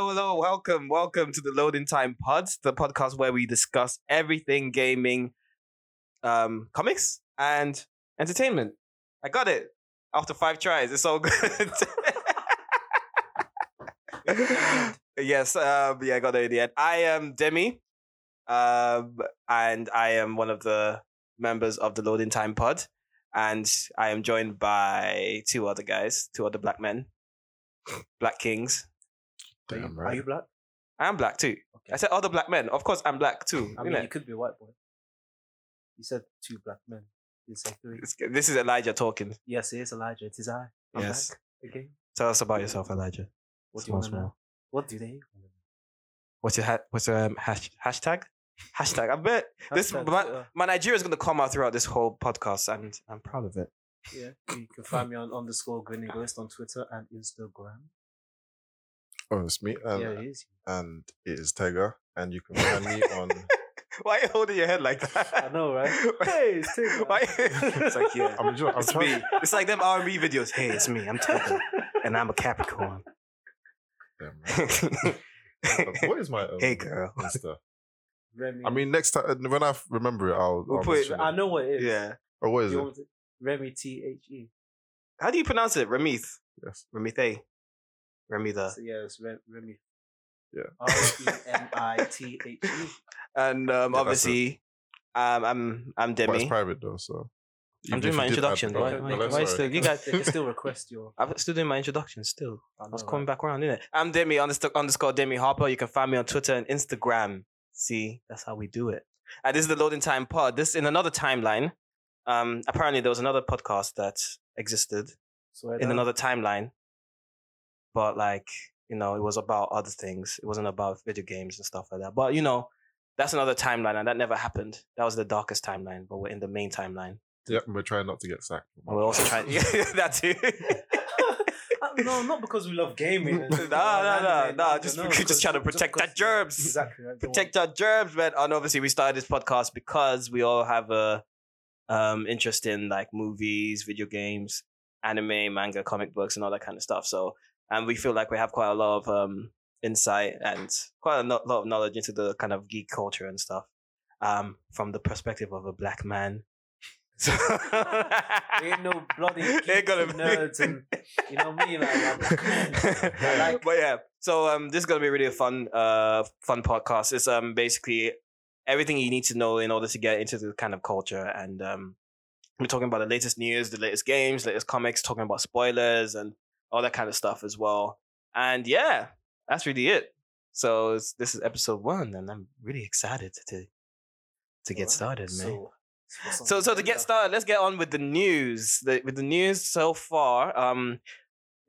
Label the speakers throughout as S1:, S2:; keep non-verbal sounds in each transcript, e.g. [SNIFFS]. S1: welcome, welcome to the Loading Time Pods, the podcast where we discuss everything gaming, um, comics, and entertainment. I got it after five tries. It's all [LAUGHS] good. yes, um, yeah, I got it in the end. I am Demi, um, and I am one of the members of the Loading Time Pod, and I am joined by two other guys, two other black men, black kings.
S2: Damn
S3: Are
S2: right.
S3: you black?
S1: I am black too.
S3: Okay.
S1: I said other black men. Of course, I'm black too.
S3: I mean, you could be a white boy. You said two black men. You said three.
S1: innit? This is Elijah talking.
S3: Yes, it is Elijah. It is I. I'm
S1: Yes.
S3: back again.
S1: Tell us about yourself, Elijah.
S3: What do you want to
S1: Small,
S3: know?
S1: small.
S3: What do they? wanna know?
S1: What's your ha- what's your um, hash- hashtag? [LAUGHS] Hashtag. I bet this
S3: Hashtag
S1: my,
S3: Twitter.
S1: my Nigeria is going to come out throughout this whole podcast, and I'm proud of it. [LAUGHS]
S3: yeah. You can find me on underscore grinning ghost on Twitter and Instagram.
S2: Oh, it's me, and,
S3: yeah, it is.
S2: and it is Tiger, and you can find me
S1: [LAUGHS]
S2: on.
S1: Why are you holding your head like
S3: I [LAUGHS]
S1: that?
S3: know, right? hey, it's Tigger.
S1: Why? it's like
S3: [LAUGHS]
S1: yeah.
S2: I'm, jo-
S1: [LAUGHS]
S2: I'm
S1: It's
S2: trying.
S1: me. It's like them R&B videos. Hey, it's me. I'm Tiger, and I'm a Capricorn. [LAUGHS]
S2: Damn right. Uh, What is my um,
S1: hey, girl. [LAUGHS]
S2: Insta?
S3: [LAUGHS] Remy.
S2: I mean, next time when I f- remember it, I'll.
S1: We'll
S2: I'll
S1: put it-
S2: mention
S3: I know what it is.
S1: Yeah.
S2: Or what
S3: Do
S2: is
S3: you
S2: it?
S3: want to- Remy T H E.
S1: How do you pronounce it? Ramith.
S2: Yes.
S1: Ramithe. Ramida.
S3: So yeah, it's Re- Remy.
S2: Yeah.
S3: R E M I T H E.
S1: And um,
S2: Yeah, that's it.
S1: obviously, um, I'm I'm
S2: But it's
S1: Demi.
S2: private though, so.
S1: I'm
S2: even
S1: doing
S2: if
S1: my
S2: you did add-
S1: introduction.
S2: oh,
S1: Why,
S2: no,
S1: why,
S2: that's
S1: why
S2: all
S1: still,
S2: right.
S1: you guys,
S3: They
S1: [LAUGHS]
S3: can still request your.
S1: I'm still doing my introduction. Still,
S3: I
S1: I was
S3: know,
S1: coming
S3: right?
S1: back around, innit? Oh, I'm Demi underscore underscore Demi Harper. You can find me on Twitter and Instagram. See, that's how we do it. And this is the Loading Time Pod. This in another timeline. Um, apparently there was another podcast that existed
S3: Swear
S1: in
S3: down.
S1: another timeline, but like you know, it was about other things. It wasn't about video games and stuff like that. But you know, that's another timeline, and that never happened. That was the darkest timeline, but we're in the main timeline.
S2: Yep, and we're trying not to get sacked.
S1: And we're also trying [LAUGHS] that too.
S3: [LAUGHS]
S1: [LAUGHS]
S3: Uh, no, not because we love gaming.
S2: No,
S3: and stuff
S1: no,
S3: like
S1: no,
S3: anime,
S1: no,
S3: no,
S1: just
S3: no,
S1: because- just
S3: because-
S1: trying to
S3: just
S1: protect
S3: because-
S1: our germs.
S3: Exactly. Right? Don't
S1: protect our germs, man. And obviously, we started this podcast because we all have a um interest in like movies, video games, anime, manga, comic books, and all that kind of stuff. So, and we feel like we have quite a lot of um insight and quite a no- lot of knowledge into the kind of geek culture and stuff um from the perspective of a black man. [LAUGHS] So-
S3: want- Ain't no
S1: [LAUGHS]
S3: bloody
S1: Ain't
S3: geeks
S1: gonna
S3: and
S1: be-
S3: nerds and you know what I mean.
S1: [LAUGHS]
S3: Like, like, like
S1: but yeah, so um, this is gonna be really a fun, uh, fun podcast. It's um basically everything you need to know in order to get into the kind of culture, and um, we're talking about the latest news, the latest games, latest comics, talking about spoilers and all that kind of stuff as well. And yeah, that's really it. So it's, this is episode one, and I'm really excited to to get
S3: Alright,
S1: started, man.
S3: so, what's on
S1: So,
S3: the
S1: so to
S3: agenda?
S1: get started, let's get on with the news. The, with the news so far, um,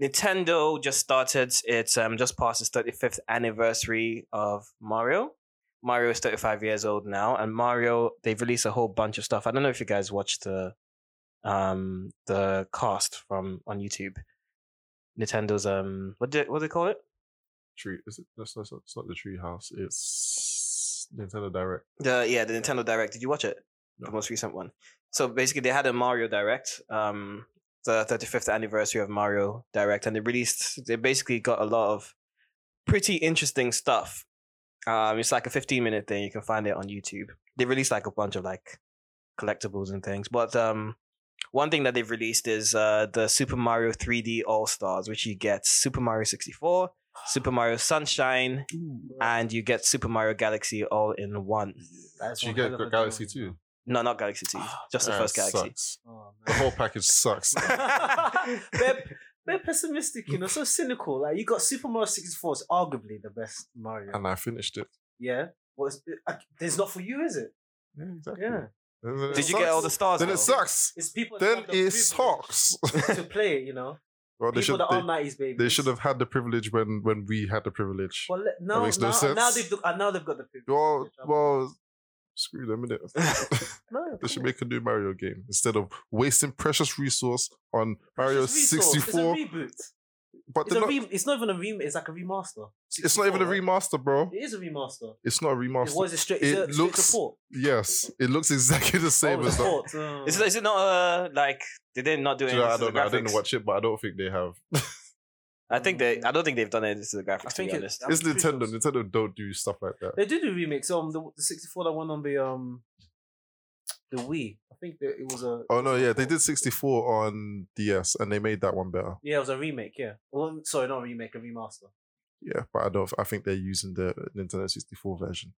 S1: Nintendo just started. It's um just past its 35th anniversary of Mario. Mario is 35 years old now, and Mario they've released a whole bunch of stuff. I don't know if you guys watched the um the cast from on YouTube. Nintendo's um what did what do they call it?
S2: Tree is it? That's, that's, not- it's not the tree house. It's Nintendo Direct.
S1: The yeah, the Nintendo Direct. Did you watch it?
S2: No.
S1: The most recent one. So basically, they had a Mario Direct, um, the 35th anniversary of Mario Direct, and they released. They basically got a lot of pretty interesting stuff. Um, it's like a 15 minute thing. You can find it on YouTube. They released like a bunch of like collectibles and things, but um. One thing that they've released is uh, the Super Mario 3D All Stars, which you get Super Mario 64, Super Mario Sunshine, and you get Super Mario Galaxy all in one.
S3: That is
S2: Did you
S3: one hell
S2: get
S3: of a
S2: Galaxy
S3: deal.
S2: too?
S1: No, not Galaxy T. Oh, Just the
S2: Ah,
S1: first Galaxy.
S2: sucks.
S3: Oh,
S2: The
S1: [LAUGHS]
S3: man.
S2: whole package sucks.
S3: they're, they're pessimistic, you know, so cynical. Like you got Super Mario 64 is arguably the best Mario.
S2: and I finished it.
S3: yeah. What's uh, there's not for you, is it?
S2: Yeah, exactly.
S3: Yeah.
S2: And then it
S1: Did you get all the
S2: sucks.
S1: stars?
S2: Then
S1: though?
S2: it sucks.
S3: It's people that
S2: Then
S3: have the
S2: it
S3: privilege
S2: sucks.
S3: to play it, you know.
S2: [LAUGHS] well, they
S3: people
S2: should.
S3: that
S2: They,
S3: are nineties babies.
S2: they should have had the privilege when when we had the privilege.
S3: Well, le- now,
S2: makes no
S3: now, now
S2: sense.
S3: they've uh, now they've got the privilege.
S2: Well,
S3: I'm-
S2: well, screw them, innit?
S3: [LAUGHS] no,
S2: they should
S3: come on.
S2: make a new Mario game instead of wasting precious resource on Mario
S3: It's just resource.
S2: 64.
S3: It's a reboot.
S2: But
S3: It's,
S2: they're
S3: a
S2: not,
S3: re- it's not even a rem. It's like a remaster.
S2: it's not even a
S3: 64, right?
S2: remaster, bro.
S3: It is a remaster.
S2: It's not a
S3: It
S2: remaster.
S3: was a straight.
S2: It
S3: It a,
S2: looks-
S3: looks support.
S2: Yes, it looks exactly the same as [LAUGHS] that.
S1: Is it, is it not uh like did they not do
S2: Do you
S1: anything?
S2: know, I
S1: to the
S2: don't know. I didn't
S1: graphics?
S2: watch it, but I don't think they have.
S1: I think they. I don't think they've done anything to the graphics.
S3: I think
S1: to be
S3: it-
S1: honest.
S3: I'm
S2: It's
S3: pretty sure
S2: Nintendo. Nintendo don't do stuff like that.
S3: They did a remix. Um, the, the sixty four that one on the um, the Wii. I think that it was a.
S2: Oh no, yeah, they did 64 on DS and they made that one better.
S3: Yeah, it was a remake. Yeah. Well, sorry, not a remake, a remaster.
S2: Yeah, but I don't. I think they're using the Nintendo 64 version.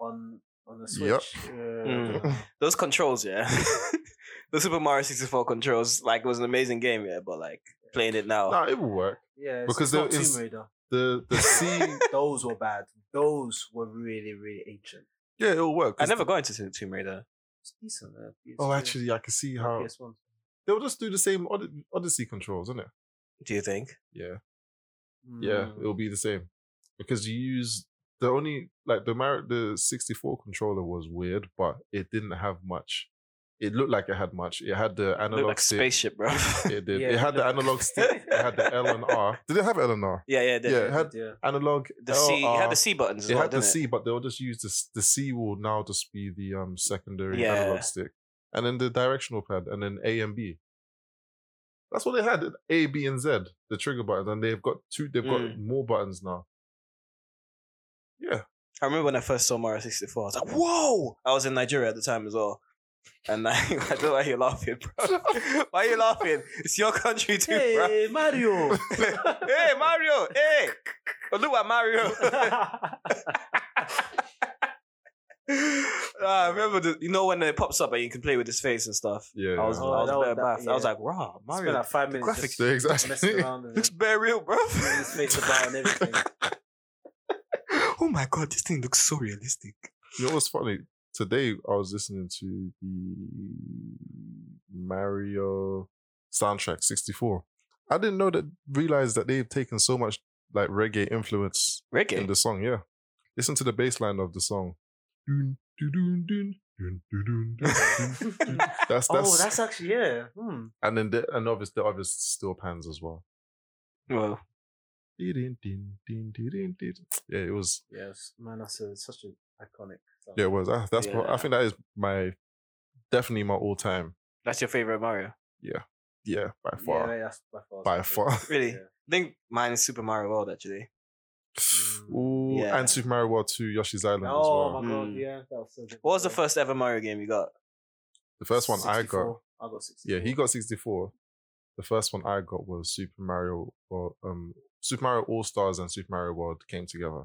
S3: on on the Switch. Uh,
S2: Yep. [LAUGHS]
S3: Yeah.
S1: Mm. Those controls, yeah. [LAUGHS] the Super Mario 64 controls, like, was an amazing game, yeah. But like playing it now,
S2: Nah, it will work.
S3: [LAUGHS] Yeah, it's,
S2: Because
S3: because not
S2: there is-
S3: Tomb Raider.
S2: The the C,
S3: Those were bad. Those were really really ancient.
S2: [LAUGHS] yeah, it'll work.
S1: I
S2: 'cause
S1: never got into Tomb- Tomb Raider.
S3: It's decent. Uh, PS2.
S2: Oh, actually, I can see how
S3: PS One.
S2: they'll just do the same Od- Odyssey controls, isn't it?
S1: Do you think?
S2: Yeah, yeah,
S3: Mm.
S2: it'll be the same because you use the only like the Mar- the 64 controller was weird, but it didn't have much. It looked like it had much. It had the
S1: Look
S2: analog
S1: like a
S2: stick.
S1: spaceship, bro. [LAUGHS]
S2: It [LAUGHS] did.
S3: Yeah,
S2: it had
S3: it
S2: the
S3: looked-
S2: analog stick. It had [LAUGHS] the L and R. Did it have L and R?
S1: yeah, yeah,
S2: Yeah,
S1: yeah.
S2: it had
S3: [LAUGHS] yeah.
S2: Analog.
S1: The C,
S2: LR.
S1: it had the C buttons. As
S2: It
S1: well,
S2: had the
S1: didn't it?
S2: C, but they'll just use this. The C will now just be the um secondary
S1: Yeah.
S2: analog stick, and then the directional pad, and then A and B. That's what they had: A, B, and Z, the trigger buttons, and they've got two. They've got
S1: Mm.
S2: more buttons now. Yeah,
S1: I remember when I first saw Mario 64, I was like, whoa! I was in Nigeria at the time as well. And like, I [LAUGHS] don't know why you're laughing,
S3: [LAUGHS]
S1: bro. [LAUGHS] Why are you laughing? It's your country too, bro.
S3: Hey
S2: [LAUGHS]
S3: [LAUGHS] Mario.
S1: hey, Mario! Hey! Oluwa
S3: [LAUGHS]
S1: Mario! Ah, I remember, the, you know, when it pops up and you can play with his face and stuff.
S2: yeah.
S1: I was,
S2: yeah.
S3: Oh,
S1: I was
S3: that-
S1: a bit
S3: that-
S1: baffed. I was
S3: yeah.
S1: like, wow,
S3: Mario.
S1: Mario.
S3: Spent like five minutes.
S1: graphics
S3: just
S2: there,
S3: Messing
S2: [LAUGHS] exactly.
S3: around and
S1: looks very real,
S3: [LAUGHS]
S1: bro.
S3: moving his face about
S2: [LAUGHS]
S3: and everything.
S1: [LAUGHS] oh my god, this thing looks so realistic.
S2: You know what's funny? Today I was listening to the Mario soundtrack 64. I didn't know that realize that they've taken so much like reggae influence in
S1: Reggae.
S2: the song, yeah. Listen to the bass line of the song. Dun, dun, dun, dun, dun, dun, dun, dun, dun, dun. That's that's,
S3: Oh, that's actually yeah. Hmm.
S2: and then the, and obviously the obvious still pans as well.
S1: [LAUGHS] Well,
S2: Dee-dee, dee-dee, dee-dee, dee-dee. Yeah, it was
S3: Yes, man, that's a, such an iconic. song.
S2: yeah, it was. I, that's what,
S1: Yeah.
S2: I think that is my definitely my all time.
S1: that's your favorite Mario.
S2: Yeah, by
S3: Yeah,
S2: far. [SIGHS]
S3: that's by far.
S2: By
S3: something.
S2: far. [LAUGHS]
S1: Really?
S3: Yeah.
S1: I think mine is Super Mario World, actually.
S3: Mm.
S2: Ooh,
S1: Yeah.
S2: and Super Mario World 2, Yoshi's Island
S3: Oh
S2: as well.
S3: my god,
S1: Mm.
S3: yeah, that was so good.
S1: What was the
S3: Yeah.
S1: first ever Mario game you got?
S2: The first one I got,
S3: 64. I got 64.
S2: yeah, he got 64. The first one I got was Super Mario, well, um, Super Mario All Stars and Super Mario World came together.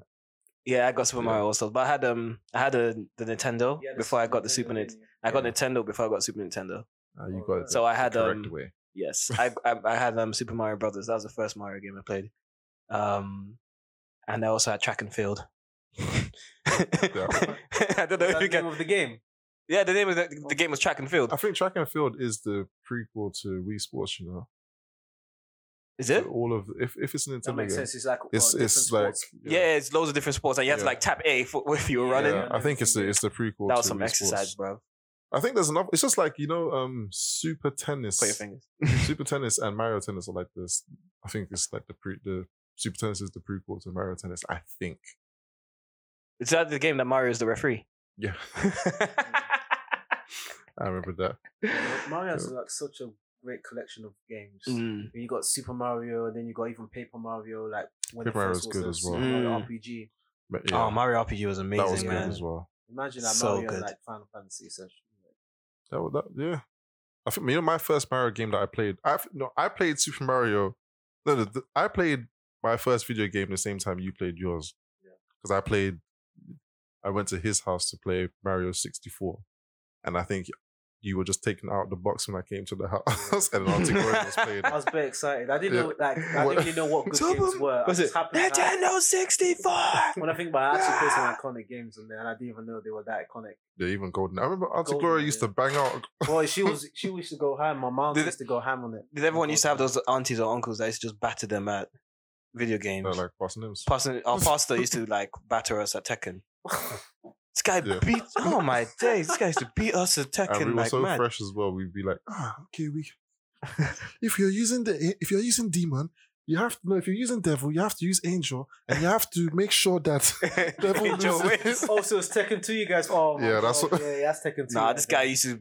S1: Yeah, I got Super
S2: Yeah.
S1: Mario also, but I had um, I had a, the Nintendo
S3: Yeah, the
S1: before I got the Super E
S3: didn't
S1: Nintendo. [LAUGHS]
S3: you?
S1: I got
S2: Yeah.
S1: Nintendo before I got Super Nintendo.
S2: Uh, you
S3: Oh,
S2: got
S3: right.
S2: it
S1: So
S2: the,
S1: I had
S2: the correct
S1: um,
S2: way.
S1: yes, I, I I had um Super Mario Brothers. That was the first Mario game I played. Um, and I also had Track and Field. [LAUGHS] I don't know
S3: Is
S1: if
S3: that
S1: you
S3: the
S1: can.
S3: name of the game.
S1: Yeah, the name of the, the game was Track and Field.
S2: I think Track and Field is the prequel to Wii Sports. You know,
S1: Is
S2: So
S1: it?
S2: all of if if it's a Nintendo
S3: That makes
S2: game,
S3: sense. It's like
S2: E it's it's like
S1: Yeah. it's loads of different sports, and you had to
S2: Yeah.
S1: like tap A for, [LAUGHS] if you were running.
S2: yeah, I think it's the it's the prequel.
S1: That was
S2: to
S1: some
S2: Wii
S1: exercise,
S2: Sports.
S1: bro.
S2: I think there's enough. It's just like you know, um, Super Tennis.
S1: Put your fingers.
S2: Super Tennis and Mario Tennis are like this. I think it's like the pre the Super Tennis is the prequel to Mario Tennis. I think.
S1: Is that the game that Mario is the referee?
S2: Yeah, [LAUGHS] I remember that.
S3: Mario's like such a great collection of games.
S1: [LAUGHS] Mm.
S3: You got Super Mario, and then you got even Paper Mario. Like when
S2: Paper
S3: it
S2: Mario
S3: first
S2: was good
S3: a
S2: as well.
S3: Super Mario
S1: Mm.
S3: RPG.
S2: But yeah,
S1: Oh, Mario RPG was amazing,
S2: that was good
S1: man.
S2: as well.
S3: Imagine that
S1: So
S3: Mario
S1: good.
S3: and like Final Fantasy. Essentially.
S2: That was that. Yeah, I think you know my first Mario game that I played. I no, I played Super Mario. No, no th- I played my first video game the same time you played yours.
S3: Yeah.
S2: Because I played, I went to his house to play Mario sixty four, and I think you were just taken out the box when I came to the [LAUGHS] house, and then Auntie Gloria was playing.
S3: I was very excited. I didn't
S2: Yeah.
S3: know like I
S2: What-
S3: didn't really know
S2: [LAUGHS]
S3: what good
S1: Super-
S3: games were. I
S1: Was it
S3: just happened to have-
S1: Nintendo 64?
S3: When I think about it, I actually played some iconic games on there, and I didn't even know they were that iconic.
S2: Yeah, even golden. I
S3: [LAUGHS]
S2: remember Auntie
S3: Golden,
S2: Gloria used
S3: yeah.
S2: to bang out.
S3: Boy, she
S1: [LAUGHS]
S3: was she used to go ham. My mom
S1: Did-
S3: used to go ham on it.
S1: [LAUGHS] Did everyone used to have those aunties or uncles that used to just batter them at video
S2: You
S1: games?
S2: know, like passing names.
S1: Pastor, our pastor used to like batter us at
S2: [LAUGHS]
S1: Tekken. This guy
S2: Yeah.
S1: beat. Oh my days! This guy used to beat us at
S2: and
S1: Tekken
S2: we were
S1: like
S2: so
S1: mad. [LAUGHS]
S2: fresh as well. We'd be like, ah, okay, we. If you're using the if you're using demon, you have to know if you're using Devil, you have to use Angel, and you have to make sure that [LAUGHS]
S1: [LAUGHS]
S2: Devil
S1: Angel
S2: loses.
S1: wins.
S3: Oh, so it's Tekken 2, you guys. Oh, my
S2: Yeah, that's
S3: God.
S2: what-
S3: yeah, yeah, that's Tekken 2.
S1: [LAUGHS] Nah, this
S3: yeah.
S1: guy used to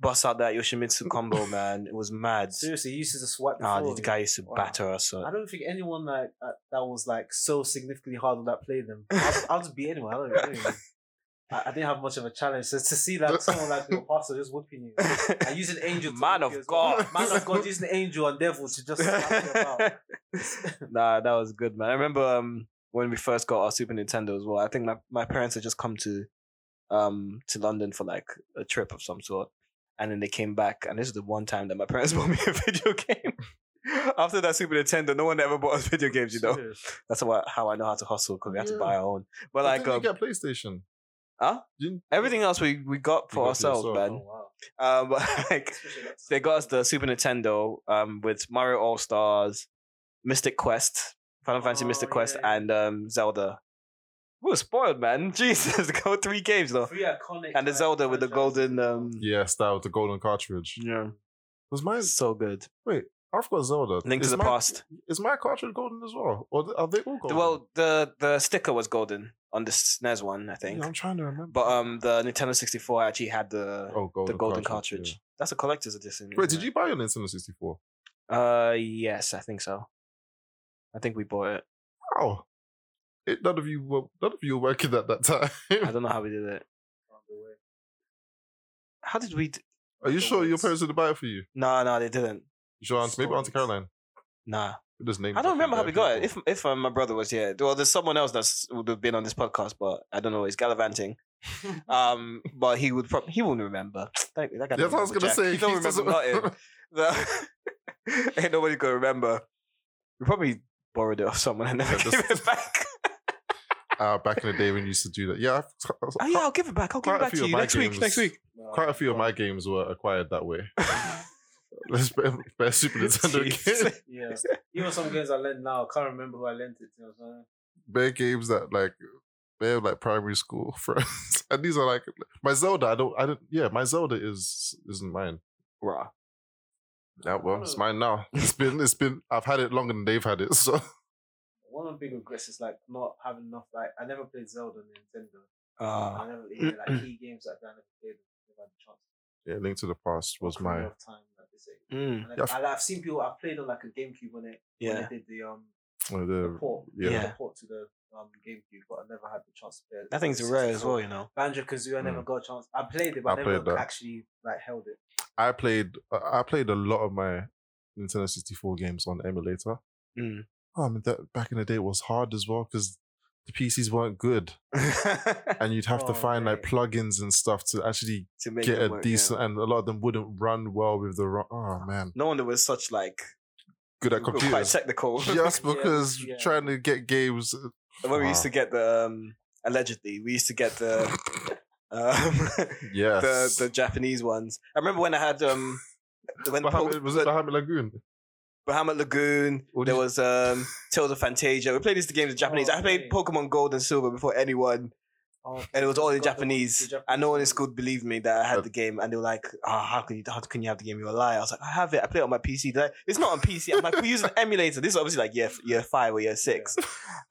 S1: bust out that Yoshimitsu
S2: [LAUGHS]
S1: combo, man. It was mad.
S3: Seriously, he used to swipe the
S1: Nah,
S3: floor.
S1: this guy used to
S3: Wow.
S1: batter us.
S3: I [LAUGHS]
S1: Up.
S3: don't think anyone like uh, that was like so significantly harder that
S1: [LAUGHS]
S3: played them. I'll, I'll just beat anyone. I don't really know. I, I didn't have much of a challenge. So to see like someone like your pastor just whipping you, and using angel,
S1: [LAUGHS]
S3: to
S1: Man
S3: whip
S1: of
S3: you as well. [LAUGHS]
S1: God.
S3: man of God, using angel and devil to just slap you
S1: [LAUGHS]
S3: about.
S1: nah, that was good, man. I remember um when we first got our Super Nintendo as well. I think my, my parents had just come to um to London for like a trip of some sort. And then they came back, and this is the one time that my parents [LAUGHS] bought me a video game. [LAUGHS] After that Super Nintendo, no one ever bought us video games, you know.
S3: Serious.
S1: That's how I, how I know how to hustle because we had to
S2: Yeah.
S1: buy our own. But
S2: But
S1: like
S2: didn't
S1: um,
S2: you get PlayStation?
S1: Huh?
S2: Didn't-
S1: everything else, we, we got for
S2: got for
S1: ourselves,
S2: yourself.
S1: man.
S3: Oh wow!
S1: Um, but [LAUGHS] like
S3: Especially that's-
S1: they got us the Super Nintendo um, with Mario All Stars, Mystic Quest, Final Fantasy
S3: Oh,
S1: Mystic
S3: yeah,
S1: Quest,
S3: yeah.
S1: and um, Zelda. We were spoiled, man. [LAUGHS] Jesus, go three games though,
S3: Three iconic
S1: and the
S3: like,
S1: Zelda with the
S3: franchises.
S1: golden. Um,
S2: Yes, that was the golden cartridge.
S1: yeah,
S2: Was mine?
S1: so good.
S2: I've got Zelda.
S1: Link to
S2: Is
S1: the
S2: my,
S1: past.
S2: Is my cartridge golden as well, or th- are they all golden?
S1: Well, the the sticker was golden on the SNES E one, I
S2: Yeah,
S1: think.
S2: I'm trying to remember.
S1: But um, the Nintendo sixty four actually had the
S2: oh, golden
S1: the golden cartridge. That's a collector's edition.
S2: yeah. Wait,
S1: isn't
S2: did
S1: it?
S2: you buy your Nintendo 64?
S1: Uh, yes, I think so. I think we bought it.
S2: Wow. It, none of you were none of you were working at that [LAUGHS] time.
S1: I don't know how we did it.
S3: Found a way.
S1: How did we? D-
S2: Are you sure your
S3: Afterwards.
S2: parents didn't buy it for you?
S1: no, no, they didn't.
S2: You sure, Aunt, maybe Auntie
S3: Stories.
S2: Caroline?
S1: Nah,
S2: It just named
S1: I don't remember how we got it.
S2: people.
S1: If if um, my brother was here, well, there's someone else that's would have been on this podcast, but I don't know. He's gallivanting. um, but he would probably he wouldn't remember. That, that guy
S2: That's what I was
S1: going to
S2: gonna say.
S1: He don't
S2: He
S1: remember
S2: doesn't-
S1: nothing. [LAUGHS] The- Ain't nobody gonna remember. We probably borrowed it off someone and never [LAUGHS]
S2: Yeah,
S1: gave
S2: this-
S1: it
S2: [LAUGHS]
S1: back.
S2: [LAUGHS] uh, back in the day when you used to do that. Yeah, I've, [LAUGHS]
S1: [LAUGHS] oh yeah, I'll give it back. I'll give
S2: quite
S1: it
S2: a
S1: back
S2: few
S1: to
S2: of
S1: you
S2: my
S1: next week. Next
S2: games- [LAUGHS]
S1: week.
S2: quite a few of my games were acquired that way. [LAUGHS] Let's bear,
S1: [LAUGHS]
S2: bear Super Nintendo games,
S1: Jeez.
S3: [LAUGHS] Yeah, even some games I lent now, I can't remember who I lent it to. So.
S2: [LAUGHS] bear games that like bear like primary school [LAUGHS] friends, and these are like my Zelda. I don't, I don't. Yeah, my Zelda is isn't mine.
S1: Raw.
S2: Yeah, well, it's mine now. It's been, it's been. I've had it longer than they've had it. [LAUGHS] So
S3: One of my big regrets is like not having enough. Like I never played Zelda on Nintendo.
S1: Uh,
S2: Ah.
S3: I never yeah,
S2: [CLEARS THROAT]
S3: like key games like that. I never played them. Never had the chance.
S2: yeah, Link to the Past was
S3: Ocarina
S2: my.
S3: of time like they say.
S1: mm,
S3: And
S2: Yeah,
S3: like, I, have seen people. I played on like a GameCube on it. when
S1: yeah.
S3: they did the um
S2: uh,
S3: the
S2: the,
S3: port.
S2: yeah.
S3: the
S1: Yeah.
S3: port to the um GameCube, but I never had the chance to play. it.
S1: That thing's rare as well, you know. [LAUGHS]
S3: Banjo Kazooie, I never got a chance. I played it, but
S2: Mm. I
S3: I,
S2: played
S3: never
S2: that.
S3: actually like held
S2: [LAUGHS]
S3: it.
S2: I played. uh, I I played a lot of my Nintendo sixty four games on emulator.
S1: Mm.
S2: Oh, I mean, that back in the day was hard as well because the PCs weren't good, and you'd have
S3: Oh,
S2: to find like
S3: mate.
S2: plugins and stuff to actually
S1: to make
S2: get
S1: it
S2: a
S1: work, yeah.
S2: decent. And a lot of them wouldn't run well with the. Ro- oh man,
S1: No wonder we're such like
S2: good
S1: we're [LAUGHS]
S2: at
S1: quite
S2: computers.
S1: technical.
S2: Just
S3: Yeah,
S2: because
S3: yeah.
S2: trying to get games. uh,
S1: when we
S2: Ah.
S1: used to get the um, allegedly, we used to get
S2: [LAUGHS]
S1: the um, the
S2: Yes.
S1: the Japanese ones. I remember when I had um when
S2: Bahamut-
S1: Pokemon
S2: was it Bahamut Lagoon?
S1: Bahamut Lagoon,
S2: What
S1: there
S2: did-
S1: was um Tales of Fantasia. We played these games in Japanese.
S3: Oh,
S1: I played
S3: mate.
S1: Pokemon Gold and Silver before anyone,
S3: Oh,
S1: and it was all in
S3: got the- the
S1: Japanese. And no one in
S3: ones.
S1: school believed me that I had
S2: Uh,
S1: the game, and they were like, "Ah, how can you? How can you have the game? You're a liar." I was like, "I have it. I play it on my PC. They're like, it's not on PC. I'm like, we use an emulator. This is obviously like year year five or
S3: [LAUGHS]
S1: year six,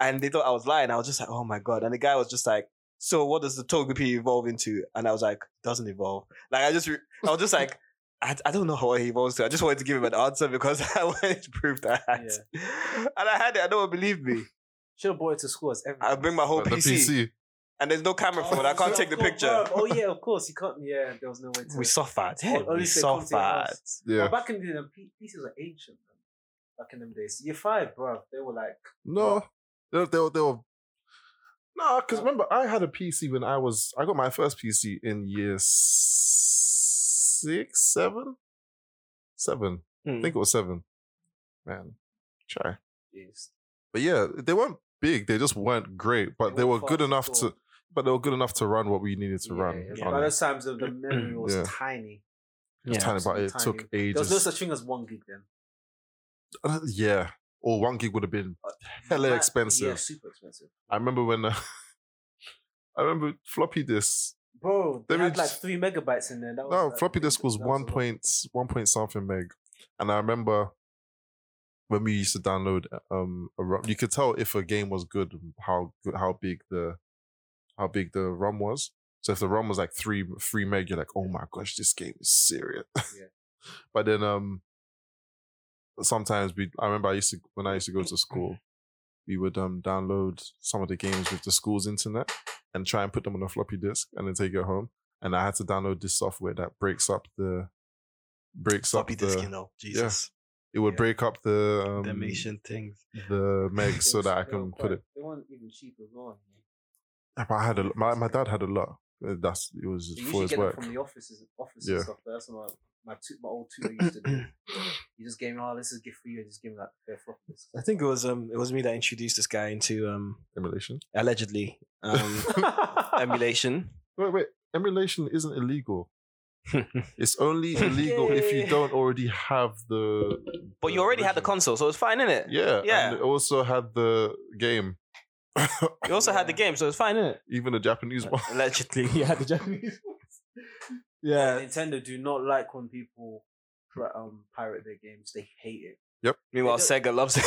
S1: and they thought I was lying. I was just like, "Oh my god!" And the guy was just like, "So what does the Togepi evolve into?" And I was like, "Doesn't evolve." Like I just, re- I was just like. [LAUGHS] I, I don't know what he evolves to. I just wanted to give him an answer because [LAUGHS] I wanted to prove that I had it. And I had it. and no one believed me.
S3: Should have brought it to school as everything.
S1: I bring my whole
S2: Uh, The
S1: PC,
S2: PC.
S1: and there's no camera phone. I can't take the picture.
S3: Oh yeah, of course you can't. Yeah, there was no way to.
S1: We suffered.
S3: Or
S1: Hey,
S3: at
S1: we
S3: least they come to your
S1: suffered.
S3: house.
S2: Yeah.
S3: But back in the day, P- pieces are ancient. Man. Back in them days, year five, bro, they were like
S2: No, they they were, they were no. Because
S3: Uh.
S2: remember, I had a PC when I was I got my first PC in year s- six, seven, seven. I
S1: Hmm.
S3: Mm.
S2: think it was seven. Man, try.
S3: Jeez.
S2: But yeah, they weren't big. They just weren't great, but
S3: They
S2: they were
S3: weren't
S2: good
S3: fast
S2: enough
S3: at all.
S2: to. But they were good enough to run what we needed to
S3: Yeah,
S2: run.
S3: yeah.
S1: yeah.
S2: on
S3: By
S2: it.
S3: those times, the,
S2: [CLEARS THROAT]
S3: the memory was
S2: Yeah.
S3: tiny.
S2: It was
S1: Yeah.
S2: tiny, but it
S3: Tiny.
S2: took
S3: There was
S2: ages.
S3: no such thing as one gig then.
S2: Uh, [LAUGHS] yeah, or one gig would have been hella
S3: That- Yeah,
S2: expensive.
S3: super expensive.
S2: I remember when. Uh, [LAUGHS] I remember floppy disks
S3: Bro, they
S2: Let me
S3: had like
S2: just-
S3: three megabytes in there. That was
S2: No,
S3: like
S2: floppy
S3: [LAUGHS] big-
S2: disk was
S3: that
S2: one
S3: a lot.
S2: point one point something meg, and I remember when we used to download um a ROM, you could tell if a game was good how good how big the how big the ROM was. So if the ROM was like three three meg, you're like, oh my gosh, this game is serious.
S3: Yeah.
S2: but then um sometimes we I remember I used to when I used to go to school, we would um download some of the games with the school's internet and try and put them on a floppy disk and then take it home. And I had to download this software that breaks up the breaks
S1: Floppy
S2: up the
S1: disk, you know. Jesus.
S2: it would
S1: Yeah.
S2: break up the um,
S1: Dalmatian things.
S3: [LAUGHS]
S2: the meg so that I can put it.
S3: They weren't even cheap as well. you know.
S2: But I had
S3: [LAUGHS]
S2: a my, my dad had a lot. Uh, That's it was
S3: You
S2: for
S3: usually
S2: his
S3: get
S2: work.
S3: them from the offices, offices
S2: Yeah.
S3: and stuff. But that's what my my, tu- my old tutor used to do.
S1: [COUGHS]
S3: He just gave me, oh, this is a gift for you. And just gave me like Uh, a floppy disk.
S1: I think it was um it was me that introduced this guy into um
S2: Emulation.
S1: allegedly
S2: [LAUGHS]
S1: um emulation.
S2: Wait, wait. Emulation isn't illegal. It's only illegal if
S1: [LAUGHS]
S2: you
S3: Yay.
S2: don't already have the.
S1: But you already had the
S2: original.
S1: console, so it's fine, innit?
S2: Yeah,
S1: Yeah.
S2: And it also had the game,
S1: You also had the
S3: Yeah.
S1: game, so it's fine, innit?
S2: [LAUGHS] even the Japanese one.
S1: Allegedly, you had the Japanese ones. Yeah.
S3: Nintendo do not like when people pri- um, pirate their games. They hate it.
S1: [LAUGHS] Meanwhile,
S3: They
S1: Sega loves [LAUGHS]
S3: They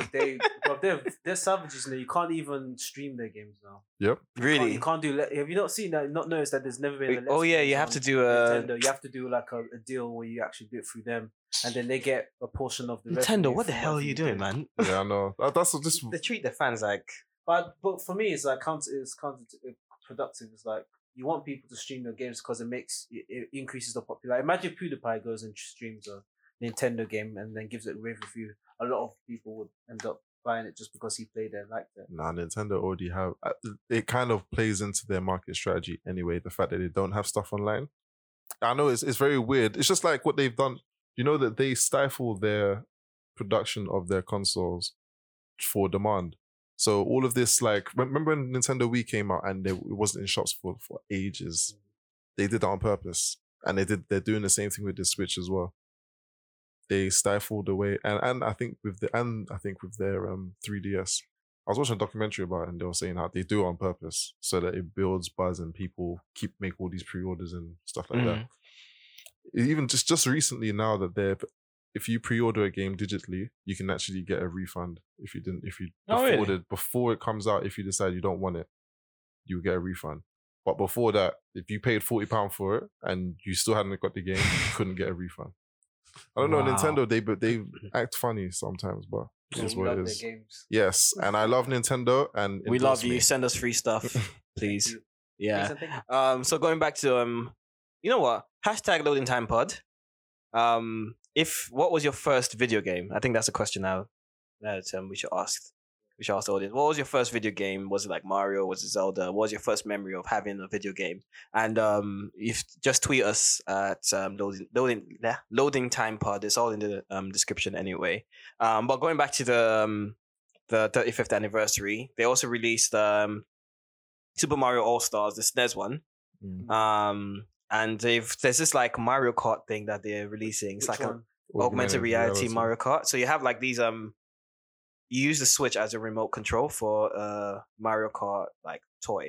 S1: it.
S3: they bro, they're they're savages now. You can't even stream their games now. You can't-
S1: really?
S3: You can't do. le- Have you not seen that? Not noticed that there's never been. A Let's
S1: Oh yeah,
S3: Plays
S1: you have
S3: on
S1: to do uh, a
S3: Nintendo. You have to do like a, a deal where you actually do it through them, and then they get a portion of the. revenue
S1: Nintendo. What the
S3: from
S1: hell are
S3: whatever
S1: you
S3: do.
S1: doing, man?
S2: yeah, I know. That, that's just
S1: [LAUGHS] They treat their fans like
S3: But but for me, it's like counter. It's counterproductive. It's like you want people to stream their games because it makes it, it increases the popularity. Imagine PewDiePie goes and streams a Nintendo game and then gives it a rave review. A lot of people would end up buying it just because he played it and liked it.
S2: Nah, Nintendo already have. uh, It kind of plays into their market strategy anyway. The fact that they don't have stuff online, I know it's it's very weird. It's just like what they've done. You know that they stifle their production of their consoles for demand. So all of this, like, rem- remember when Nintendo Wii came out and they, it wasn't in shops for for ages. They did that on purpose, and they did. They're doing the same thing with the Switch as well. They stifled away, and and I think with the and I think with their um 3DS. I was watching a documentary about it and they were saying how they do it on purpose so that it builds buzz and people keep make all these pre-orders and stuff like that.
S1: Mm-hmm.
S2: E, Even just just recently now that they're if you pre-order a game digitally, you can actually get a refund if you didn't if you
S1: Oh,
S2: before,
S1: really?
S2: the- before it comes out, if you decide you don't want it, you get a refund. But before that, if you paid forty pound for it and you still hadn't got the
S1: [LAUGHS]
S2: game, you couldn't get a refund. I don't know
S1: Wow.
S2: Nintendo. They
S1: [LAUGHS]
S2: but they act funny sometimes, but
S3: So
S2: it's
S3: we
S2: what
S3: love
S2: it
S3: their
S2: is.
S3: games.
S2: Yes, and I love Nintendo, and E
S1: we
S2: endorse
S1: love you.
S2: me.
S1: Send us free stuff,
S2: [LAUGHS]
S3: Thank
S1: please.
S3: you.
S1: Yeah.
S3: Please and thank you.
S1: Um, so going back to um, you know what? Hashtag loading time pod. Um, if what was your first video game? I think that's a question now that um, we should ask. We should ask the audience. What was your first video game? Was it like Mario? Was it Zelda? What was your first memory of having a video game? And um, if just tweet us at um, loading loading nah, loading time pod. It's all in the um, description anyway. Um, but going back to the um, the 35th anniversary, they also released um, Super Mario All Stars, the SNES one.
S2: Mm.
S1: Um, and they've there's this like Mario Kart thing that they're releasing. It's
S3: Which
S1: like a
S3: one?
S1: augmented reality, Mario Kart. So you have like these um you use the Switch as a remote control for a Mario Kart like toy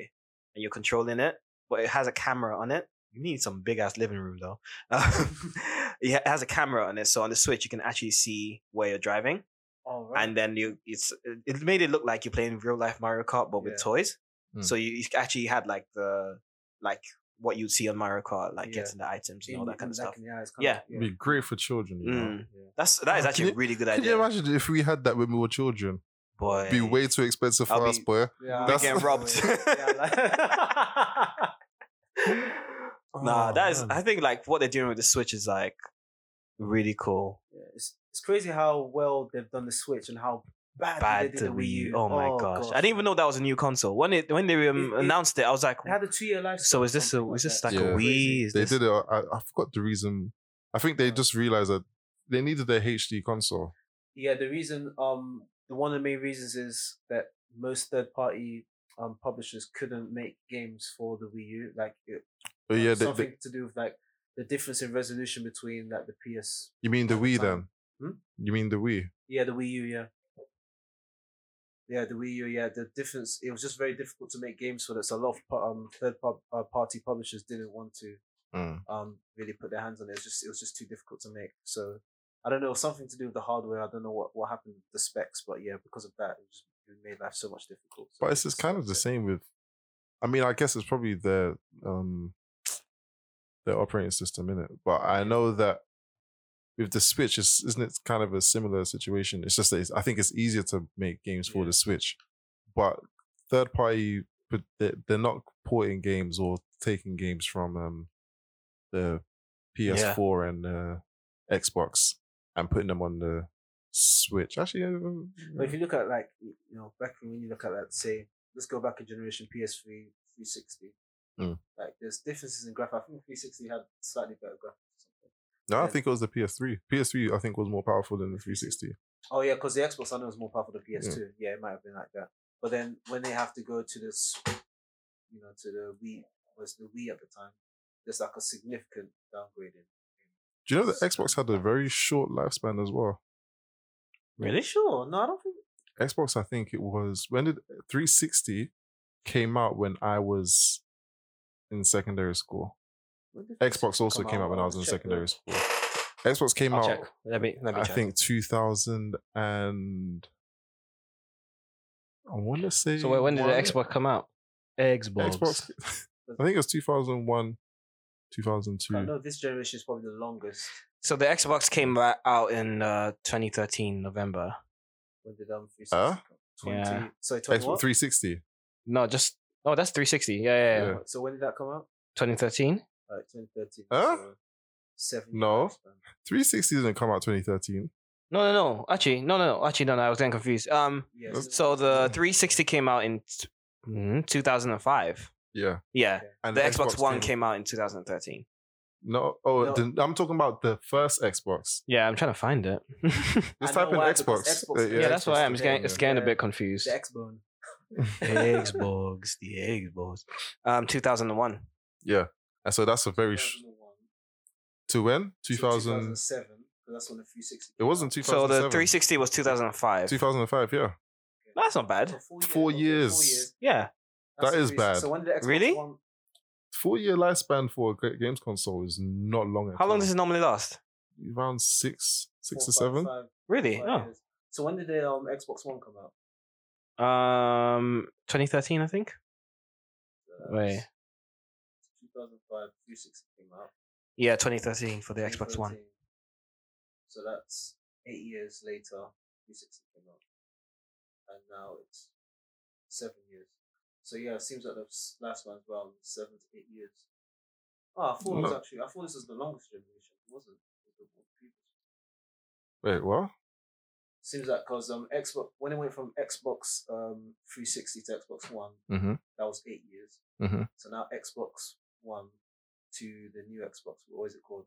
S1: and you're controlling it, but it has a camera on it. You need some big ass living room though. [LAUGHS] Um, yeah, it has a camera on it, so on the Switch you can actually see where you're driving,
S3: Oh, right.
S1: and then you it's it- it made it look like you're playing real life Mario Kart but with
S3: Yeah.
S1: toys.
S2: Hmm.
S1: So you, you actually had like the like what you'd see on Mario Kart, like
S3: Yeah.
S1: getting the items and all that kind of stuff.
S3: Yeah, it's
S1: Yeah.
S2: It'd be great for children. You know?
S1: Mm. That's
S2: [LAUGHS]
S1: that is
S2: Can
S1: actually
S2: you-
S1: a really good
S2: Can
S1: idea.
S2: you imagine if we had that when we were children?
S1: boy.
S2: It'd be way too expensive for
S1: I'll
S2: us,
S1: be- [LAUGHS]
S2: boy.
S3: yeah.
S2: That's-
S1: getting robbed.
S3: Yeah, like-
S1: [LAUGHS]
S3: [LAUGHS]
S1: nah,
S2: Oh,
S1: that is.
S2: man.
S1: I think like what they're doing with the Switch is like really cool.
S3: Yeah, it's, it's crazy how well they've done the Switch and how bad, they
S1: Bad
S3: did the Wii U.
S1: Oh my gosh. I didn't even know that was a new console. When it when they um,
S3: It- it-
S1: announced it, I was like,
S3: It had a two-year life.
S1: so is this a is this like
S2: Yeah.
S1: a Wii? Is
S2: they
S1: this-
S2: did it. I, I forgot the reason. I think they just realized that they needed their HD console.
S3: Yeah, the reason, um, the one of the main reasons is that most third-party um publishers couldn't make games for the Wii U. Like, it, um,
S2: But Oh, yeah, they,
S3: something
S2: they,
S3: to do with like the difference in resolution between like the PS.
S2: you mean the Wii then?
S3: Hmm?
S2: You mean the Wii?
S3: Yeah, the Wii U. Yeah. Yeah, the Wii U. Yeah, the difference. It was just very difficult to make games for that. So a lot of pu- um third-party uh, party publishers didn't want to.
S2: Mm.
S3: um really put their hands on it. It was just it was just too difficult to make. So I don't know something to do with the hardware. I don't know what what happened with the specs, but yeah, because of that, it just it made life so much difficult. So
S2: But it's, it's kind of the same with. I mean, I guess it's probably their um their operating system in it, but I know that with the Switch, it's, isn't it kind of a similar situation? It's just that it's, I think it's easier to make games for
S3: Yeah.
S2: the Switch, but third party, but they- they're not porting games or taking games from um the PS4 and uh, Xbox and putting them on the Switch. Actually, I don't know.
S3: But if you look at like you know back when you look at that, say let's go back a generation, PS3, 360.
S2: Mm.
S3: Like there's differences in graphics. I think 360 had slightly better graphics. Or something.
S2: no, I
S3: yeah.
S2: think it was the PS3. PS3, I think, was more powerful than the 360.
S3: Oh yeah, because the Xbox I know is more powerful than PS2. Yeah. it might have been like that. But then when they have to go to this, you know, to the Wii was the Wii at the time. There's like a significant downgrade in.
S2: Do you know that Xbox had a very short lifespan as well?
S1: Really?
S3: Sure. No, I don't think.
S2: Xbox, I think it was when did 360 came out when I was in secondary school.
S3: when did
S2: Xbox also
S3: come
S2: came out when I
S3: I'll
S2: was in
S3: check
S2: secondary
S3: that.
S2: school. Xbox came
S1: I'll
S2: out,
S1: check. Let me let me
S2: I
S1: check.
S2: think 2000 and I want to say.
S1: so. wait, When did the
S2: one-
S1: Xbox come out? Xbox.
S2: Xbox. [LAUGHS] I think it was 2001, 2002.
S3: I know this generation is probably the longest.
S1: So the Xbox came ra- out in uh, 2013 November.
S3: When did um 360
S2: Huh?
S3: come? 20,
S1: Yeah.
S3: Sorry, 20
S2: Xbox 360.
S1: No, just oh, that's 360. Yeah, yeah, yeah.
S2: Yeah.
S3: So when did that come out?
S1: 2013.
S3: Like 2013.
S2: Huh?
S3: so seven.
S2: No.
S3: years then.
S2: 360 didn't come out 2013.
S1: No, no, no. Actually, no, no, no. Actually, no, no. I was getting confused. Um,
S3: Yeah,
S2: That's-
S1: so the 360 came out in t- mm, 2005.
S2: Yeah.
S1: Yeah,
S2: And
S1: the Xbox, One came, out in 2013.
S2: No, oh,
S3: No.
S2: the- I'm talking about the first Xbox.
S1: Yeah, I'm trying to find it. [LAUGHS] yeah,
S2: Just
S3: I know
S2: type in
S3: why,
S2: Xbox.
S3: because Xbox
S2: Uh,
S3: is-
S1: that's why I'm
S2: Xbox.
S1: just getting,
S2: Yeah.
S1: it's getting a
S3: Yeah.
S1: bit confused.
S3: The Xbone.
S2: [LAUGHS]
S3: [LAUGHS]
S1: Xbox, the Xbox. Um, 2001.
S2: Yeah. And so that's a very sh-
S3: 2001.
S2: to when? 2000
S3: 2007. So that's when the 360.
S2: It wasn't
S1: So the
S2: 2007.
S1: 360 was 2005.
S2: 2005, yeah.
S1: That's not bad.
S2: Four years.
S1: Yeah,
S2: That is bad.
S3: So when did Xbox
S1: Really?
S3: One,
S2: Four year lifespan for a g- games console is not long. at
S1: how long
S2: all.
S1: does it normally last?
S2: Around six, six
S3: four,
S2: or
S3: five,
S2: seven.
S3: five,
S1: Really?
S3: five
S1: Oh.
S3: years. So when did the um, Xbox One come out?
S1: Um, 2013, I think.
S3: Uh,
S1: Wait.
S3: 2005, 360 came out.
S1: Yeah, 2013 for the Xbox One.
S3: 2013. So that's eight years later, 360 came out. And now it's seven years. So yeah, it seems like the s- last one's around seven to eight years. Oh, I thought it was
S2: No.
S3: actually, I thought this was the longest generation. It wasn't. It was the previous one.
S2: Wait, what?
S3: Seems like because um, Xbox, when it went from Xbox um, 360 to Xbox One,
S2: Mm-hmm.
S3: that was eight years.
S1: Mm-hmm.
S2: Mhm.
S3: So now Xbox One to the new Xbox, what is it called?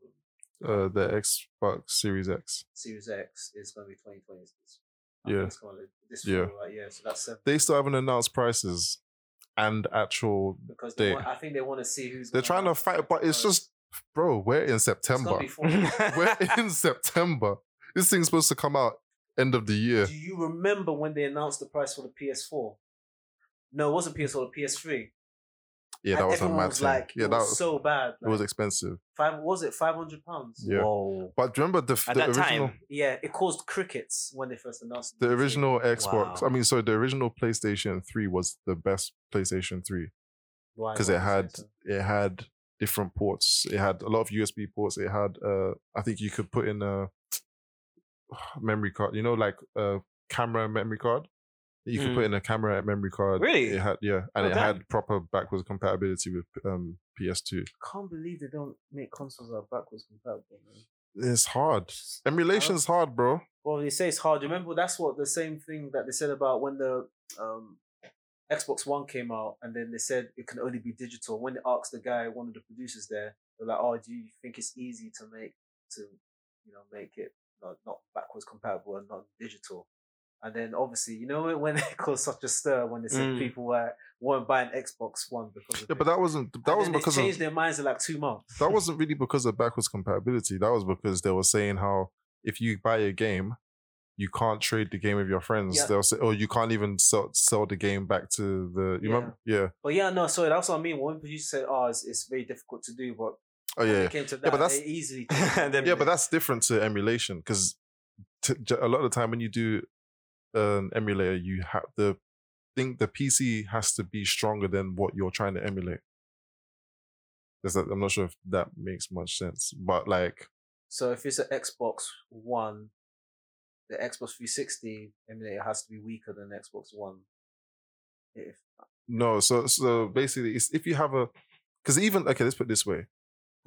S3: Um,
S2: Uh, the Xbox Series X.
S3: Series X is going to be 2020. It's- I
S2: Yeah.
S3: think it's gonna be This
S2: Yeah.
S3: yeah. Right? yeah. So that's seven.
S2: They still haven't announced prices and actual.
S3: because they
S2: they-
S3: want, I think they want to see who's.
S2: They're
S3: gonna
S2: trying to
S3: have-
S2: fight, but it's
S3: because
S2: just, bro, we're in
S3: it's gonna
S2: September.
S3: be four-
S1: [LAUGHS]
S2: [LAUGHS] we're in September. This thing's supposed to come out end of the year.
S3: Do you remember when they announced the price for the PS4? No, it wasn't PS4. The PS3.
S2: Yeah, that
S3: And
S2: was a
S3: everyone
S2: mad thing.
S3: Like,
S2: yeah,
S3: it
S2: that
S3: was
S2: was,
S3: so bad.
S2: it was
S3: like,
S2: expensive.
S3: five. Was it five hundred pounds?
S2: Yeah.
S1: Whoa.
S2: But remember the, f-
S1: At
S2: the
S1: that
S2: original.
S1: time,
S3: Yeah, it caused crickets when they first announced
S2: The
S3: it.
S2: original Xbox,
S1: Wow.
S2: I mean, sorry, the original PlayStation 3 was the best PlayStation 3
S3: Why-
S2: because
S3: why
S2: it
S3: was
S2: had
S3: so?
S2: it had different ports. It had a lot of USB ports. It had, uh, I think you could put in a [SIGHS] memory card. You know, like a camera memory card. You could put in a camera memory card.
S1: Mm. Really?
S2: It had yeah,
S1: Oh,
S2: and it
S1: damn.
S2: had proper backwards compatibility with um, PS2.
S3: Can't believe they don't make consoles that are backwards compatible. Man.
S2: It's hard. Emulation's hard, bro.
S3: Well, they say it's hard. Remember, that's what the same thing that they said about when the um, Xbox One came out, and then they said it can only be digital. When they asked the guy, one of the producers there, they're like, "Oh, do you think it's easy to make to, you know, make it not, not backwards compatible and not digital?" And then obviously, you know, when [LAUGHS] it caused such a stir when they said
S1: Mm.
S3: people were weren't buying Xbox One because of
S2: Yeah, but that wasn't that wasn't because
S3: they
S2: of
S3: changed their minds in like two months.
S2: that wasn't really because of backwards compatibility. That was because they were saying how if you buy a game, you can't trade the game with your friends.
S3: Yeah.
S2: They'll say, "Oh, you can't even sell sell the game back to the you yeah. remember? Yeah,
S3: But yeah, no, sorry, that's what I mean. When producers said, "Oh, it's, it's very difficult to do," but
S2: Oh yeah,
S3: When
S2: yeah.
S3: it came to that,
S2: but that's-
S3: they easily.
S1: And [LAUGHS] then-
S2: yeah, but that's different to emulation because a lot of the time when you do an emulator, you have the thing the PC has to be stronger than what you're trying to emulate. Does that, I'm not sure if that makes much sense, but like,
S3: So if it's an Xbox One, the Xbox 360 emulator has to be weaker than Xbox One. If
S2: no. So so basically, it's if you have a because even okay, let's put it this way.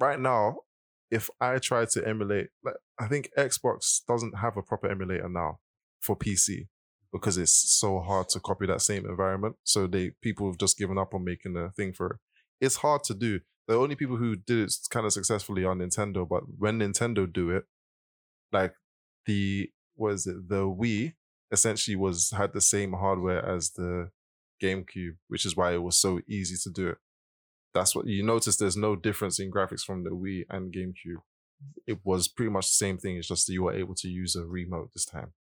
S2: Right now, if I try to emulate, like, I think Xbox doesn't have a proper emulator now for PC because it's so hard to copy that same environment. So they people have just given up on making a thing for it. It's hard to do. The only people who did it kind of successfully are Nintendo, but when Nintendo do it, like the what is it the Wii essentially was had the same hardware as the GameCube, which is why it was so easy to do it. That's what you notice. There's no difference in graphics from the Wii and GameCube. It was pretty much the same thing. It's just that you were able to use a remote this time.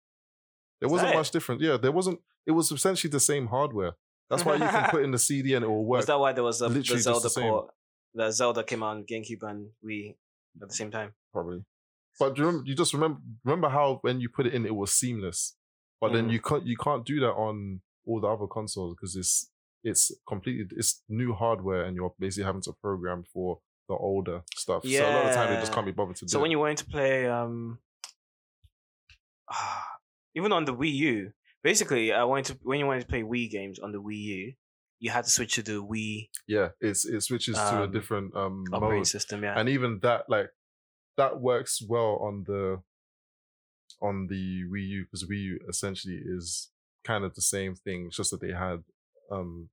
S2: There
S1: Is
S2: wasn't
S1: that it?
S2: much difference. Yeah, there wasn't. It was essentially the same hardware. That's why
S1: [LAUGHS]
S2: you can put in the CD and it will work.
S1: Was that why there was a, the
S2: Literally just
S1: Zelda
S2: the same.
S1: port? The Zelda came out on GameCube and Wii at the same time.
S2: probably. But do you, remember, you just remember remember how when you put it in, it was seamless. But then
S1: Mm.
S2: you can't you can't do that on all the other consoles because it's it's completely it's new hardware and you're basically having to program for the older stuff. So a lot of the time they just
S1: Yeah.
S2: can't be bothered to do.
S1: So when
S2: it.
S1: you wanted to play, um, [SIGHS] even on the Wii U, basically, I wanted to when you wanted to play Wii games on the Wii U, you had to switch to the Wii
S2: yeah, it's it switches to a
S1: Um,
S2: different um
S1: operating
S2: mode.
S1: system. Yeah,
S2: and even that like that works well on the on the Wii U because Wii U essentially is kind of the same thing. It's just that they had um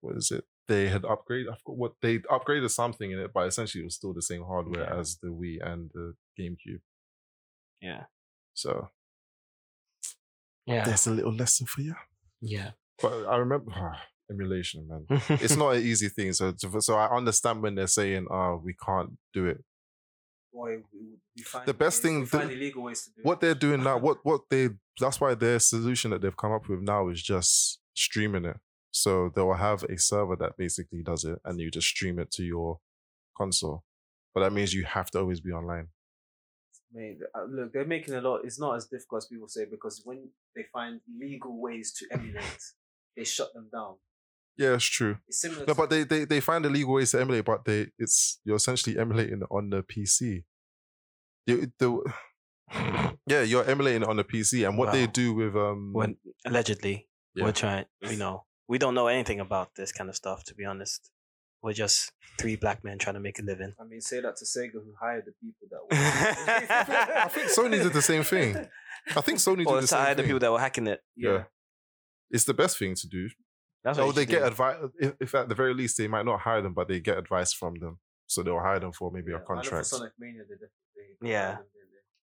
S2: what is it? They had upgraded. I forgot what they upgraded something in it, but essentially it was still the same hardware
S1: Yeah.
S2: as the Wii and the GameCube.
S1: yeah,
S2: So
S1: yeah,
S2: there's a little lesson for you.
S1: yeah.
S2: But I remember [SIGHS] emulation, man.
S1: [LAUGHS]
S2: It's not an easy thing. So so I understand when they're saying, "Ah, we can't do it."
S3: boy, we, we find
S2: The best
S3: ways- we
S2: thing-
S3: find
S2: the-
S3: illegal ways to do
S2: what
S3: it.
S2: they're doing now, what what they that's why their solution that they've come up with now is just streaming it. So they'll have a server that basically does it, and you just stream it to your console. But that means you have to always be online.
S3: Mate, uh, look, they're making a lot. It's not as difficult as people say because when they find legal ways to emulate, they shut them down.
S2: Yeah, it's true.
S3: It's similar.
S2: No,
S3: to
S2: but they they, they find illegal ways to emulate, but they it's you're essentially emulating on the PC. You, the, [SIGHS] yeah, you're emulating on the PC, and what they
S1: Wow.
S2: do with um
S1: when allegedly
S2: Yeah.
S1: we're trying, you know, we don't know anything about this kind of stuff. To be honest, we're just three black men trying to make a living.
S3: I mean, say that to Sega, who hired the people
S2: [LAUGHS]
S3: that.
S1: [LAUGHS]
S3: were-
S1: I
S2: think Sony did the same thing.
S3: [LAUGHS]
S2: I think Sony
S1: Or
S2: do the
S1: to
S2: same
S1: hire the
S2: thing.
S1: people that were hacking it.
S2: yeah. It's the best thing to do
S1: That's what
S2: Oh,
S1: you
S2: they
S1: should
S2: get
S1: do.
S2: advice. If, if at the very least they might not hire them, but they get advice from them, so they'll hire them for maybe a
S3: Yeah, I know for
S2: contract.
S3: Sonic Mania, they definitely. they
S1: Yeah.
S3: hired them,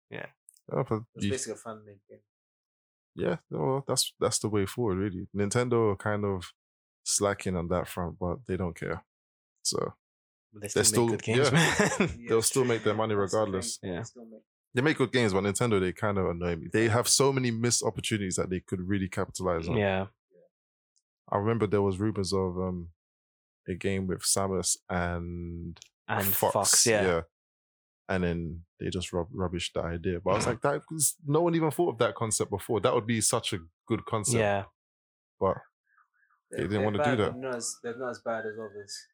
S3: didn't they?
S2: Oh, but
S3: It's
S2: you-
S3: basically a fan made
S2: [LAUGHS]
S3: game.
S2: yeah, oh, well, that's that's the way forward, really. Nintendo are kind of slacking on that front, but they don't care. So
S1: But They
S2: they're
S1: still, make
S2: still-
S1: good games,
S2: [LAUGHS]
S1: man. [LAUGHS]
S3: Yeah,
S2: They'll still make their
S3: yeah,
S2: money
S3: that's the thing,
S2: regardless.
S3: they
S1: Yeah.
S3: still make-
S2: they make good games, but Nintendo they kind of annoy me. They have so many missed opportunities that they could really capitalize on.
S1: yeah.
S2: I remember there was rumors of um a game with Samus and
S1: And Fox, yeah.
S2: And then they just rub- rubbish the idea. But I
S1: Mm.
S2: was like, that was, no one even thought of that concept before. That would be such a good concept.
S1: Yeah.
S2: But
S3: They
S2: didn't wanna do that.
S3: They're not, as, they're not as bad as others.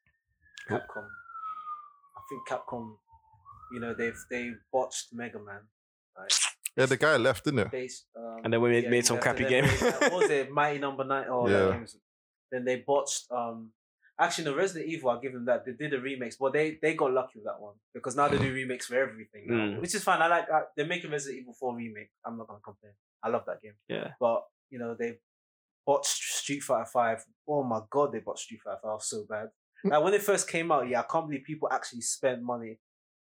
S2: Yep.
S3: Capcom. I think Capcom, you know, they've they botched Mega Man. Right?
S2: yeah, the guy left, didn't it?
S3: They, s- um,
S1: And then we made,
S3: yeah,
S1: made some
S3: left
S1: crappy
S3: and then
S1: game.
S3: made that- What
S1: [LAUGHS]
S3: was it? Mighty Number Nine. Oh, that
S2: Yeah.
S3: game was- Then they botched. um Actually, no, Resident Evil. I'll give them that. They did a remix, but they they got lucky with that one because now they
S2: [LAUGHS]
S3: do remakes for everything, now,
S1: Mm.
S3: which is fine. I like that. They're making Resident Evil Four remake. I'm not gonna complain. I love that game
S1: yeah.
S3: but you know they bought Street Fighter Five. Oh my god, they bought Street Fighter Five so bad.
S2: Mm.
S3: Like when it first came out, yeah, I can't believe people actually spent money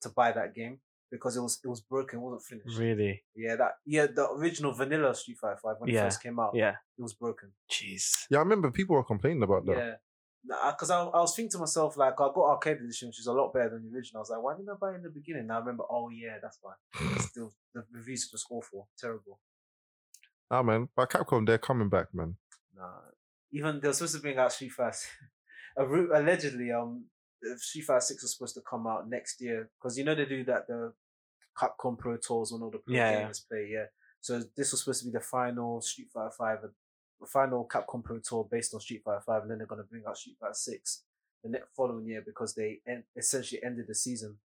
S3: to buy that game because it was it was broken, it wasn't finished.
S1: Really.
S3: Yeah, that yeah, the original vanilla Street Fighter Five when
S1: Yeah,
S3: it first came out,
S1: Yeah.
S3: it was broken.
S1: Jeez.
S2: Yeah, I remember people were complaining about that.
S3: Yeah. Because I, I was thinking to myself, like, I got arcade edition, which is a lot better than the original. I was like, why didn't I buy it in the beginning? And I remember, oh, yeah, that's why. Still, the reviews were just awful, terrible.
S2: Nah, man. But Capcom, they're coming back, man.
S3: [LAUGHS] Nah. Even they're supposed to bring out Street Fighter. a ru- allegedly, um, if Street Fighter Six was supposed to come out next year because you know they do that the Capcom Pro Tours when all the pro
S1: Yeah, yeah.
S3: gamers play. Yeah, so this was supposed to be the final Street Fighter Five, the final Capcom Pro Tour based on Street Fighter Five, and then they're gonna bring out Street Fighter Six the next following year because they en- essentially ended the season.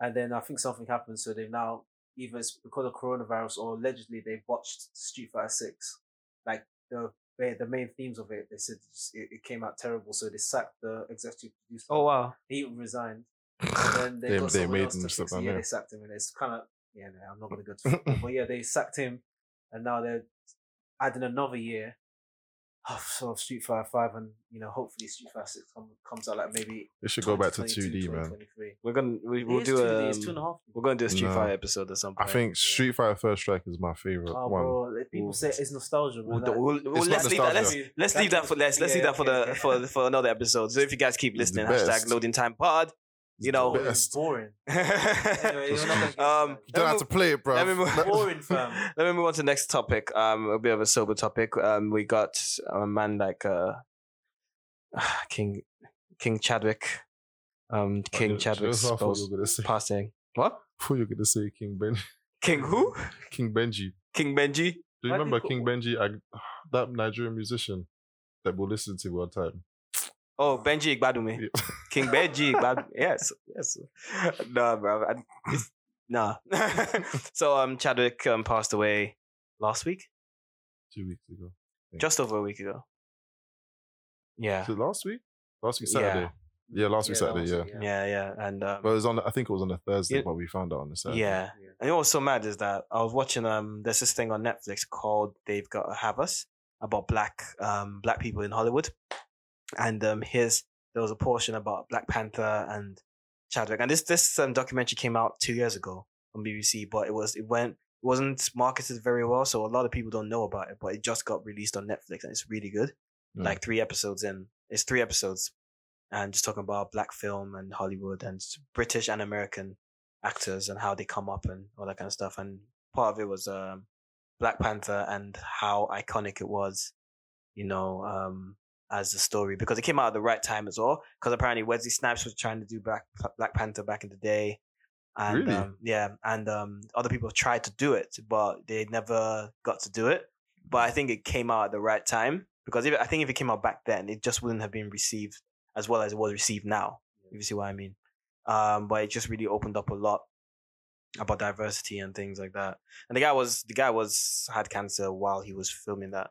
S3: And then I think something happened, so they've now either it's because of coronavirus or allegedly they botched Street Fighter Six, like the the main themes of it. They said it, it came out terrible, so they sacked the executive producer
S1: Oh wow.
S3: he resigned.
S2: [LAUGHS]
S3: And then they,
S2: They-
S3: got
S2: they
S3: someone
S2: made
S3: else
S2: him
S3: to
S2: step
S3: fix
S2: down,
S3: it. Yeah,
S2: yeah.
S3: they sacked him, and it's kind of yeah. No, I'm not
S2: [LAUGHS]
S3: gonna go to football, but yeah, they sacked him, and now they're adding another year of sort of Street Fighter Five, and you know, hopefully Street Fighter Six come, comes out like maybe
S2: It should go back to
S3: 2022,
S2: 2D, man.
S3: 2023.
S1: We're gonna we,
S3: It
S1: we'll
S3: is
S1: do um,
S3: 2D,
S1: a
S3: it's two and a half.
S1: we're gonna do a Street
S2: No.
S1: Fighter episode at some
S2: I
S1: point.
S2: think Street Fighter First Strike is my favorite
S3: Oh,
S2: one.
S3: bro, like, people
S1: Ooh.
S3: say it's nostalgia. Man.
S1: We'll,
S3: like-
S1: we'll, we'll-
S2: not
S1: let's leave that. Let's,
S2: nostalgia.
S1: let's leave that for let's let's
S3: Yeah,
S1: leave that for
S3: okay,
S1: the
S3: okay.
S1: for for another episode. So if you guys keep
S2: It's the
S1: listening, hashtag
S2: best.
S1: loading time pod. You
S2: the
S1: know. [LAUGHS]
S3: Boring,
S2: Best.
S3: boring. Anyway,
S1: Let
S3: you're not gonna get
S1: Um,
S2: You don't have to play it, bro.
S1: me move.
S3: that. boring, fam.
S1: [LAUGHS] Let me move on to the next topic. Um, a bit of a sober topic. Um, we got a man like uh, [SIGHS] King King Chadwick. Um, King Chadwick's
S2: [LAUGHS] I thought you
S1: spouse
S2: were gonna [LAUGHS] say. I
S1: passing. What?
S2: thought you were gonna say King Ben, [LAUGHS]
S1: King who?
S2: King Benji.
S1: King Benji.
S2: Do you
S3: Why do you
S2: remember
S3: call-
S2: King Benji? Ag- [SIGHS] that Nigerian musician that we'll listen to one time.
S1: Oh, Benji Igbadume.
S2: Yeah.
S1: King Benji [LAUGHS] Igbadu. yes, yes. Nah, bro. I, it's- nah. [LAUGHS] so um, Chadwick um, passed away last week,
S2: Two weeks ago.
S1: just over a week ago. Yeah,
S2: Was it last week? Last week
S1: Yeah.
S2: Saturday. [LAUGHS] Yeah, last week
S3: Yeah,
S2: Saturday.
S3: last
S2: Yeah.
S3: week,
S1: yeah, yeah. And um,
S2: But it was on. I think it was on a Thursday,
S1: Yeah.
S2: but we found out on a Saturday.
S1: yeah.
S3: yeah.
S1: And what was so mad is that I was watching um there's this thing on Netflix called They've Got to Have Us about black um black people in Hollywood. And um his there was a portion about Black Panther and Chadwick. And this this um, documentary came out two years ago on BBC, but it was it went it wasn't marketed very well, so a lot of people don't know about it, but it just got released on Netflix and it's really good.
S2: Yeah.
S1: Like three episodes in. It's three episodes. And just talking about black film and Hollywood and British and American actors and how they come up and all that kind of stuff. And part of it was um, Black Panther and how iconic it was, you know, um, as a story because it came out at the right time as well. Because apparently Wesley Snipes was trying to do Black Black Panther back in the day, and
S2: Really?
S1: um, yeah, and um, other people tried to do it, but they never got to do it. But I think it came out at the right time because if, I think if it came out back then, it just wouldn't have been received as well as it was received now. If you see what I mean um, but it just really opened up a lot about diversity and things like that. And the guy was the guy was had cancer while he was filming that.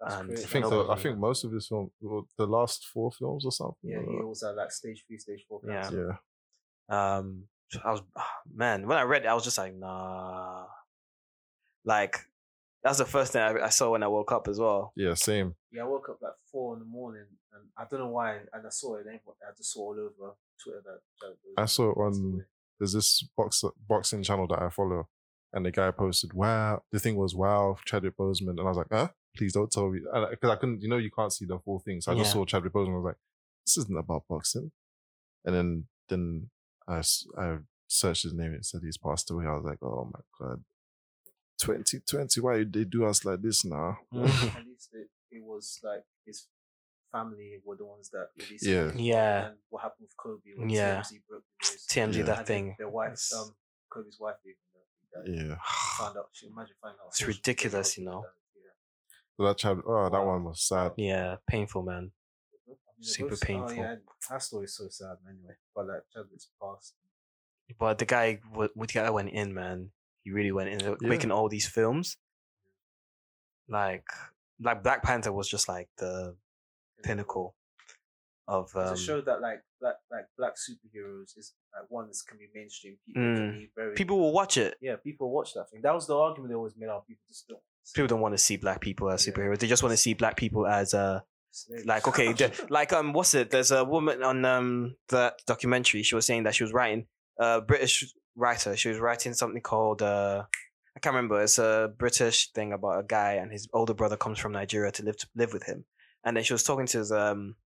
S3: That's
S1: And-
S3: crazy.
S2: I think.
S1: I
S2: The,
S1: know.
S2: I think most of his film, well, the last four films or something.
S3: Yeah,
S2: like
S3: he
S2: that.
S3: also had like stage three, stage four.
S1: Yeah.
S3: cancer.
S2: Yeah.
S1: Um, so I was man when I read it, I was just like nah, like that's the first thing I, I saw when I woke up as well.
S2: Yeah. Same.
S3: Yeah, I woke up like four in the morning, and I don't know why. And I saw it, and everyone- I just saw all over Twitter that. that was-
S2: I saw it
S3: that's the
S2: on- [LAUGHS]
S3: way.
S2: There's this box, boxing channel that I follow, and the guy posted, "Wow." The thing was, "Wow, Chadwick Boseman," and I was like, "Huh? Please don't tell me," because I couldn't. You know, you can't see the full thing, so I just
S1: Yeah.
S2: saw Chadwick Boseman. I was like, "This isn't about boxing," and then then I s- I searched his name. It said he's passed away. I was like, "Oh my god." 2020, why they do us like this now?
S1: Mm.
S3: At least it, it was like his family were the ones that released.
S2: Yeah.
S3: it.
S1: Yeah. [SIGHS]
S3: And what happened with Kobe? When
S1: Yeah.
S3: yeah. TMZ broke the news.
S1: TMZ
S2: Yeah.
S1: that
S3: And then
S1: thing.
S3: Their wife,
S1: It's-
S3: um, Kobe's wife, even though that
S2: Yeah.
S3: found out. She imagine finding out.
S1: It's
S3: how she-
S1: ridiculous, you
S3: Yeah.
S1: know.
S2: So that Chad, oh, that
S3: Wow.
S2: one was sad.
S1: yeah, painful man.
S3: I mean, they're
S1: Super
S3: both-
S1: painful.
S3: Oh, yeah, that story's so sad. Anyway, but like Chadwick's passed.
S1: But the guy, w- with the guy went in, man. He really went in,
S2: Yeah.
S1: making all these films. Like, like Black Panther was just like the pinnacle of um,
S3: to show that like black like black superheroes is like one that can be mainstream people can
S1: Mm.
S3: be very
S1: people will watch it.
S3: yeah people watch that thing that was the argument they always made out people just don't
S1: People don't want to see black people as
S3: Yeah.
S1: superheroes. They just want to see black people as uh
S3: Slaves.
S1: like
S3: [LAUGHS]
S1: okay, the- [LAUGHS] like um what's it? There's a woman on um that documentary. She was saying that she was writing a British writer. She was writing something called uh I can't remember. It's a British thing about a guy and his older brother comes from Nigeria to live to live with him. And then she was talking to his, um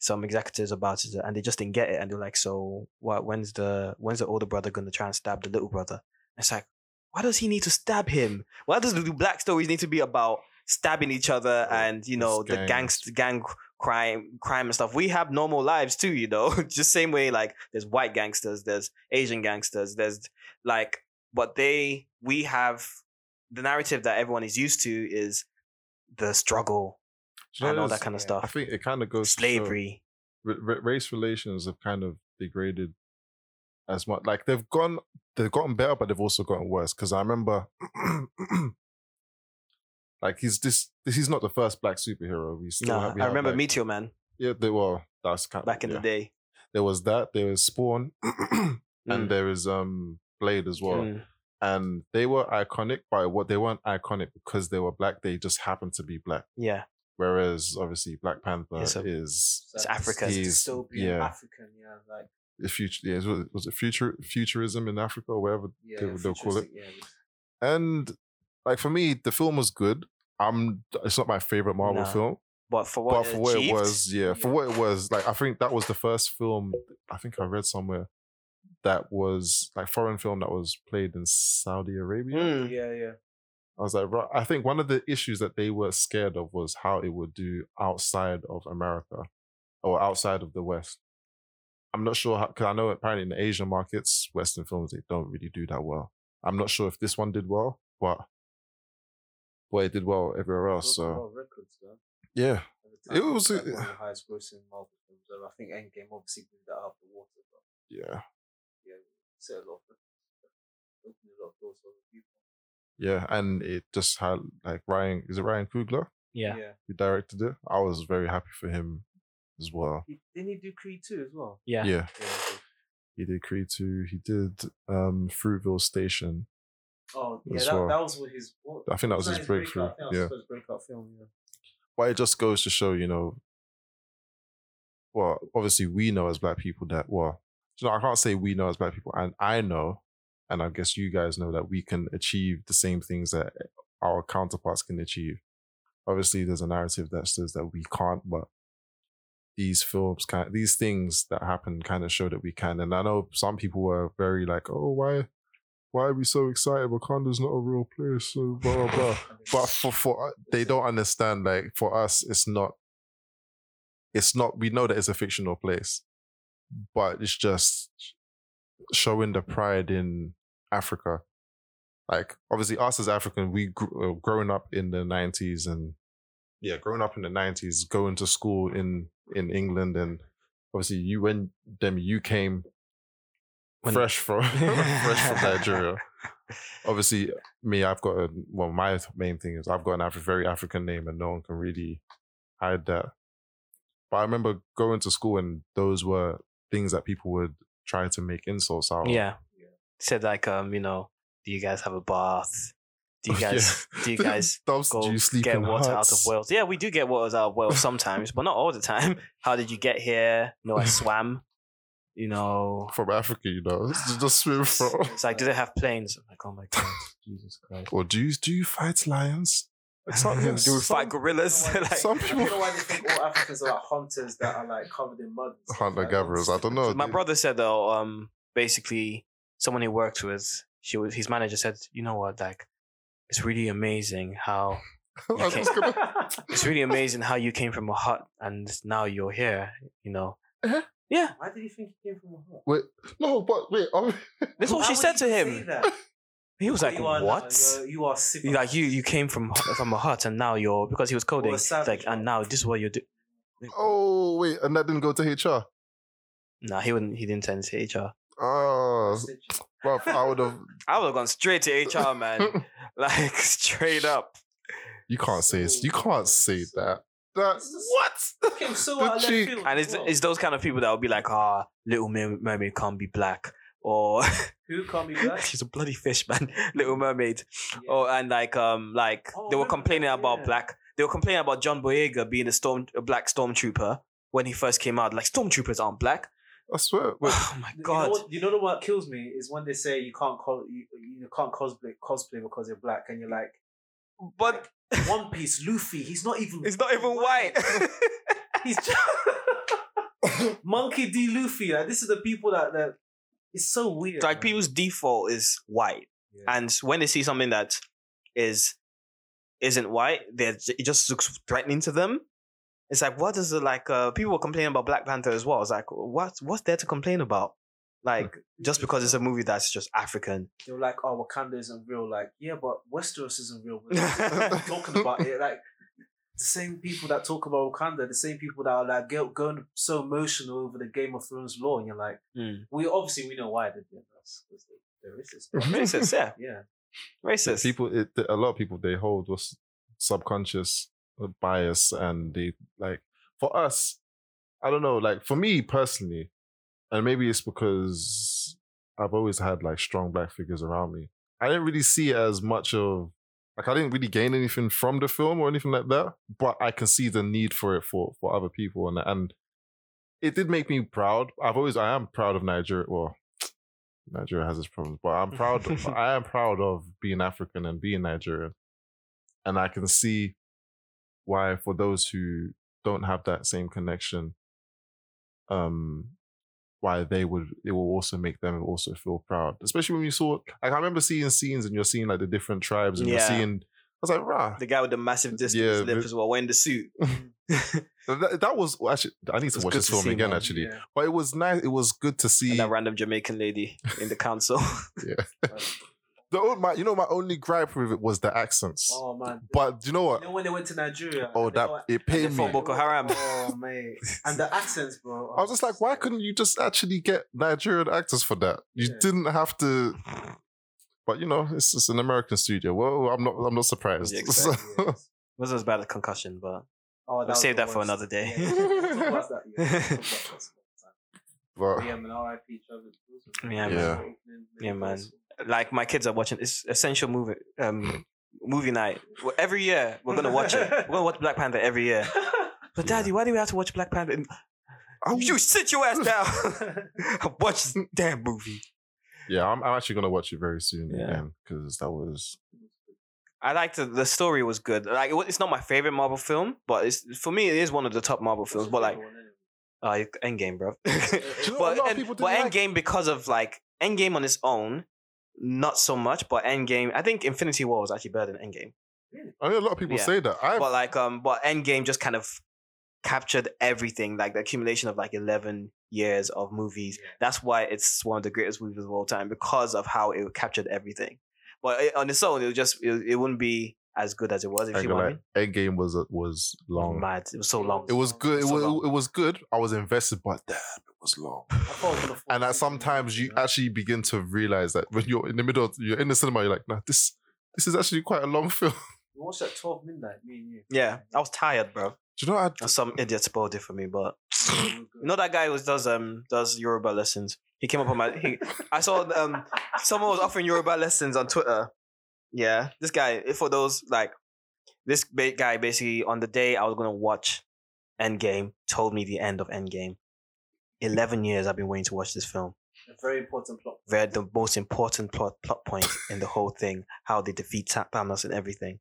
S1: some executives about it and they just didn't get it and they're like, so what? When's the when's the older brother gonna try and stab the little brother? And it's like, why does he need to stab him? Why does the black stories need to be about stabbing each other
S2: Yeah,
S1: and you know
S2: it's
S1: the
S2: gangs.
S1: gangster gang crime crime and stuff. We have normal lives too, you know. [LAUGHS] Just same way like there's white gangsters, there's Asian gangsters, there's like but they we have the narrative that everyone is used to is the struggle
S2: Do you
S1: and
S2: know
S1: all
S2: what
S1: that
S2: it is?
S1: kind of
S3: yeah,
S2: I
S1: stuff.
S2: think it kind of goes to show
S1: Slavery.
S2: ra- ra- race relations have kind of degraded as much. Like they've gone, they've gotten better, but they've also gotten worse. Because I remember, [CLEARS THROAT] like he's this, he's not the first black superhero. We still
S1: No,
S2: have, we
S1: I
S2: have,
S1: remember
S2: like,
S1: Meteor Man
S2: Yeah, they were. That's kind
S1: back in
S2: yeah.
S1: the day.
S2: There was that. There was Spawn, [CLEARS THROAT] and
S1: Mm.
S2: there is um Blade as well.
S1: Mm.
S2: And they were iconic by what they weren't iconic because they were black. They just happened to be black.
S1: Yeah.
S2: Whereas obviously Black Panther
S1: It's a-
S2: is
S1: It's Africa's
S2: He's-
S3: dystopian
S2: yeah.
S3: African, yeah, like
S2: the future. Yeah, was it- was it future futurism in Africa or wherever?
S3: yeah,
S2: They'll- they'll call it.
S3: futuristic, Yeah,
S2: And like for me, the film was good. I'm. It's not my favorite Marvel
S1: Nah.
S2: film,
S1: But for what,
S2: but for what it
S1: achieved,
S2: was, yeah, for
S3: Yeah.
S2: what it was, like I think that was the first film. I think I read somewhere that was like foreign film that was played in Saudi Arabia.
S1: Mm.
S3: yeah, yeah.
S2: I was like, right. I think one of the issues that they were scared of was how it would do outside of America or outside of the West. I'm not sure because I know apparently in the Asian markets, Western films they don't really do that well. I'm not sure if this one did well, but boy, it did well everywhere else.
S3: Broke a
S2: So
S3: lot of records, though.
S2: yeah,
S3: At the time,
S2: was-
S3: like, one of the highest grossing Marvel films. ever. I think Endgame obviously blew that out of the water, but
S2: yeah,
S3: yeah, set a lot of opened a lot of doors for other people.
S2: yeah, and it just had like Ryan. Is it Ryan Coogler
S1: Yeah.
S2: who directed it? I was very happy for him as well.
S3: He, didn't he do Creed too as well?
S1: Yeah.
S2: yeah.
S3: Yeah. he did.
S2: he did Creed two. He did um Fruitville Station.
S3: Oh, yeah.
S2: As
S3: That,
S2: well.
S3: that was what his. What,
S2: I think that was
S3: wasn't
S2: his breakthrough.
S3: breakout film? I
S2: Yeah.
S3: suppose breakout film. Yeah.
S2: But it just goes to show, you know, well, obviously we know as black people that well, you know, I can't say we know as black people, and I know, and I guess you guys know that we can achieve the same things that our counterparts can achieve. Obviously, there's a narrative that says that we can't, but these films kind these things that happen kind of show that we can. And I know some people were very like, oh, why why are we so excited? Wakanda's not a real place, so blah blah blah.
S3: I mean,
S2: but for for uh, they don't understand like for us it's not it's not we know that it's a fictional place but it's just showing the pride in africa like obviously us as african we grew, uh, growing up in the 90s and yeah growing up in the 90s going to school in in england and obviously you when them you came
S1: When-
S2: fresh from [LAUGHS] fresh from nigeria obviously me i've got a well my th- main thing is i've got an Afri- very african name and no one can really hide that but i remember going to school and those were things that people would try to make insults out of
S1: Yeah.
S3: Yeah.
S2: Oh.
S1: Said like um, you know, do you guys have a bath?
S2: [LAUGHS]
S1: Do you
S2: Yeah.
S1: guys do you guys
S2: Dubs,
S1: go
S2: do you sleep
S1: get
S2: in
S1: water out of
S2: huts?
S1: wells? Yeah, we do get water out of
S2: [LAUGHS]
S1: wells sometimes, but not all the time. [LAUGHS] How did you get here? No,
S2: [LAUGHS]
S1: I swam. You know,
S2: from africa you know Just- just
S1: [LAUGHS]
S2: swim from
S1: it's like, do they have planes? I'm like, oh
S2: [LAUGHS]
S1: my god, Jesus Christ!
S2: or do you do you fight lions Like some- yeah,
S1: [LAUGHS] do we fight
S2: some-
S1: gorillas?
S3: I don't know why-
S1: [LAUGHS] like,
S2: some
S3: I
S2: people
S3: don't know why they think all Africans are like hunters that are like covered in mud. and stuff.
S2: hunter
S3: Like,
S2: gatherers i don't know
S1: my
S2: Oh, dude.
S1: brother said though, um, basically someone he worked with, she was his manager said, you know what, like, it's really amazing how
S2: [LAUGHS] I was
S1: Okay.
S2: just gonna-
S1: it's really amazing how you came from a hut and now you're here. You know,
S3: [LAUGHS] Why did you think he came from a hut?
S2: wait no but wait I'm,
S1: that's what
S3: Why
S1: she
S3: would
S1: said
S3: you
S1: to
S3: say
S1: him.
S3: that?
S1: He was like,
S3: You are- no,
S1: "What?
S3: you're- You are sick.
S1: You- Like you, you came from from a hut and now you're because he was coding. He's
S3: savage,
S1: like, and now this is what you do.
S2: oh wait and that didn't go to hr
S1: Nah, he wouldn't. He didn't send it to HR.
S2: oh bruv, i would have
S1: I would have gone straight to HR, [LAUGHS] man. like straight up. [LAUGHS]
S2: You can't say it's, you
S3: So
S2: can't say
S3: gross.
S2: that. That what?
S3: Came so
S2: The
S3: out of left
S2: cheek.
S3: field
S1: And
S3: as
S1: it's
S3: well.
S1: it's those kind of people that would be like, ah, Little Mer- Mermaid can't be black, or
S3: who can't
S1: [LAUGHS]
S3: be black?
S1: she's a bloody fish, man. [LAUGHS] Little Mermaid.
S3: Yeah.
S1: Oh, and like um, like
S3: Oh,
S1: they were
S3: remember that,
S1: complaining about
S3: yeah.
S1: black. They were complaining about John Boyega being a storm, a black stormtrooper when he first came out. Like stormtroopers aren't black.
S2: I swear. Wait,
S1: [LAUGHS] oh my
S3: You know
S1: god!
S3: what- You know, what, kills me is when they say you can't call you, you can't cosplay cosplay because you're black, and you're like
S1: But
S3: One Piece Luffy. He's not even.
S1: it's not even white.
S3: [LAUGHS]
S1: [LAUGHS]
S3: He's just [LAUGHS] Monkey D. Luffy. Like this is the people that that. It's so weird.
S1: like
S3: man.
S1: people's default is white,
S3: Yeah.
S1: and when they see something that is isn't white. They're, it just looks threatening to them. It's like what is it like? Uh, people were complaining about Black Panther as well. It's like what what's there to complain about?
S2: Hmm.
S1: Like just because it's a movie that's just
S2: [LAUGHS]
S1: African.
S3: They were like, "Oh, Wakanda isn't real." Like, yeah, but Westeros isn't
S1: [LAUGHS]
S3: real. We're not talking about it, like the same people that talk about Wakanda, the same people that are like go- going so emotional over the Game of Thrones law, and you're like,
S1: Mm.
S3: we obviously we know why they're doing this. 'cause they- They're
S2: [LAUGHS]
S3: racist.
S1: Racist, yeah,
S3: Yeah,
S1: racist.
S2: people, it, a lot of people, they hold was subconscious uh, bias, and they like for us. I don't know, like for me personally, and maybe it's because I've always had like strong black figures around me. I didn't really see it as much of like I didn't really gain anything from the film or anything like that, but I can see the need for it for for other people, and and it did make me proud. I've always I am proud of Nigeria. Well, [SNIFFS] Nigeria has its problems, but I'm proud. I am proud of being African and being Nigerian, and I can see why for those who don't have that same connection, um, why they would it will also make them also feel proud. Especially when you saw, like I remember seeing scenes and you're seeing like the different tribes and you're
S1: Yeah.
S2: seeing. I was like, rah,
S1: the guy with the massive distance
S2: Yeah,
S1: lip
S2: but-
S1: as well, wearing the
S2: [LAUGHS]
S1: suit. [LAUGHS]
S2: that, that was well, actually. I need to
S1: It's
S2: watch
S1: good
S2: this
S1: to
S2: film
S1: see,
S2: again,
S1: man.
S2: actually.
S3: Yeah.
S2: But it was nice. It was good to see.
S1: And that random Jamaican lady
S2: [LAUGHS]
S1: in the council. [LAUGHS]
S2: The
S3: Like,
S2: o- my, you know, my only gripe with it was the accents.
S3: oh man.
S2: But do you know
S3: You
S2: what?
S3: know when they went to Nigeria?
S2: Oh,
S3: and they
S2: that
S3: got-
S2: it
S3: and they
S2: paid me.
S1: fought Boko Haram.
S3: [LAUGHS] Oh man, and the accents, bro. Oh,
S2: I was just like, why couldn't you just actually get Nigerian actors for that? You
S3: Yeah.
S2: didn't have to. But you know, it's just an American studio. Well, I'm not. I'm not surprised.
S1: Yeah,
S2: [LAUGHS] So-
S3: Yeah.
S1: Wasn't as bad as concussion, but
S3: Oh,
S1: [LAUGHS] We'll
S3: was
S1: save
S3: the
S1: that for
S3: worst.
S1: another day.
S3: Yeah, we'll talk about that,
S1: [LAUGHS]
S3: yeah, we'll talk about that some other
S2: but
S3: time. Yeah, man. R.I.P. Trevor.
S1: Yeah,
S2: man. Yeah.
S1: Yeah,
S3: [LAUGHS]
S1: man. like my kids are watching. It's essential movie.
S2: Hmm.
S1: Um, movie night. Well, every year we're gonna watch it. We're gonna watch Black Panther every year. But
S2: Yeah.
S1: Daddy, why do we have to watch Black Panther?
S2: Oh,
S1: You sit your ass
S2: [LAUGHS]
S1: down. watch this damn movie.
S2: yeah, I'm, I'm actually gonna watch it very soon
S1: Yeah.
S2: again because that was
S1: I liked the, the story was good. Like it wa- it's not my favorite Marvel film, but it's for me it is one of the top Marvel films. But like, uh, Endgame, bro.
S2: Do [LAUGHS] you
S1: [LAUGHS] but
S2: know what? a lot of
S1: end,
S2: people
S1: but
S2: didn't like-
S1: Endgame because of like Endgame on its own, not so much. But Endgame, I think Infinity War was actually better than Endgame.
S2: I mean, a lot of people
S1: Yeah.
S2: say that. I
S1: But like um, but Endgame just kind of captured everything, like the accumulation of like eleven years of movies. That's why it's one of the greatest movies of all time because of how it captured everything. But it, on its own, it would just it, it wouldn't be as good as it was. If
S2: I
S1: you
S2: go
S1: want,
S2: like, Endgame was uh, was long.
S1: mad. It was so long.
S2: It was good. It
S1: So
S2: was,
S1: long.
S2: it was good. I was invested, but damn, it was long.
S1: [LAUGHS]
S2: And that sometimes you actually begin to realize that when you're in the middle, of, you're in the cinema, you're like, nah, this this is actually quite a long [LAUGHS] film.
S3: We watched at 12 midnight, me and you.
S1: Yeah, I was tired, bro.
S2: Do you know? I,
S1: And some idiot spoiled it for me, but [LAUGHS] you
S3: We were good.
S1: know that guy who does um does Yoruba lessons. He came up on my
S3: [LAUGHS]
S1: he, I saw um someone was offering Yoruba lessons on Twitter. Yeah, this guy for those like this ba- guy basically on the day I was gonna watch Endgame told me the end of Endgame. Eleven years I've been waiting to watch this film.
S3: A very important plot.
S1: They're the most important plot plot point in the whole thing. How they defeat Ta- Thanos and everything,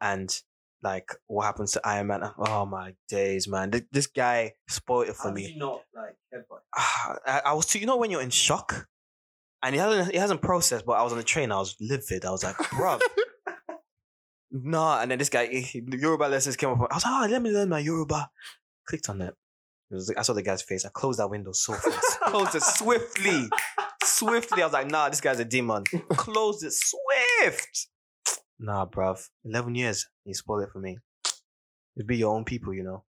S1: and like what happens to Iron Man. Oh my days, man! This, this guy spoiled it for
S3: How did
S1: me.
S3: you not like headbutt?
S1: Ah, [SIGHS] I, I was too. You know when you're in shock, and it hasn't it hasn't processed. But I was on the train. I was livid. I was like, bruv. Nah, and then this guy, he- the Yoruba lessons came up. I was like, oh, let me learn my Yoruba. Clicked on it. It was, I saw the guy's face. I closed that window so fast. closed it swiftly. Swiftly. I was like, nah, this guy's a demon. Closed it swift. Nah, bruv. 11 years. You spoiled it for me. It'd be your own people, you
S2: [LAUGHS]
S1: know.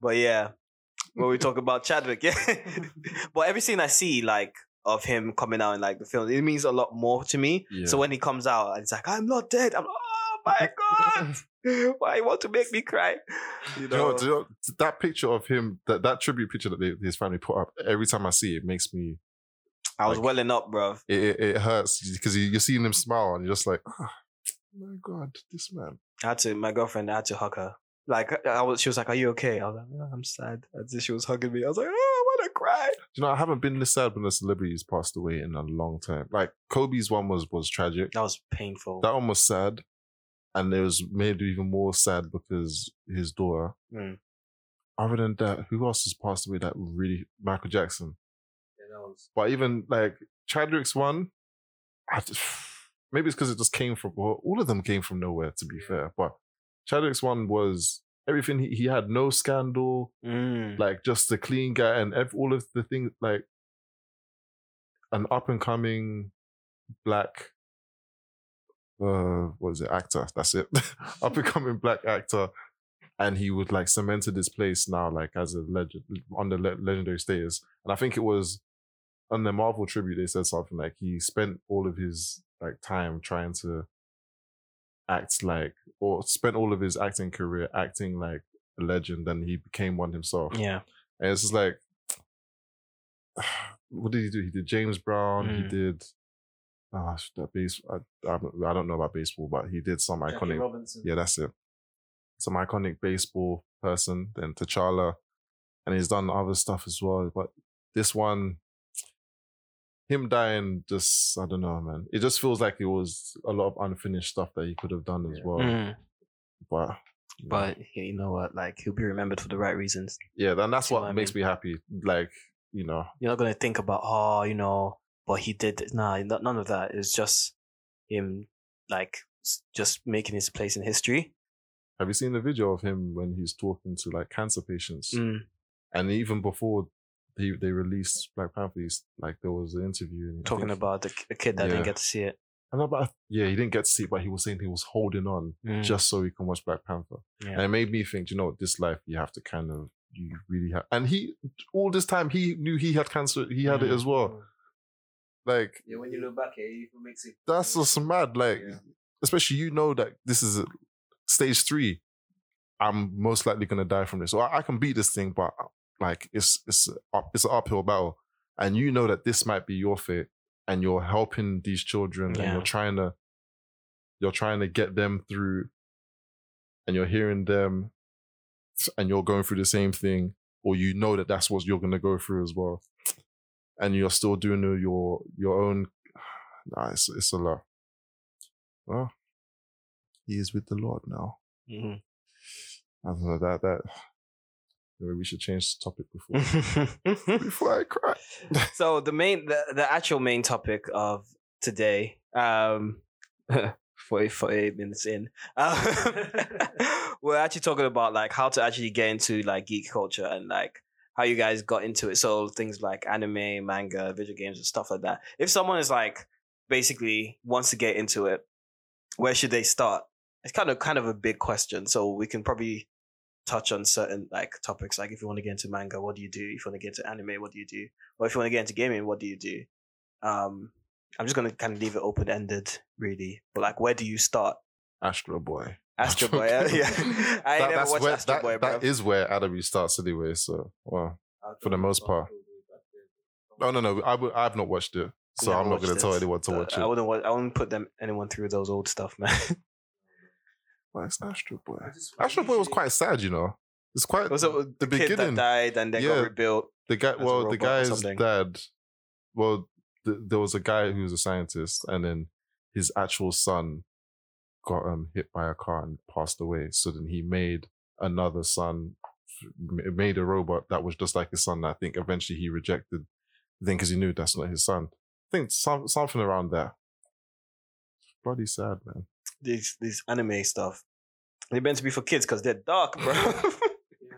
S1: But yeah, when we talk about Chadwick, yeah. [LAUGHS] but every scene I see, like, of him coming out in like the film, it means a lot more to me. So when he comes out, it's like, I'm not dead. I'm oh
S2: [LAUGHS]
S1: my God. Why you want to make me cry? You
S2: Do you know,
S1: know,
S2: do you know, that picture of him, that, that tribute picture that they, his family put up, every time I see it, it makes me,
S1: I was
S2: like-
S1: welling up, bruv.
S2: it, it, it hurts because you, you're seeing him smile and you're just like, oh, my God, this man.
S1: I had to, my girlfriend, I had to hug her. Like, I was, she was like, Are you okay? I was like, "No, I'm sad. As if she was hugging me. I was like, Oh, I want to cry.
S2: Do you know, I haven't been this sad when a celebrity's passed away in a long time. Like Kobe's one was was tragic.
S1: That was painful.
S2: That one was sad, and it was made even more sad because his daughter.
S1: Mm.
S2: Other than that, who else has passed away? That really Michael Jackson.
S3: Yeah, that was
S2: But even like Chadwick's one, I just, [SIGHS] Maybe it's because it just came from well, all of them came from nowhere. To be fair, but Chadwick's one was everything. He, he had no scandal,
S1: Mm.
S2: like just a clean guy, and ev- all of the things like an up and coming black. Uh, what is it? Actor. That's it. [LAUGHS] up and coming black actor, and he would like cemented his place now, like as a legend on the le- legendary status. And I think it was on the Marvel tribute, they said something like he spent all of his like time trying to act like or spent all of his acting career acting like a legend and he became one himself.
S1: Yeah.
S2: And it's just like [SIGHS] what did he do? He did James Brown, he
S1: Mm.
S2: did uh that base I, I don't- I don't know about baseball, but he did some
S3: Jackie
S2: iconic
S3: Robinson.
S2: yeah, that's it. Some iconic baseball person, then T'Challa, and he's done other stuff as well. But this one, him dying, just I don't know, man. It just feels like it was a lot of unfinished stuff that he could have done as
S3: Yeah.
S2: well.
S1: Mm.
S2: But
S1: But you know what? Like he'll be remembered for the right reasons.
S2: yeah, and that's
S1: See
S2: what,
S1: what I
S2: makes
S1: mean?
S2: me happy. Like you know,
S1: You're not gonna think about oh, you know, but he did. this." Nah, no- none of that. It's just him, like s- just making his place in history.
S2: have you seen the video of him when he's talking to like cancer patients?
S1: Mm.
S2: And even before they they released Black Panther, he's- like there was an interview and I
S1: Talking
S2: think-
S1: about the, k- the kid that didn't
S2: Yeah.
S1: get to see it.
S2: And about yeah, he didn't get to see it, but he was saying he was holding on
S1: Mm.
S2: just so he can watch Black Panther.
S1: Yeah.
S2: And it made me think, you know, what, this life you have to kind of you really have and he all this time he knew he had cancer, he had it
S1: Mhm.
S2: as well. Like
S3: Yeah, when you look back at it, it makes it.
S2: that's just mad. Like
S3: Yeah.
S2: especially you know that this is stage three. I'm most likely gonna die from this. So I, I can beat this thing, but like it's it's up, it's an uphill battle. And you know that this might be your fate, and you're helping these children, and
S1: Yeah.
S2: you're trying to you're trying to get them through, and you're hearing them, and you're going through the same thing, or you know that that's what you're gonna go through as well, and you're still doing your your own. [SIGHS] Nah, it's it's a lot. Well, he is with the Lord now.
S1: Mhm.
S2: I don't know that [SIGHS] that maybe we should change the topic before
S1: Mm-hmm. [LAUGHS]
S2: [LAUGHS] before I cry.
S1: so the main, the, the actual main topic of today, um, [LAUGHS] 40, 48 minutes in, um, [LAUGHS] we're actually talking about like how to actually get into like geek culture and like how you guys got into it. So things like anime, manga, video games, and stuff like that. If someone is like basically wants to get into it, where should they start? It's kind of kind of a big question. So we can probably touch on certain like topics. Like if you want to get into manga, what do you do? If you want to get into anime, what do you do? Or if you want to get into gaming, what do you do? Um, I'm just gonna kind of leave it open ended, really. But like, where do you
S2: [LAUGHS]
S1: start?
S2: Astro Boy.
S1: Astro Boy, yeah. yeah. [LAUGHS] I ain't never
S2: that's
S1: watched
S2: where,
S1: Astro
S2: that-
S1: Boy, bro.
S2: That is where Adabi starts anyway. So well,
S3: I'll
S2: for the
S3: go
S2: most
S3: back
S2: part.
S3: all the way back there.
S2: no, no, no. I would, I've not watched it, so
S1: Never
S2: I'm not going
S1: watched
S2: to tell
S1: it.
S2: anyone to
S1: Uh,
S2: watch
S1: I
S2: it.
S1: wouldn't. wa- I wouldn't put them anyone through those old stuff,
S2: [LAUGHS]
S1: man.
S2: Well, it's Astro Boy.
S3: I just-
S2: Astro Boy was
S3: usually-
S2: quite sad, you know. It's
S1: [LAUGHS]
S2: quite
S1: Was it
S2: the
S1: Kid that
S2: beginning.
S1: died and then
S2: Yeah.
S1: got rebuilt.
S2: the guy,
S1: a
S2: well, the
S1: robot or
S2: guy's
S1: something.
S2: dad. Well, th- there was a guy who was a scientist, and then his actual son got um hit by a car and passed away. So then he made another son, m- made a robot that was just like his son. I think eventually he rejected the thing because he knew that's not his son. I think some something around there. Bloody sad, man.
S1: These these anime stuff. They're meant to be for kids because they're dark, bro.
S2: [LAUGHS]
S1: [LAUGHS]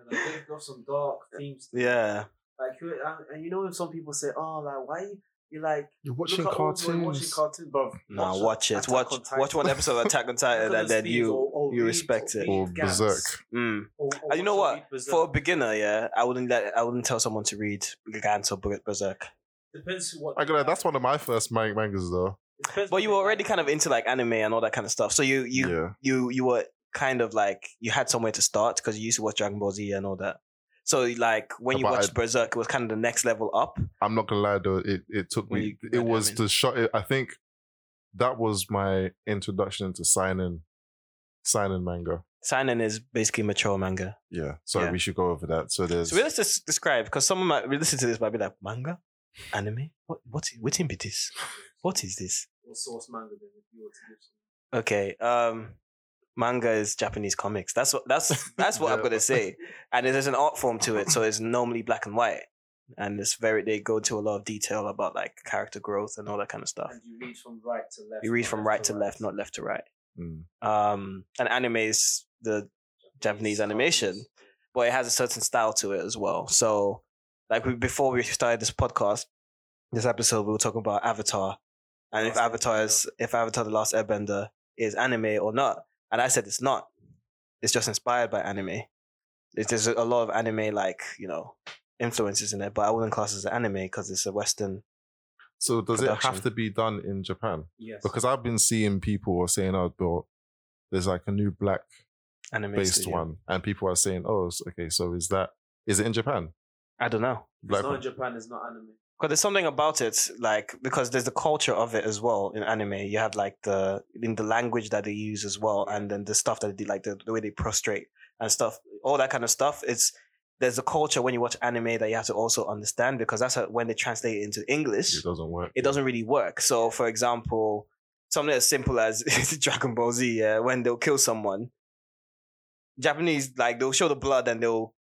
S3: Yeah, like, they've got some dark themes. to it.
S1: yeah.
S3: Like, you- and- and you know when some people say, "Oh, like why you you like
S2: You're
S3: look at all the- watching cartoons, bro."
S1: Nah, watch it.
S3: Attack
S1: Watch
S3: on Titan.
S1: watch one episode of Attack on Titan
S3: Look at
S1: and then
S3: these
S1: you.
S3: or- or
S1: you
S3: read-
S1: respect it.
S2: or
S3: read Gantz.
S2: berserk.
S1: Mm.
S3: Or- or
S1: And you know
S3: watch or
S1: what?
S3: read Berserk.
S1: For a beginner, yeah, I wouldn't let I wouldn't tell someone to read Gantz or Ber- Berserk.
S3: depends who- what.
S2: I gotta. That's one of my first man- mangas, though.
S3: depends
S1: But
S3: what
S1: you
S3: they
S1: were already
S3: like.
S1: kind of into like anime and all that kind of stuff. So you you
S2: yeah.
S1: you you were kind of like you had somewhere to start because you used to watch Dragon Ball Z and all that. So like when you
S2: But I-
S1: watched Berserk, it was kind of the next level up.
S2: I'm not gonna lie though, it it took
S1: When
S2: me.
S1: you- I
S2: it was
S1: mean-
S2: the shot. I think that was my introduction to signing, signing manga.
S1: Seinen is basically mature manga.
S2: Yeah, so
S1: Yeah.
S2: we should go over that. So there's
S1: So let's just describe because someone might listen to this might be like manga, anime. What what what in be this? What is this?
S3: Or source manga then if you were to give some.
S1: Okay, um, manga is Japanese comics. That's what that's that's what I'm
S2: Yeah.
S1: gonna say. And there's an art form to it, so it's normally black and white. and it's very they go to a lot of detail about like character growth and all that kind of stuff.
S3: And you read from right to left.
S1: You read
S3: not
S1: from right to left, not left to right.
S2: Mm.
S1: Um, and anime's the Japanese animation, but it has a certain style to it as well. So, like we, before we started this podcast, this episode, we were talking about Avatar, and if
S3: Last
S1: Avatar is if Avatar: The Last Airbender is anime or not, and I said it's not. It's just inspired by anime. It, there's a lot of anime, like you know, influences in it, but I wouldn't class it as anime because it's a Western.
S2: So does it
S1: Production.
S2: have to be done in Japan?
S3: Yes.
S2: Because I've been seeing people saying, "Oh, but there's like a new black
S1: anime
S2: based
S1: studio.
S2: one," and people are saying, "Oh, s- okay, so is that is it in Japan?"
S1: I don't know.
S3: If
S2: Black
S3: it's not in
S2: Panther.
S3: Japan, it's not anime.
S1: Because there's something about it, like because there's the culture of it as well in anime. You have like the in the language that they use as well, and then the stuff that they do, like the, the way they prostrate and stuff, all that kind of stuff. It's there's a culture when you watch anime that you have to also understand because that's how, when they translate it into English,
S2: It doesn't work.
S1: it doesn't really work. So, for example, something as simple as [LAUGHS] Dragon Ball Z, yeah, when they'll kill someone, Japanese like they'll show the blood and they'll,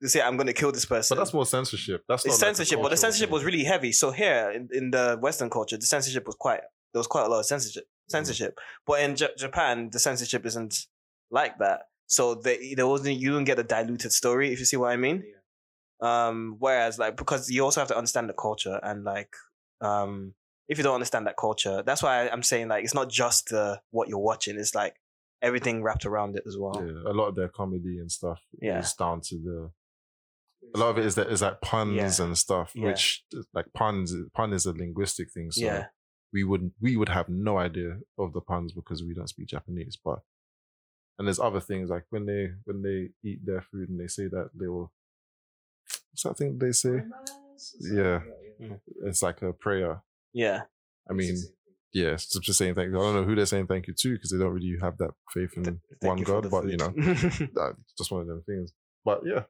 S1: they'll say, "I'm going to kill this person."
S2: But that's more censorship. That's
S1: it's
S2: not like a
S1: censorship, but the
S2: cultural
S1: censorship
S2: thing.
S1: was really heavy. So here in, in the Western culture, the censorship was quite there was quite a lot of censorship.
S2: Mm-hmm.
S1: Censorship, but in J- Japan, the censorship isn't like that. So they, there wasn't you don't get a diluted story if you see what I mean.
S3: Yeah.
S1: Um, whereas like because you also have to understand the culture and like um, if you don't understand that culture, that's why I'm saying like it's not just the what you're watching. It's like everything wrapped around it as well.
S2: Yeah, a lot of their comedy and stuff
S1: Yeah.
S2: is down to the. A lot of it is that is like puns and stuff,
S1: Yeah.
S2: which like puns pun is a linguistic thing. So
S1: Yeah.
S2: we would we would have no idea of the puns because we don't speak Japanese. But and there's other things like when they when they eat their food and they say that they will. What's that thing they say? Yeah. It's like a prayer.
S1: yeah.
S2: I mean, yeah, it's just saying thank you. I don't know who they're saying thank you to because they don't really have that faith in
S1: Thank
S2: one
S1: you for
S2: God.
S1: the
S2: But you
S1: [LAUGHS]
S2: know,
S1: food.
S2: that's just one of them things. But yeah,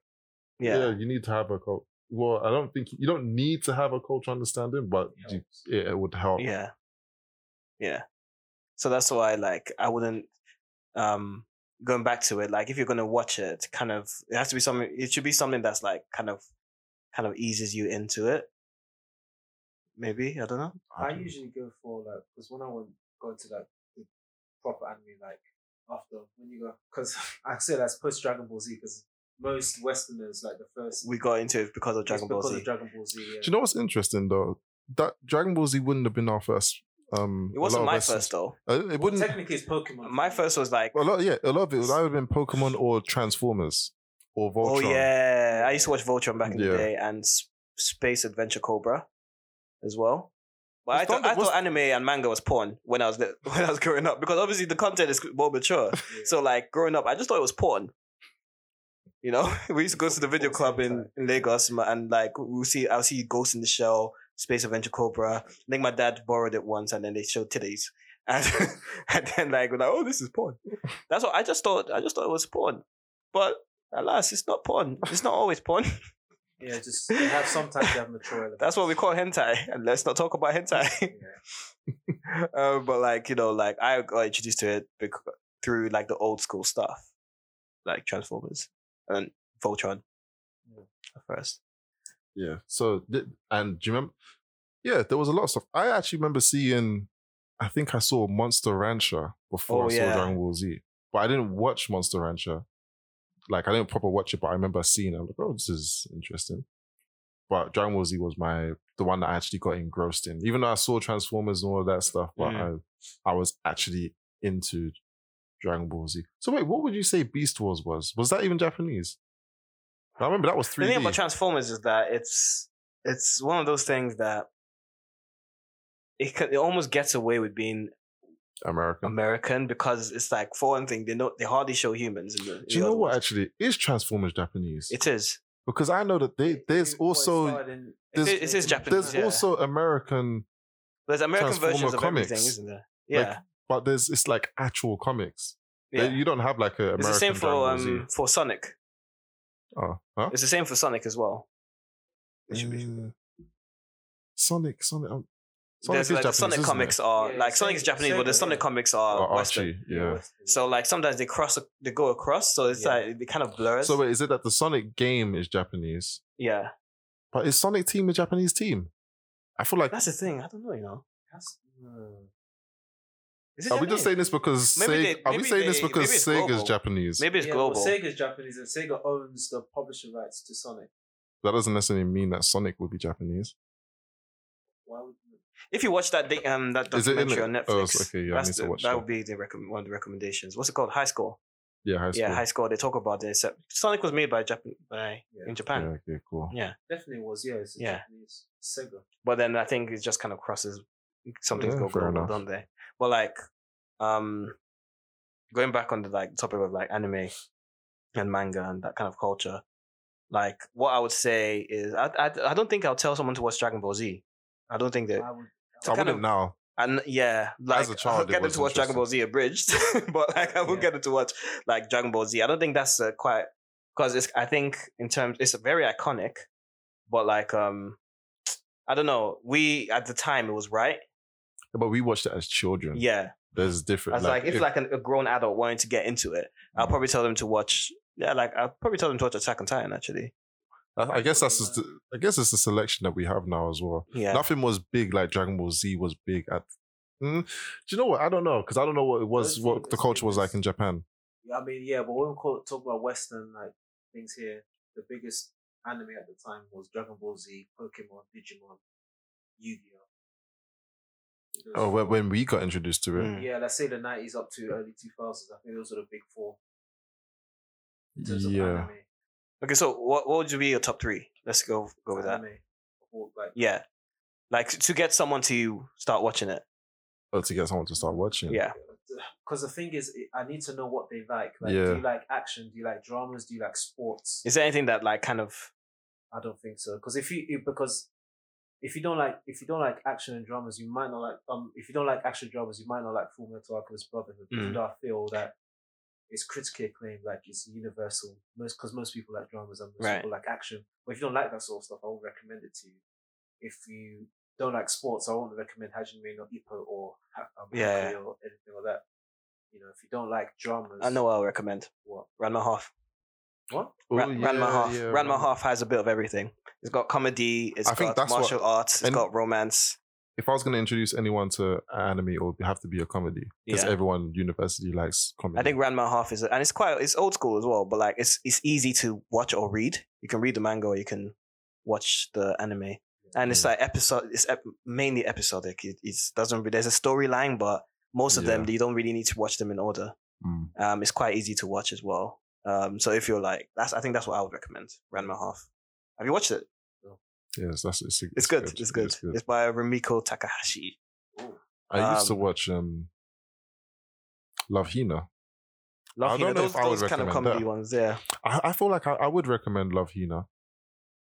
S2: yeah,
S1: yeah.
S2: you need to have a cult. Well, I don't think you don't need to have a culture understanding, but you, it, it would help.
S1: Yeah. Yeah. So that's why like I wouldn't um going back to it, like if you're gonna watch it, kind of it has to be something it should be something that's like kind of kind of eases you into it. Maybe, I don't know.
S3: I
S2: don't-
S3: usually go for like because when I went go to like the proper anime like after when you go because [LAUGHS] I say that's post Dragon Ball Z because most Westerners like the first
S1: We got into it because of
S3: it's
S1: Dragon Ball
S3: because
S1: Z.
S3: of Dragon Ball Z. Yeah.
S2: Do you know what's interesting though? That Dragon Ball Z wouldn't have been our first. Um,
S1: it
S2: a
S1: wasn't
S2: lot of
S1: my
S2: us-
S1: first though.
S2: uh, it
S3: Well,
S2: wouldn't.
S3: technically, it's Pokemon.
S1: My first was like
S2: A lot, yeah, a lot of it would either been Pokemon or Transformers or Voltron.
S1: Oh yeah. I used to watch Voltron back in the
S2: Yeah.
S1: day and S- Space Adventure Cobra as well. But
S2: Was
S1: I thought,
S2: Thunder-
S1: I
S2: was-
S1: thought anime and manga was porn when I was li- [LAUGHS] when I was growing up because obviously the content is more mature.
S3: Yeah.
S1: So like growing up, I just thought it was porn. You know, [LAUGHS] we used to go to the video club in, in Lagos and, and, like we'll see I'll see Ghost in the Shell, Space Adventure Cobra. I think my dad borrowed it once and then they showed titties. [LAUGHS] And and then like we're like, oh this is porn. That's what I just thought I just thought it was porn. But alas, it's not porn. It's not always porn. [LAUGHS]
S3: yeah, just they have sometimes they have mature. Elements.
S1: That's what we call hentai. And let's not talk about hentai. [LAUGHS]
S3: Yeah.
S1: um, but like you know, like I got introduced to it bec- through like the old school stuff, like Transformers and Voltron
S3: Yeah.
S1: at first.
S2: Yeah. So, th- and do you remember? Yeah, there was a lot of stuff. I actually remember seeing. I think I saw Monster Rancher before
S1: Oh,
S2: I saw
S1: yeah.
S2: Dragon Ball Z, but I didn't watch Monster Rancher. Like I didn't proper watch it, but I remember seeing. It. I'm like, oh, this is interesting. But Dragon Ball Z was my the one that I actually got engrossed in. Even though I saw Transformers and all of that stuff, but
S1: Mm.
S2: I I was actually into Dragon Ball Z. So wait, what would you say Beast Wars was? Was that even Japanese? I remember that was
S1: The
S2: three D.
S1: thing about Transformers is that it's it's one of those things that it can, it almost gets away with being
S2: American.
S1: American because it's like for one thing they know they hardly show humans. In the, in
S2: Do
S1: the
S2: you know
S1: other
S2: what
S1: ones.
S2: actually is Transformers Japanese?
S1: It is.
S2: because I know that they there's
S3: It- well, it
S2: also
S3: started in-
S2: there's-
S1: it is- it is Japanese,
S2: there's
S1: yeah.
S2: also American,
S1: There's American versions
S2: Transformer
S1: of
S2: comics.
S1: everything, isn't there? Yeah,
S2: but there's it's like actual comics.
S1: yeah.
S2: They- You don't have like a American.
S1: it's the same
S2: Dragon
S1: for
S2: Ball Z.
S1: um for Sonic.
S2: Oh, huh?
S1: It's the same for Sonic as well. It should be-
S2: Uh, Sonic, Sonic. Um, Sonic
S1: There's
S2: is
S1: like the
S2: Japanese,
S1: Sonic
S2: isn't
S1: comics
S2: It?
S1: are
S3: Yeah,
S1: like
S3: same-
S1: Sonic's Japanese,
S3: same
S1: but the
S3: with
S1: Sonic
S3: it.
S1: comics are
S2: Or
S1: Western.
S2: Archie, yeah.
S3: Western.
S1: So like sometimes they cross, they go across, so it's
S3: Yeah.
S1: like it kind of blurs.
S2: So wait, is it that the Sonic game is Japanese,
S1: yeah,
S2: But is Sonic Team a Japanese team? I feel like
S1: That's the thing. I don't know. You know.
S3: That's, uh,
S1: Is it
S2: are we just
S1: Japanese?
S2: saying this because
S1: Maybe
S2: Sega,
S1: they-
S2: are we
S1: maybe
S2: saying this
S1: they-
S2: because
S1: maybe it's
S2: Sega's
S1: global.
S2: Japanese?
S1: Maybe it's
S3: yeah, well,
S1: global.
S3: Sega's Japanese and Sega owns the publishing rights to Sonic.
S2: That doesn't necessarily mean that Sonic would be Japanese.
S3: Why would you?
S1: If you watch that thing- um that
S2: Is it in
S1: documentary on
S2: it?
S1: Netflix,
S2: Oh, it's- okay, yeah, I
S1: that's
S2: need to
S1: the-
S2: watch
S1: that
S2: that.
S1: would be the recom- one of the recommendations. What's it called? High Score.
S2: Yeah, high school.
S1: Yeah, High Score. They talk about this. Uh, Sonic was made by Japan by
S3: Yeah.
S1: in
S2: Yeah,
S1: Japan,
S2: okay, cool.
S3: Definitely was, yeah. It's a
S1: Yeah.
S3: Japanese Sega.
S1: but then I think it just kind of crosses mm, some things
S2: Yeah,
S1: go
S2: fair
S1: global,
S2: enough.
S1: don't they? But like, um, going back on the like topic of like anime and manga and that kind of culture, like what I would say is I I, I don't think I'll tell someone to watch Dragon Ball Z. I don't think that
S3: I would.
S1: So
S2: I
S1: kind
S2: wouldn't
S1: of-
S2: now.
S1: And yeah, like
S2: a child,
S1: I'll
S2: it
S1: get them
S2: was
S1: to watch Dragon Ball Z abridged, [LAUGHS] but like I will
S3: Yeah.
S1: get them to watch like Dragon Ball Z. I don't think that's uh, quite because it's. I think in terms, it's very iconic, but like um, I don't know. We at the time it was right.
S2: But we watched it as children.
S1: Yeah,
S2: There's
S1: I
S2: different.
S1: was like, if,
S2: if-
S1: like an, a grown adult wanting to get into it, I'll probably tell them to watch. Yeah, like I'll probably tell them to watch Attack on Titan. Actually,
S2: I, I guess that's just the, I guess it's the selection that we have now as well.
S1: Mm. yeah,
S2: Nothing was big like Dragon Ball Z was big at. Mm, do you know what? I don't know because I don't know what it was,
S3: Those
S2: what the
S3: figures,
S2: culture was
S3: figures.
S2: like in Japan.
S3: Yeah, I mean, yeah, but when we call, talk about Western like things here, the biggest anime at the time was Dragon Ball Z, Pokemon, Digimon, Yu Gi Oh!
S2: Oh, when, when we got introduced to it,
S1: Mm.
S3: Yeah, let's say the nineties up to early two thousands. I think those are the big four in terms of
S2: yeah,
S3: anime.
S1: Okay, so what what would you be your top three? Let's go go with that.
S3: anime. Or, like,
S1: Yeah, like to get someone to start watching it.
S2: oh, to get someone to start watching.
S3: [SIGHS]
S1: Yeah.
S3: because the thing is, it- I need to know what they like. Like,
S2: Yeah.
S3: do you like action? Do you like dramas? Do you like sports?
S1: Is there anything that like kind of
S3: I don't think so. Because if you if- because if you don't like if you don't like action and dramas, you might not like um if you don't like action dramas, you might not like Full Metal Alchemist Brotherhood.
S1: Mm.
S3: Even though I feel that it's critically acclaimed, like it's universal. Most because most people like dramas and most
S1: Right.
S3: people like action. But if you don't like that sort of stuff, I won't recommend it to you. If you don't like sports, I won't recommend Hajime no Ippo or Ha- um,
S1: Yeah.
S3: Hakuyo or anything like that. You know, if you don't like dramas,
S1: I know what I'll recommend.
S3: what
S1: Ranma Half.
S3: what
S2: Oh,
S1: Ra- Ranma Half.
S2: yeah,
S1: Ranma Half has a bit of everything. It's got comedy. It's
S2: I think
S1: got
S2: that's what-
S1: martial arts. It's
S2: and-
S1: got romance.
S2: If I was going to introduce anyone to anime, it would have to be a comedy because
S1: Yeah.
S2: everyone university likes comedy.
S1: I think Ranma Half is, and it's quite it's old school as well. But like it's it's easy to watch or read. You can read the manga or you can watch the anime. And it's
S2: Yeah.
S1: like episode. It's ep- mainly episodic. It it's, doesn't re- there's a storyline, but most of them you don't really need to watch them in order.
S2: Mm.
S1: Um, it's quite easy to watch as well. Um, so if you're like that's, I think that's what I would recommend. Ranma Half. Have you watched it?
S2: yes, that's it's,
S1: It's good. It's good. It's, by Rumiko Takahashi.
S2: I used to
S1: Um,
S2: watch um, Love Hina.
S1: Love
S2: I
S1: Hina,
S2: don't know
S1: those,
S2: if I would
S1: those kind of
S2: recommend
S1: comedy
S2: that.
S1: ones, yeah.
S2: I, I feel like I, I would recommend Love Hina.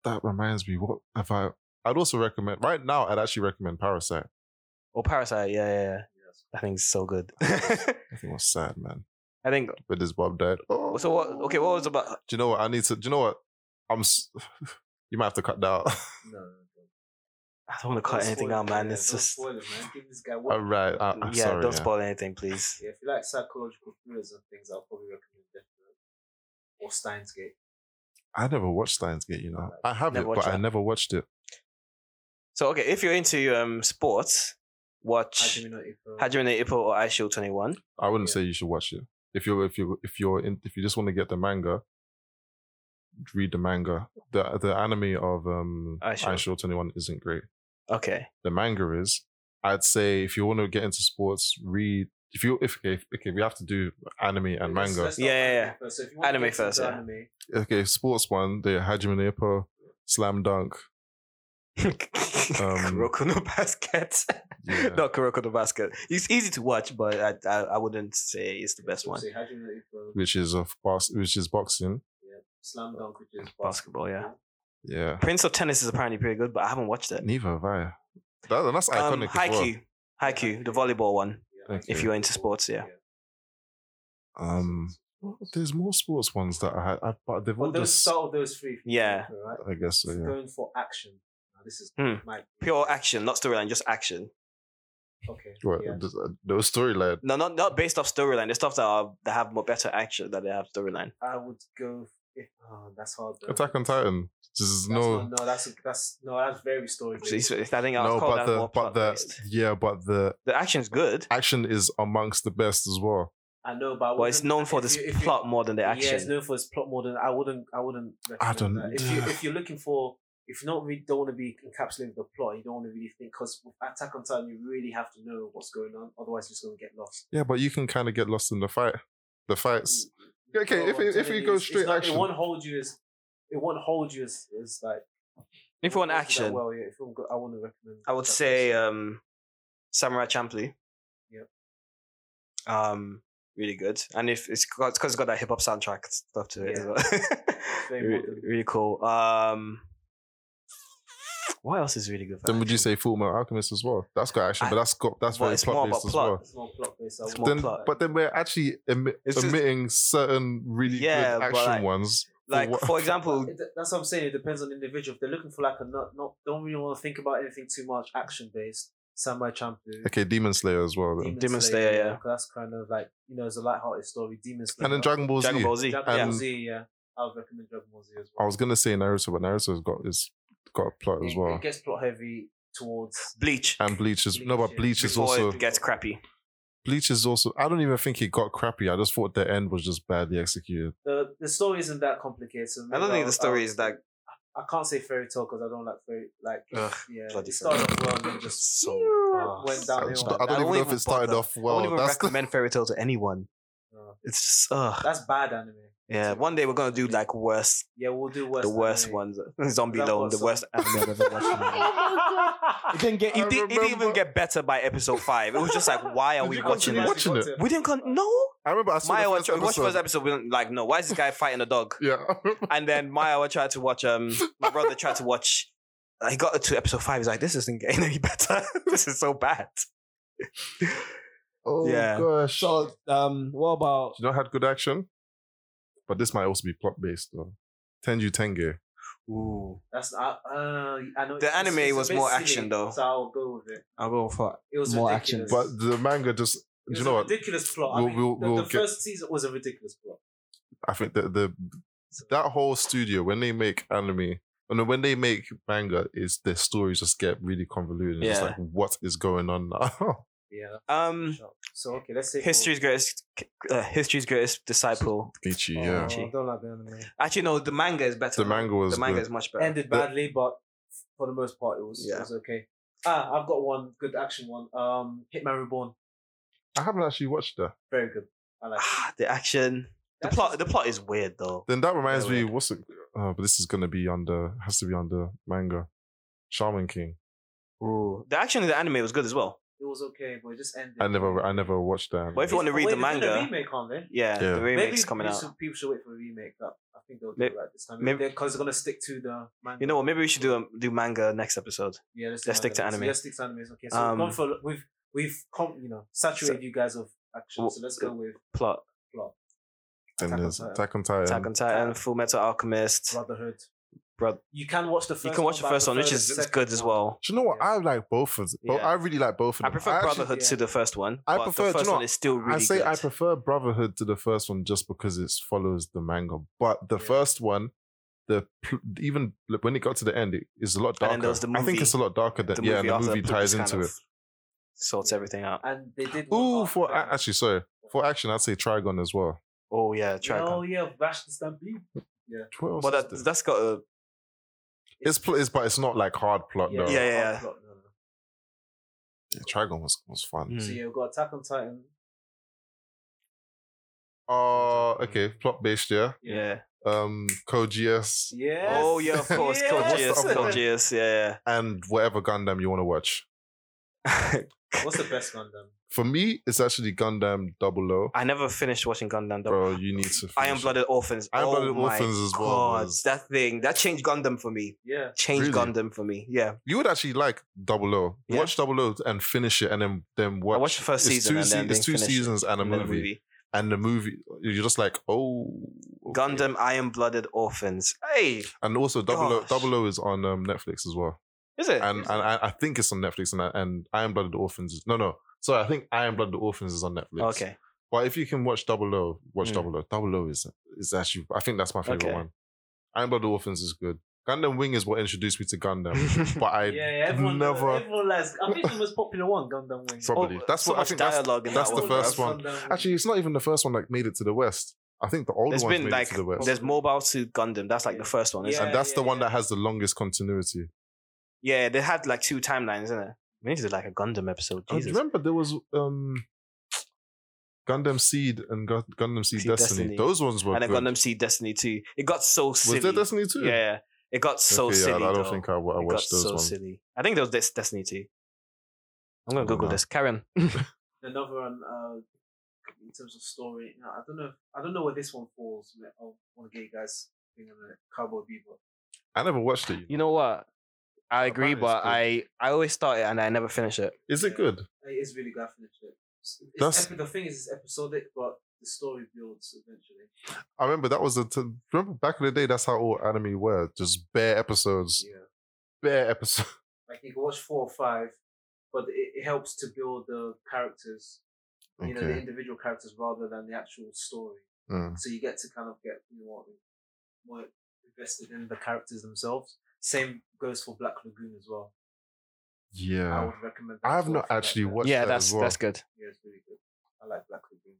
S2: That reminds me, what if I? I'd also recommend right now. I'd actually recommend Parasite.
S1: Or Parasite, yeah, yeah. yeah.
S3: yes.
S1: I think it's so good. [LAUGHS]
S2: I think it was sad, man.
S1: I think.
S2: But this Bob died. Oh,
S1: So what? Okay, what was about?
S2: do you know what? I need to. Do you know what? I'm. s- [LAUGHS] You might have to cut that out. [LAUGHS]
S3: No, no, no.
S1: I don't want to cut
S3: Don't
S1: anything
S3: spoil
S1: out,
S3: it,
S1: man.
S3: yeah,
S1: It's
S3: don't
S1: just
S3: spoil it, man. Give this guy
S2: All
S3: what.
S2: right. I, I'm
S1: yeah.
S2: sorry.
S1: don't
S2: yeah.
S1: spoil anything, please.
S3: Yeah, if you like psychological thrillers and things, I'll probably recommend Death Note or Steins Gate.
S2: I never watched Steins Gate. You know, I have
S1: Never
S2: it, but
S1: watched
S2: I
S1: that.
S2: never watched it.
S1: So okay, if you're into um sports, watch
S3: Hajime no Ippo.
S1: Hajime no Ippo or I Shield Twenty One.
S2: I wouldn't
S3: Yeah.
S2: say you should watch it. If you're if you if you're in, if you just want to get the manga, read the manga. The the anime of um
S1: Eyeshield.
S2: Eyeshield Twenty One isn't great.
S1: Okay, [LAUGHS]
S2: The manga is. I'd say if you want to get into sports, read if you if okay, if- okay we have to do anime and
S3: Let's-
S2: manga.
S3: let's start with
S1: Yeah, yeah,
S3: anime
S1: yeah.
S3: first. So if you want to
S1: Anime
S3: get into
S1: first, yeah.
S3: anime,
S2: Okay, sports one the Hajime no Ippo, Slam Dunk.
S1: Kuroko no Basket.
S2: Yeah.
S1: [LAUGHS] Not Kuroko no Basket. It's easy to watch, but I I, I wouldn't say it's the best
S3: so
S1: one.
S3: say Hajime no Ippo,
S2: Which is of box, which is boxing.
S3: yeah,
S2: Oh,
S3: Slam Dunk, which is
S1: Basketball, yeah.
S2: Yeah,
S1: Prince of Tennis is apparently pretty good, but I haven't watched it.
S2: neither have I. That, that's
S1: Um,
S2: iconic. as well.
S1: Haikyuu. Haikyuu, the volleyball one.
S3: Yeah,
S2: Okay.
S1: If you're into sports, yeah.
S2: Um, there's more sports ones that I had, I, but they've all
S3: But those
S2: just.
S3: start with those three. from
S1: Yeah.
S3: Ippo, right?
S2: I guess so.
S3: If you're
S2: Yeah.
S3: Going for action. Now, this is
S1: Hmm.
S3: my
S1: Pure action, not storyline, just action.
S3: Okay.
S2: What
S3: yeah.
S2: does- uh, no storyline?
S1: No, not not based off storyline. There's stuff that are that have more better action that they have storyline.
S3: I would go If, oh, that's hard. though.
S2: Attack on Titan. There's
S3: That's
S2: no,
S3: not- no, that's that's no, that's very story.
S1: So it's- it's- I think I was
S2: no,
S1: called
S2: but
S1: that
S2: the
S1: more
S2: but the
S1: plot-based.
S2: yeah, but the
S1: the action's good,
S2: action is amongst the best as well.
S3: I know, but I
S1: but it's
S3: wouldn't-
S1: known for
S3: if
S1: this
S3: you- if you-
S1: plot more than the
S3: Yeah, it's
S1: action.
S3: known for its plot more than I wouldn't. I wouldn't. recommend
S2: don't-
S3: that. If you if you're looking for if you not really don't want to be encapsulated with the plot, you don't want to really think because with Attack on Titan you really have to know what's going on, otherwise you're just gonna get lost.
S2: Yeah, but you can kind of get lost in the fight. The
S1: Mm,
S2: fights. Okay,
S3: Well,
S2: if- if- if
S3: ultimately,
S2: you go
S3: it's- it's
S2: straight
S3: not-
S2: action.
S3: it won't hold you as it won't hold you as, as like
S1: If you want
S3: that
S1: action,
S3: Well, yeah, if you want go- I want to recommend.
S1: I would
S3: that
S1: say
S3: person.
S1: um, Samurai Champloo.
S3: Yep.
S1: Um, really good, and if it's because it's got that hip hop soundtrack stuff to it. [LAUGHS]
S3: Yeah.
S1: As well.
S3: very
S1: Re-
S3: modern.
S1: really cool. Um, what else is really good? for
S2: Then would you
S1: action?
S2: say Full Metal Alchemist as well? That's got action,
S1: I-
S2: but that's got that's
S1: Well,
S2: very
S1: it's more
S2: plot based
S1: about
S2: as
S1: plot.
S2: well.
S3: it's more plot based.
S1: It's more
S2: Then,
S1: plot.
S2: but then we're actually omi-
S1: It's just-
S2: omitting certain really
S1: Yeah,
S2: good
S1: but
S2: action
S1: like-
S2: ones.
S1: like
S2: what-
S1: for
S2: [LAUGHS]
S1: example,
S3: It- that's what I'm saying. It depends on the individual. If they're looking for like a not, not don't really want to think about anything too much action based, Samurai Champloo,
S2: Okay, Demon Slayer as well. Then.
S1: Demon Slayer, yeah.
S3: 'cause That's kind of like you know it's a lighthearted story. Demon Slayer,
S2: And then Dragon Ball Z.
S1: Dragon Ball Z.
S3: Dragon
S1: yeah.
S3: Ball
S2: and-
S3: Z, yeah. I would recommend Dragon Ball Z as
S2: I
S3: well.
S2: was gonna say Naruto, but Naruto's got is got a plot as
S3: It-
S2: well.
S3: It gets plot heavy towards.
S1: Bleach.
S2: And Bleach is no,
S3: Bleach,
S2: but
S3: yeah.
S2: Bleach is
S1: Before
S2: also
S1: it gets crappy.
S2: Bleach is also. I don't even think it got crappy. I just thought the end was just badly executed.
S3: the The story isn't that complicated. So
S1: I
S3: maybe
S1: don't think the story
S3: I'll-
S1: is that
S3: I can't say fairy tale because I don't like fairy like
S1: Ugh,
S3: yeah.
S1: bloody
S3: It started
S1: fairy
S3: off well and then just
S1: just so.
S3: went
S2: I,
S3: downhill.
S2: just-
S3: like
S2: I
S3: that.
S1: I won't
S2: don't even know if
S1: even
S2: it started
S1: bother.
S2: off
S1: I
S2: well.
S1: wouldn't even
S2: That's the-
S1: recommend Fairy Tale to anyone.
S3: Uh,
S1: It's just, ugh.
S3: That's bad anime.
S1: Yeah, one day we're gonna do like worst,
S3: Yeah, we'll do worse.
S1: the worst
S3: anime. [LAUGHS] Oh
S1: ones. uh, Zombie
S3: That
S1: Loan,
S3: was
S1: the
S3: some-
S1: worst anime I've ever watched. in my [LAUGHS] life.
S2: [LAUGHS]
S1: It didn't get. It,
S2: I
S1: did, it didn't even
S2: remember-
S1: get better by episode five. It was just like, why are
S2: Did
S1: we
S2: you
S1: watching
S2: continue
S1: this?
S2: watching it?
S1: We didn't. Con- no,
S2: I remember I saw
S1: Maya
S2: the
S1: watched.
S2: first
S1: We watched
S2: episode.
S1: first episode. We didn't like, no, why is this guy fighting a dog?
S2: Yeah, [LAUGHS] I remember-
S1: And then Maya tried to watch. Um, my brother tried to watch. uh, He got to episode five. He's like, this isn't getting any better. [LAUGHS] this is so bad.
S2: oh
S1: Yeah.
S2: gosh. Do
S1: um, what about?
S2: you know had good action? But this might also be plot based though. Tenju Tenge.
S1: Ooh,
S3: That's uh, uh, I know
S1: The
S3: it's-
S1: anime
S3: it's a
S1: was
S3: bit
S1: more
S3: silly,
S1: action, though.
S3: So I'll go with it.
S1: I'll go for
S3: It was
S1: More action.
S3: ridiculous.
S2: But the manga just.
S3: it
S2: Do
S3: was
S2: you know
S3: a
S2: what?
S3: ridiculous plot. I
S2: We'll-
S3: mean,
S2: we'll-
S3: the,
S2: we'll
S3: the
S2: get-
S3: first season was a ridiculous plot.
S2: I think that the that whole studio when they make anime and when they make manga, is their stories just get really convoluted. It's
S1: Yeah.
S2: like what is going on now? [LAUGHS]
S3: Yeah.
S1: Um,
S3: sure. So okay, let's say
S1: history's greatest, uh, history's greatest disciple.
S2: Ichi,
S3: Oh,
S2: yeah.
S3: I don't like the anime.
S1: Actually, no, the manga is better.
S2: The manga was
S1: the manga
S2: good.
S1: is much better.
S3: Ended badly, but for the most part, it was
S1: Yeah.
S3: it was okay. Ah, I've got one good action one. Um, Hitman Reborn,
S2: I haven't actually watched that.
S3: very good. I like. it.
S1: Ah, the action, the
S3: That's
S1: plot,
S3: just-
S1: the plot is weird though.
S2: Then that reminds me,
S1: Anyway.
S2: what's it? Oh, but this is gonna be under has to be under manga. Shaman King.
S1: Ooh, the action in the anime was good as well.
S3: It was okay, but it just ended.
S2: I never, I never watched that.
S1: But if you
S2: anime.
S1: want to
S3: Oh,
S1: read
S3: wait,
S1: the
S3: they're doing a
S1: manga,
S3: remake, aren't they?
S1: yeah,
S2: Yeah.
S1: the remake's
S3: maybe
S1: coming out.
S3: people should- People should wait for a remake. That I think they'll do
S1: May-
S3: that this time.
S1: maybe-
S3: because they're gonna stick to the manga.
S1: You know what? Maybe we should do a, do manga next episode.
S3: yeah, let's, do
S1: let's stick to
S3: manga. So
S1: anime.
S3: let's stick to anime. Okay, so
S1: Um,
S3: we've gone for we've we've com- you know saturated you guys of action.
S1: Well,
S3: So let's go with
S1: Plot:
S2: Um, Then
S3: Attack on
S2: there's
S3: Titan.
S2: Attack on Titan.
S1: Attack on Titan,
S3: Titan.
S1: Full Metal Alchemist.
S3: Brotherhood.
S1: Bro-
S3: you can watch the first.
S1: you can watch the
S3: one, but I
S1: first one, which
S3: prefer
S1: is
S3: the
S1: is
S3: second
S1: good as
S3: one.
S1: well.
S2: Do you know what? I like both of them. But
S1: Yeah.
S2: I really like both of
S1: I
S2: them.
S1: prefer
S2: actually-
S1: Brotherhood to
S3: yeah.
S1: the first one.
S2: I
S1: but
S2: prefer- do
S1: the
S2: you
S1: first
S2: know
S1: one
S2: what?
S1: is still really
S2: I say
S1: good.
S2: I prefer Brotherhood to the first one just because it follows the manga. But the
S3: Yeah.
S2: first one, the pl- even like, when it got to the end, it is a lot
S1: And
S2: darker.
S1: then there was the
S2: I think
S1: movie-
S2: it's a lot darker than yeah, and the
S1: after
S2: movie
S1: Plato's
S2: ties
S1: kind
S2: into
S1: of
S2: it.
S1: sorts everything out.
S3: And they did. one
S2: Ooh,
S3: arc
S2: for
S3: where-
S2: a- actually, sorry, for action, I'd say Trigon as well.
S1: Oh yeah,
S3: You know,
S1: track.
S3: Oh yeah, Bash the Stampede.
S2: What else
S1: Well,
S2: is
S1: that
S2: there?
S1: that's got a
S2: it's, pl- it's but it's not like hard plot though.
S1: Oh, Yeah,
S2: Yeah.
S1: yeah, yeah.
S3: Plot, no, no.
S2: Trigon was was fun.
S3: So
S1: mm,
S3: yeah, we've got Attack on Titan.
S2: Oh, okay, plot based, yeah.
S1: yeah.
S2: Um, Code GS
S3: Yes.
S1: Oh yeah, of
S2: [LAUGHS]
S1: course,
S3: Yes.
S1: Code GS,
S2: What's the
S3: [LAUGHS]
S1: Code
S2: other
S1: GS, yeah.
S2: and whatever Gundam you want to watch.
S1: yeah. [LAUGHS]
S3: What's the best Gundam?
S2: For me, it's actually Gundam Double O.
S1: I never finished watching Gundam. Double.
S2: Bro, you need to.
S1: Iron
S2: finish it.
S1: Blooded Orphans.
S2: Iron Blooded
S1: oh my
S2: Orphans as well
S1: God,
S2: was-
S1: that thing that changed Gundam for me.
S3: Yeah.
S1: Changed
S2: Really?
S1: Gundam for me. Yeah,
S2: You would actually like Double O.
S1: Yeah.
S2: Watch Double O and finish it, and then then watch.
S1: I watched the first
S2: it's
S1: season
S2: Two
S1: and
S2: se-
S1: then
S2: it's two
S1: finished it.
S2: seasons and a
S1: And then
S2: movie. and the movie. You're just like, oh, okay.
S1: Gundam Iron Blooded Orphans. Hey,
S2: And also, Double O,
S1: Gosh.
S2: Double O is on um, Netflix as well,
S1: is it?
S2: and and I, I think it's on Netflix, and I- and Iron Blooded Orphans. Is, no, no, sorry, I think Iron Blooded Orphans is on Netflix.
S1: okay,
S2: But if you can watch Double O, watch
S1: Mm.
S2: Double O. Double O is is actually I think that's my favorite
S1: Okay.
S2: one. Iron Blood Orphans is good. Gundam Wing is what introduced me to
S1: [LAUGHS]
S2: Gundam, but I
S3: yeah, yeah, everyone,
S2: never.
S3: everyone likes. I think the most popular one,
S2: [LAUGHS]
S3: Gundam Wing.
S2: Probably
S1: Oh,
S2: that's
S1: so
S2: what I
S1: much
S2: think. That's,
S1: dialogue in
S2: that's
S1: that
S2: the
S1: one,
S2: first
S1: bruv.
S2: one. actually, it's not even the first one that made it to the West. I think the old
S1: There's
S2: ones
S1: been
S2: made
S1: like
S2: it to the West,
S1: there's mobile suit Gundam. That's like the first one. isn't
S3: Yeah,
S2: and that's the
S3: yeah,
S2: one
S3: yeah.
S2: that has the longest continuity. Uh,
S1: it? yeah, they had like two timelines, isn't it? We need to do like a Gundam episode.
S2: And do
S1: Jesus.
S2: you remember there was um, Gundam Seed and Gu- Gundam Seed
S1: Seed
S2: Destiny.
S1: Destiny.
S2: Those ones were
S1: and then
S2: good.
S1: Gundam Seed Destiny 2. It got so silly.
S2: was there Destiny too?
S1: Yeah, yeah. it got so
S2: Okay, yeah,
S1: silly.
S2: I don't
S1: though.
S2: think I, I
S1: it got
S2: watched those
S1: so
S2: ones.
S1: silly. I think there was this Destiny 2. I'm gonna
S2: Oh,
S1: Google
S2: no.
S1: this. Karen.
S3: Another one. Uh, in terms of story, no, I don't know. I don't know where this one falls. on the- On on gay guys being on the Cowboy Bebop.
S2: I never watched it.
S1: You know what? I
S2: Apparently
S1: agree,
S2: it's
S1: but
S2: good.
S1: I I always start it and I never finish it.
S2: Is it
S3: Yeah.
S2: good?
S3: It is really good. I finished it. It's, it's
S2: That's-
S3: epi- the thing is, it's episodic, but the story builds eventually.
S2: I remember that was the t- remember back in the day. That's how all anime were just bare episodes,
S3: Yeah,
S2: bare episodes. [LAUGHS]
S3: like you can watch four or five, but it, it helps to build the characters. You know, the
S2: Okay,
S3: individual characters rather than the actual story.
S2: Mm.
S3: So you get to kind of get you know what, more invested in the characters themselves. Same goes for Black Lagoon as well. I
S2: yeah.
S3: would recommend. that
S2: I have
S3: as well
S2: not
S3: if you like
S2: actually
S3: that.
S2: watched.
S1: yeah,
S2: that
S1: that's
S2: as well.
S1: that's good.
S3: Yeah, it's really good. I like Black Lagoon.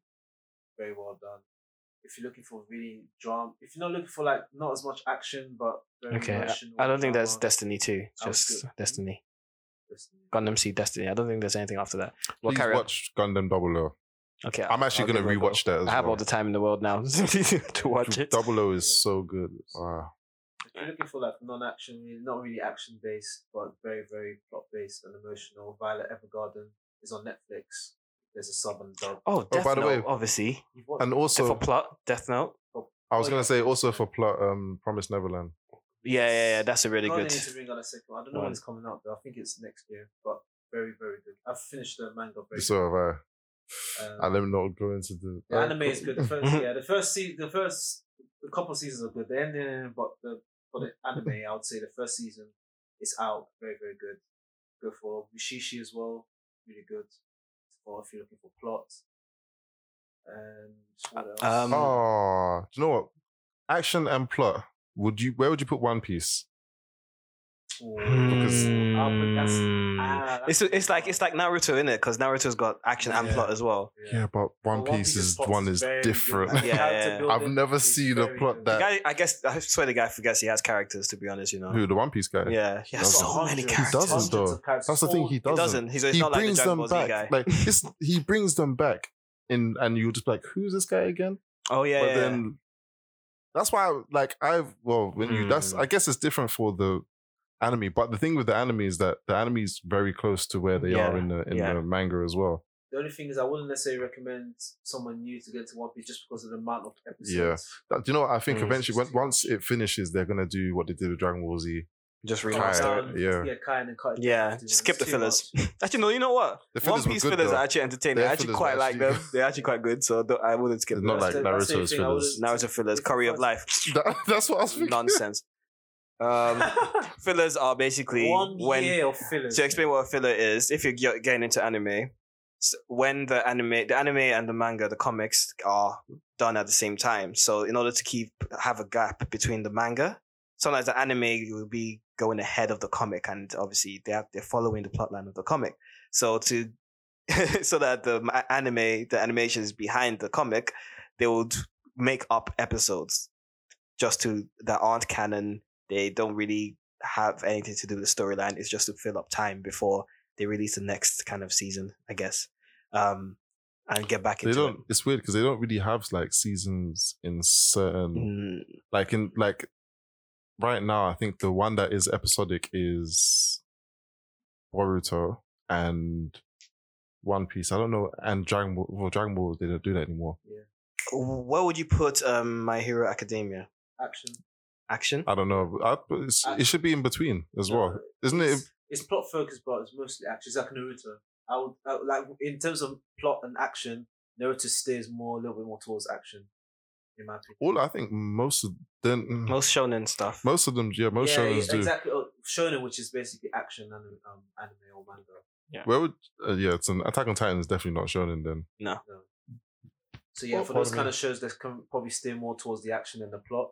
S3: Very well done. If you're looking for really drama, if you're not looking for like not as much action but very
S1: Okay, I-
S3: emotional
S1: I don't think there's
S3: drama,
S1: Destiny 2.
S3: That was
S1: Just
S3: good.
S1: Destiny.
S3: that's
S1: Gundam Seed Destiny. I don't think there's anything after that. Well,
S2: Please
S1: carry on.
S2: watch Gundam Double O.
S1: Okay.
S2: I'm actually
S1: I'll
S2: gonna
S1: give it a go.
S2: rewatch that as
S1: I have
S2: well.
S1: all the time in the world now [LAUGHS] to watch it.
S2: Double O is so good. Wow.
S3: If you're looking for like non-action, really- not really action-based, but very, very plot-based and emotional, Violet Evergarden is on Netflix. There's a sub and dub.
S1: Oh, Death
S2: by the
S1: Note,
S2: way-
S1: obviously.
S3: You've watched
S2: And
S3: it?
S1: So,
S2: also,
S1: for plot, Death Note.
S2: I was
S3: oh,
S2: gonna
S3: yeah.
S2: say also for plot, um, Promise Neverland.
S1: Yeah, yeah, yeah. That's a really
S3: God, I
S1: good.
S3: need to bring out a second. one. I don't know
S1: one.
S3: when it's coming out, but I think it's next year. But very, very good. I've finished the manga. Very
S2: So have I.
S3: Um,
S2: and I'm not going to do.
S3: The anime is good.
S2: [LAUGHS]
S3: The first, yeah, the first season, the first the couple seasons are good. The ending, but the but the anime, I would say the first season is out. Very very good. Go for Mishishi as well. Really good. Or if you're looking for plot. And what else?
S1: Um,
S2: Oh, Mm. do you know what? Action and plot. Would you? Where would you put One Piece?
S3: Ooh,
S2: because-
S3: I'll put- um, that's-
S1: Mm.
S3: ah,
S1: It's
S3: that's-
S1: it's like it's like Naruto in it because Naruto's got action and
S3: Yeah.
S1: plot as well.
S2: Yeah, but One,
S3: But
S2: Piece, is
S3: plot
S2: one is
S3: very good. [LAUGHS]
S2: different.
S3: And the
S1: Yeah,
S3: character
S1: yeah.
S2: I've
S3: building
S2: never
S3: is
S2: seen a
S3: very
S2: plot
S3: good.
S1: The
S2: that-
S1: guy, I guess, I swear the guy forgets he has characters. To be honest, you know.
S2: Who the One Piece guy?
S1: Yeah, he has
S2: doesn't.
S1: so many
S3: Hundreds,
S1: characters.
S2: He doesn't,
S3: hundreds
S2: though.
S3: of characters.
S2: That's the thing. He
S3: All-
S1: He
S2: doesn't.
S1: doesn't. He's, he's
S2: he
S1: not like the
S2: brings
S1: Dragon Ball
S2: them
S1: Z
S2: back.
S1: guy.
S2: Like it's, he brings them back, in and you're just like, who's this guy again?
S1: oh yeah,
S2: but
S1: yeah, yeah.
S2: then that's why, I, like, I've well, when you that's
S1: Hmm.
S2: I guess it's different for the anime. But the thing with the anime is that the anime is very close to where they
S1: Yeah,
S2: are in the in
S1: yeah.
S2: the manga as well.
S3: The only thing is, I wouldn't necessarily recommend someone new to get to One Piece just because of the amount of episodes.
S2: That, do you know what I think?
S1: Mm.
S2: Eventually, when, once it finishes, they're gonna do what they did with Dragon Ball Z. [LAUGHS]
S1: just
S3: Cut
S2: Kai,
S1: remaster.
S3: down-
S2: yeah.
S3: yeah, Kai and cut. it down
S1: Yeah,
S3: to two,
S1: just
S3: man.
S1: skip the
S3: Too
S1: fillers.
S3: much.
S1: Actually, no, you know what?
S2: The fillers
S1: One
S2: were
S1: Piece
S2: good,
S1: fillers
S2: though.
S1: are actually entertaining.
S2: Their
S1: I actually
S2: fillers
S1: quite
S2: were
S1: like
S2: actually-
S1: them. They're actually quite good, so don't, I wouldn't skip
S2: It's
S1: them.
S2: not
S3: That's
S2: like
S3: the- that's the
S2: Naruto's
S3: thing I
S2: fillers.
S3: wouldn't-
S1: Naruto fillers, Curry of
S2: [LAUGHS]
S1: Life,
S2: That- that's what I was thinking.
S1: nonsense.
S2: [LAUGHS]
S1: Um,
S3: [LAUGHS]
S1: [LAUGHS] fillers are basically
S3: One
S1: when
S3: year of fillers.
S1: to explain what a filler is, if you're ge- getting into anime, s- when the anime, the anime and the manga, the comics are done at the same time. So in order to keep have a gap between the manga, sometimes the anime will be going ahead of the comic, and obviously they have, they're following the plotline of the comic. So to [LAUGHS] so that the ma- anime, the animation is behind the comic, they would make up episodes just to that aren't canon. They don't really have anything to do with the storyline. It's just to fill up time before they release the next kind of season, I guess, um, and get back
S2: They
S1: into
S2: don't. It's weird because they don't really have like seasons in
S1: it.
S2: certain
S1: Mm,
S2: like in like right now. I think the one that is episodic is Boruto and One Piece. I don't know, and Dragon Ball. Well, Dragon Ball they don't do that anymore.
S1: where would you put um, My Hero Academia?
S3: Action.
S1: Action?
S2: I don't know. I, but it's,
S1: Uh,
S2: it should be in between as well, isn't it?
S3: It's, it's plot focused, but it's mostly action. It's like Naruto. I would, I would like in terms of plot and action, Naruto steers more a little bit more towards action, in my opinion.
S2: All I think most of then most,
S1: Most shonen stuff.
S2: of them, yeah, most
S3: yeah,
S2: shows do.
S3: exactly. Oh, Shonen, which is basically action and um, anime or manga.
S2: Where would uh, yeah? It's an Attack on Titan is definitely not shown in then.
S1: No.
S3: No. um, So yeah,
S2: Oh,
S3: for those
S2: pardon me.
S3: kind of shows that can probably steer more towards the action and the plot,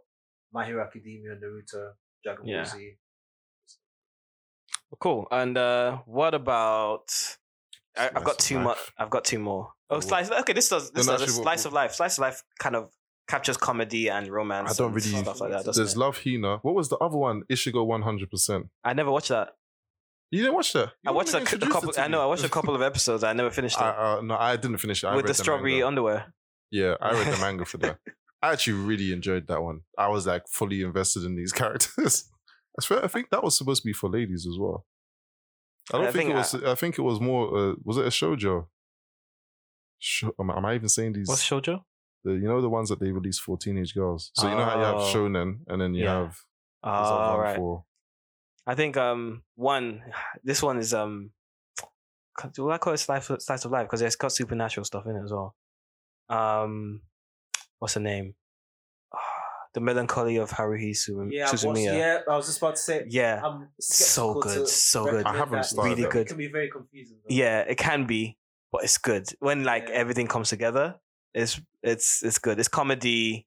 S3: My Hero Academia, Naruto, Dragon
S1: Yeah.
S3: Ball Z.
S1: Cool. And uh, what about? I, I've
S2: Slice
S1: got
S2: of
S1: two
S2: life.
S1: more. I've got two more.
S2: Oh,
S1: Oh,
S2: what?
S1: slice. Okay, this does. This
S2: No, no,
S1: does.
S2: actually, what-
S1: Slice of
S2: what-
S1: life. Slice of life kind of captures comedy and romance.
S2: I don't
S1: and
S2: really-
S1: stuff like that. doesn't
S2: There's
S1: it?
S2: Love Hina. What was the other one? Ishigo 100%.
S1: I never watched that.
S2: You didn't watch that? You
S1: I watched a,
S2: haven't
S1: c- a
S2: introduced
S1: couple.
S2: it to
S1: I know.
S2: me.
S1: I watched a couple of episodes. I never finished it
S2: I, uh, no, I didn't finish it. I
S1: with the
S2: read
S1: strawberry
S2: manga.
S1: underwear.
S2: Yeah,
S1: [LAUGHS]
S2: I read the manga for that. I actually really enjoyed that one. I was like fully invested in these [LAUGHS] characters. I swear, I think that was supposed to be for ladies as well. I don't
S1: I
S2: think,
S1: think
S2: it was. I, think it was more. Uh, was it a shoujo? Sho- am, I- am I even saying these?
S1: What's shoujo?
S2: the, you know the ones that they release for teenage girls. So you know how you have
S1: Oh.
S2: shonen, and then you
S1: Yeah.
S2: have there's that
S1: All
S2: one
S1: right.
S2: for
S1: Ah, I think um one. This one is um. Do I call it slice of, slice of life because it's got supernatural stuff in it as well. Um, what's the name? Ah, the melancholy of Haruhi Suzumi.
S3: Yeah, I've watched,
S1: Suzumiya.
S3: yeah, I was just about to say.
S1: Um, Yeah,
S3: I'm
S1: so
S3: skeptical
S1: good,
S3: to
S1: so good.
S2: I
S3: recommend
S2: haven't
S3: that.
S2: started
S1: Really that. good.
S3: It can be very confusing. Though.
S1: Yeah, it can be, but it's good when like
S3: Yeah.
S1: everything comes together. It's it's it's good. It's comedy,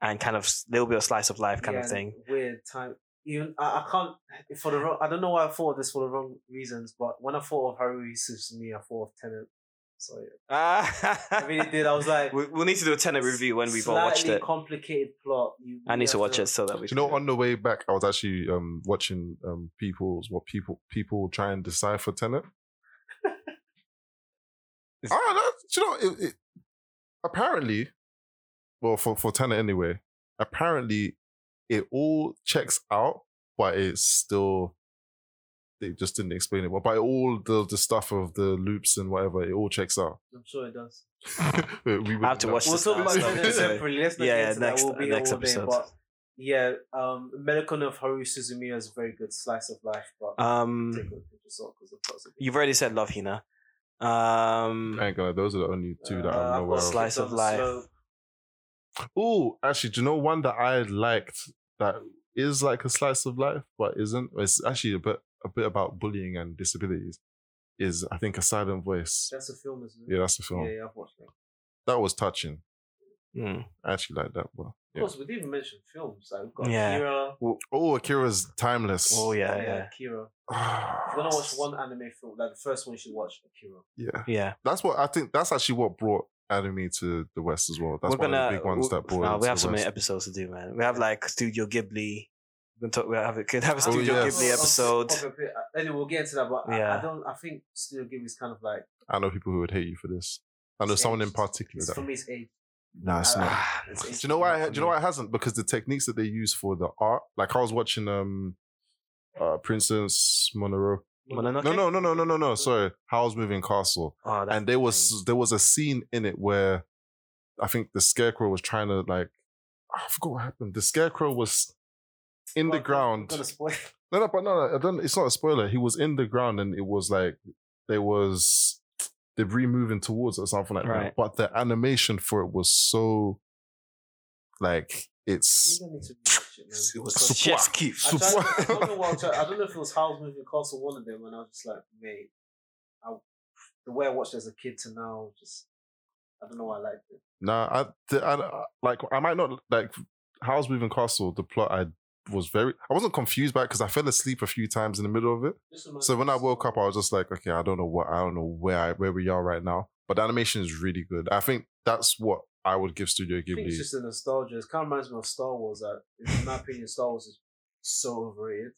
S1: and kind of s- little bit of slice of life kind
S3: Yeah,
S1: of
S3: and
S1: thing.
S3: Weird time. Even I, I can't for the wrong. I don't know why I thought of this for the wrong reasons, but when I thought of Haruhi Suzumiya, I thought of Tenant. So yeah,
S1: I [LAUGHS]
S3: I really did. I was like,
S1: We, we'll need to do a tenor review when we've all watched
S3: slightly
S1: it.
S3: Complicated plot. You
S1: I need
S3: really
S1: to
S3: have
S1: watch it so that we.
S2: Do you know, on the way back, I was actually um, watching um, people's what people people try and decipher Tenet. I don't know. Do you know, it, it, apparently, well, for for Tenet anyway, apparently, it all checks out, but it's still they just didn't explain it. But by all the the stuff of the loops and whatever, it all checks out. [LAUGHS]
S3: I'm sure it does.
S2: We wouldn't
S1: have to
S2: know.
S1: watch
S3: We'll
S1: this
S3: talk
S1: now,
S3: about
S1: so- [LAUGHS]
S3: Tenet
S1: so-
S2: [LAUGHS]
S3: separately. Let's not
S1: Yeah,
S3: get
S1: yeah,
S3: into that.
S1: next-
S3: We'll be
S1: next
S3: all day,
S1: episode.
S3: but yeah, um, Melikon of Haruhi Suzumiya is a very good slice of life, but [LAUGHS] take
S1: Um,
S3: it with a pinch of salt 'cause the plot's a bit-
S1: you've already said love, Hina. Um,
S2: I ain't gonna. Those are the only two that
S3: Uh,
S2: I'm
S3: I've
S2: aware
S3: got
S2: of.
S1: Slice
S3: Kids on
S1: of
S3: the
S1: Life.
S3: Slope.
S2: Oh, actually, do you know one that I liked that is like a slice of life, but isn't? It's actually a bit a bit about bullying and disabilities. Is I think a silent voice.
S3: That's a film, isn't
S2: Yeah,
S3: it?
S2: that's the film.
S3: yeah, yeah I've watched that.
S2: That was touching.
S1: hmm.
S2: I actually like that one.
S3: Of course, we didn't even mention films. Like, we've got
S1: Yeah.
S3: Akira.
S2: Oh, Akira's timeless.
S1: Oh
S2: [SIGHS]
S1: yeah, yeah,
S3: Akira.
S2: yeah.
S3: If you're gonna watch one anime film, like the first one you should watch, Akira.
S2: Yeah,
S1: yeah.
S2: that's what I think. That's actually what brought anime to the West as well. That's one of the big ones
S1: we-
S2: that brought.
S1: nah,
S2: it
S1: we
S2: to
S1: have
S2: the
S1: so many
S2: West.
S1: episodes to do, man. We have like Studio Ghibli. We can talk. We have could have a
S2: Oh,
S1: Studio
S2: yes.
S1: Ghibli episode.
S3: uh, Anyway, we'll get into that, but I- I,
S1: Yeah.
S3: don't. I think Studio Ghibli is kind of like
S2: I know people who would hate you for this. I know
S3: It's
S2: someone in
S3: aged.
S2: particular.
S3: it's,
S2: That,
S3: for me, it's age.
S2: nah, it's
S3: I-
S2: not.
S1: Ah,
S3: It's
S2: Do
S3: age.
S2: you know why?
S3: Not
S2: I,
S3: for
S2: do you know
S3: me.
S2: why it hasn't? Because the techniques that they use for the art, like I was watching um, uh, Princess Mononoke.
S1: Mononoke?
S2: No, no, no, no, no, no, no. Sorry, Howl's Moving Castle,
S1: oh, that's
S2: and there was there was a scene in it where I think the scarecrow was trying to like I forgot what happened. The scarecrow was in
S3: Well,
S2: the
S3: I'm
S2: ground.
S3: gonna spoil.
S2: No, no, but no, no, I don't. It's not a spoiler. He was in the ground, and it was like there was debris moving towards it or something like
S1: Right.
S2: that. But the animation for it was so like
S3: You
S2: it's
S3: don't need to watch it, man.
S1: it was
S3: Because
S1: chef's kiss.
S3: I, tried, I, don't know
S2: Supwa-
S3: what
S1: [LAUGHS]
S3: I, tried, I don't know if it was Howl's Moving Castle one of them, and I was just like, mate, I, the way I watched as a kid to now, just I don't know why I liked it.
S2: [LAUGHS] nah. I, the, I like I might not like How's Moving Castle. The plot I was very I wasn't confused by it because I fell asleep a few times in the middle of it.
S3: Just reminds
S2: So
S3: me
S2: when
S3: of
S2: I
S3: this-
S2: woke up, I was just like, okay, I don't know what, I don't know where I, where we are right now. But the animation is really good. I think that's what I would give Studio
S3: I think it's
S2: Ghibli.
S3: just the nostalgia. It kind of reminds me of Star Wars. That, in my opinion, Star Wars is so overrated.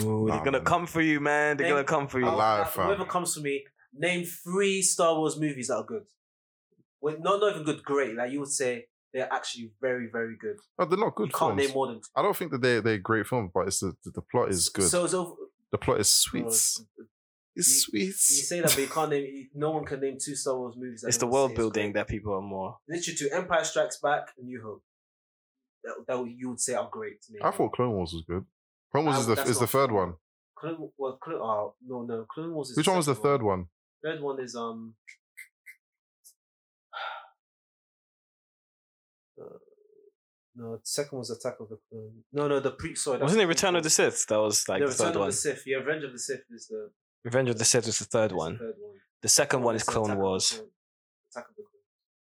S1: Ooh,
S2: Nah,
S1: they're gonna
S2: man.
S1: come for you, man. They're
S3: Name-
S1: gonna come for
S2: A
S1: you.
S2: I'll- lie,
S3: Uh,
S2: fam.
S3: Whoever comes to me, name three Star Wars movies that are good. Well, not, not even good, great. Like you would say, they're actually very, very good.
S2: No, they're not good
S3: you can't
S2: films.
S3: name more than
S2: I don't think that they they're great films, but it's the, the, the plot is good.
S3: So oh, it's over.
S2: the plot is sweet.
S3: Well, it's-
S2: It's sweet.
S3: You say that, but you can't name. you- No one can name two Star Wars movies. That
S1: It's the
S3: they would say
S1: world
S3: is
S1: building
S3: great.
S1: that people are more.
S3: Literally, two Empire Strikes Back and New Hope. That, that you would say are great.
S2: [LAUGHS]
S3: Maybe.
S2: I thought Clone Wars was good. Clone Wars
S3: I-
S2: is the
S3: that's
S2: is
S3: not-
S2: the third one.
S3: Clone, well, Clone, oh, no, no. Clone Wars is
S2: Which one was the
S3: second
S2: third one?
S3: Third one is um. [SIGHS] uh, No, the second was Attack of the Clone. No, no, the pre. Sorry,
S1: Wasn't it Return of the Sith? That was like
S3: the
S1: the,
S3: Return
S1: third
S3: of
S1: one.
S3: the Sith? Yeah, Revenge of the Sith is the
S1: Revenge of the Sith was the
S3: is
S1: third
S3: the
S1: one.
S3: Third one.
S1: The second one is
S3: It's Attack
S1: Clone
S3: of the
S1: Wars.
S3: Clone- Attack of the Clone.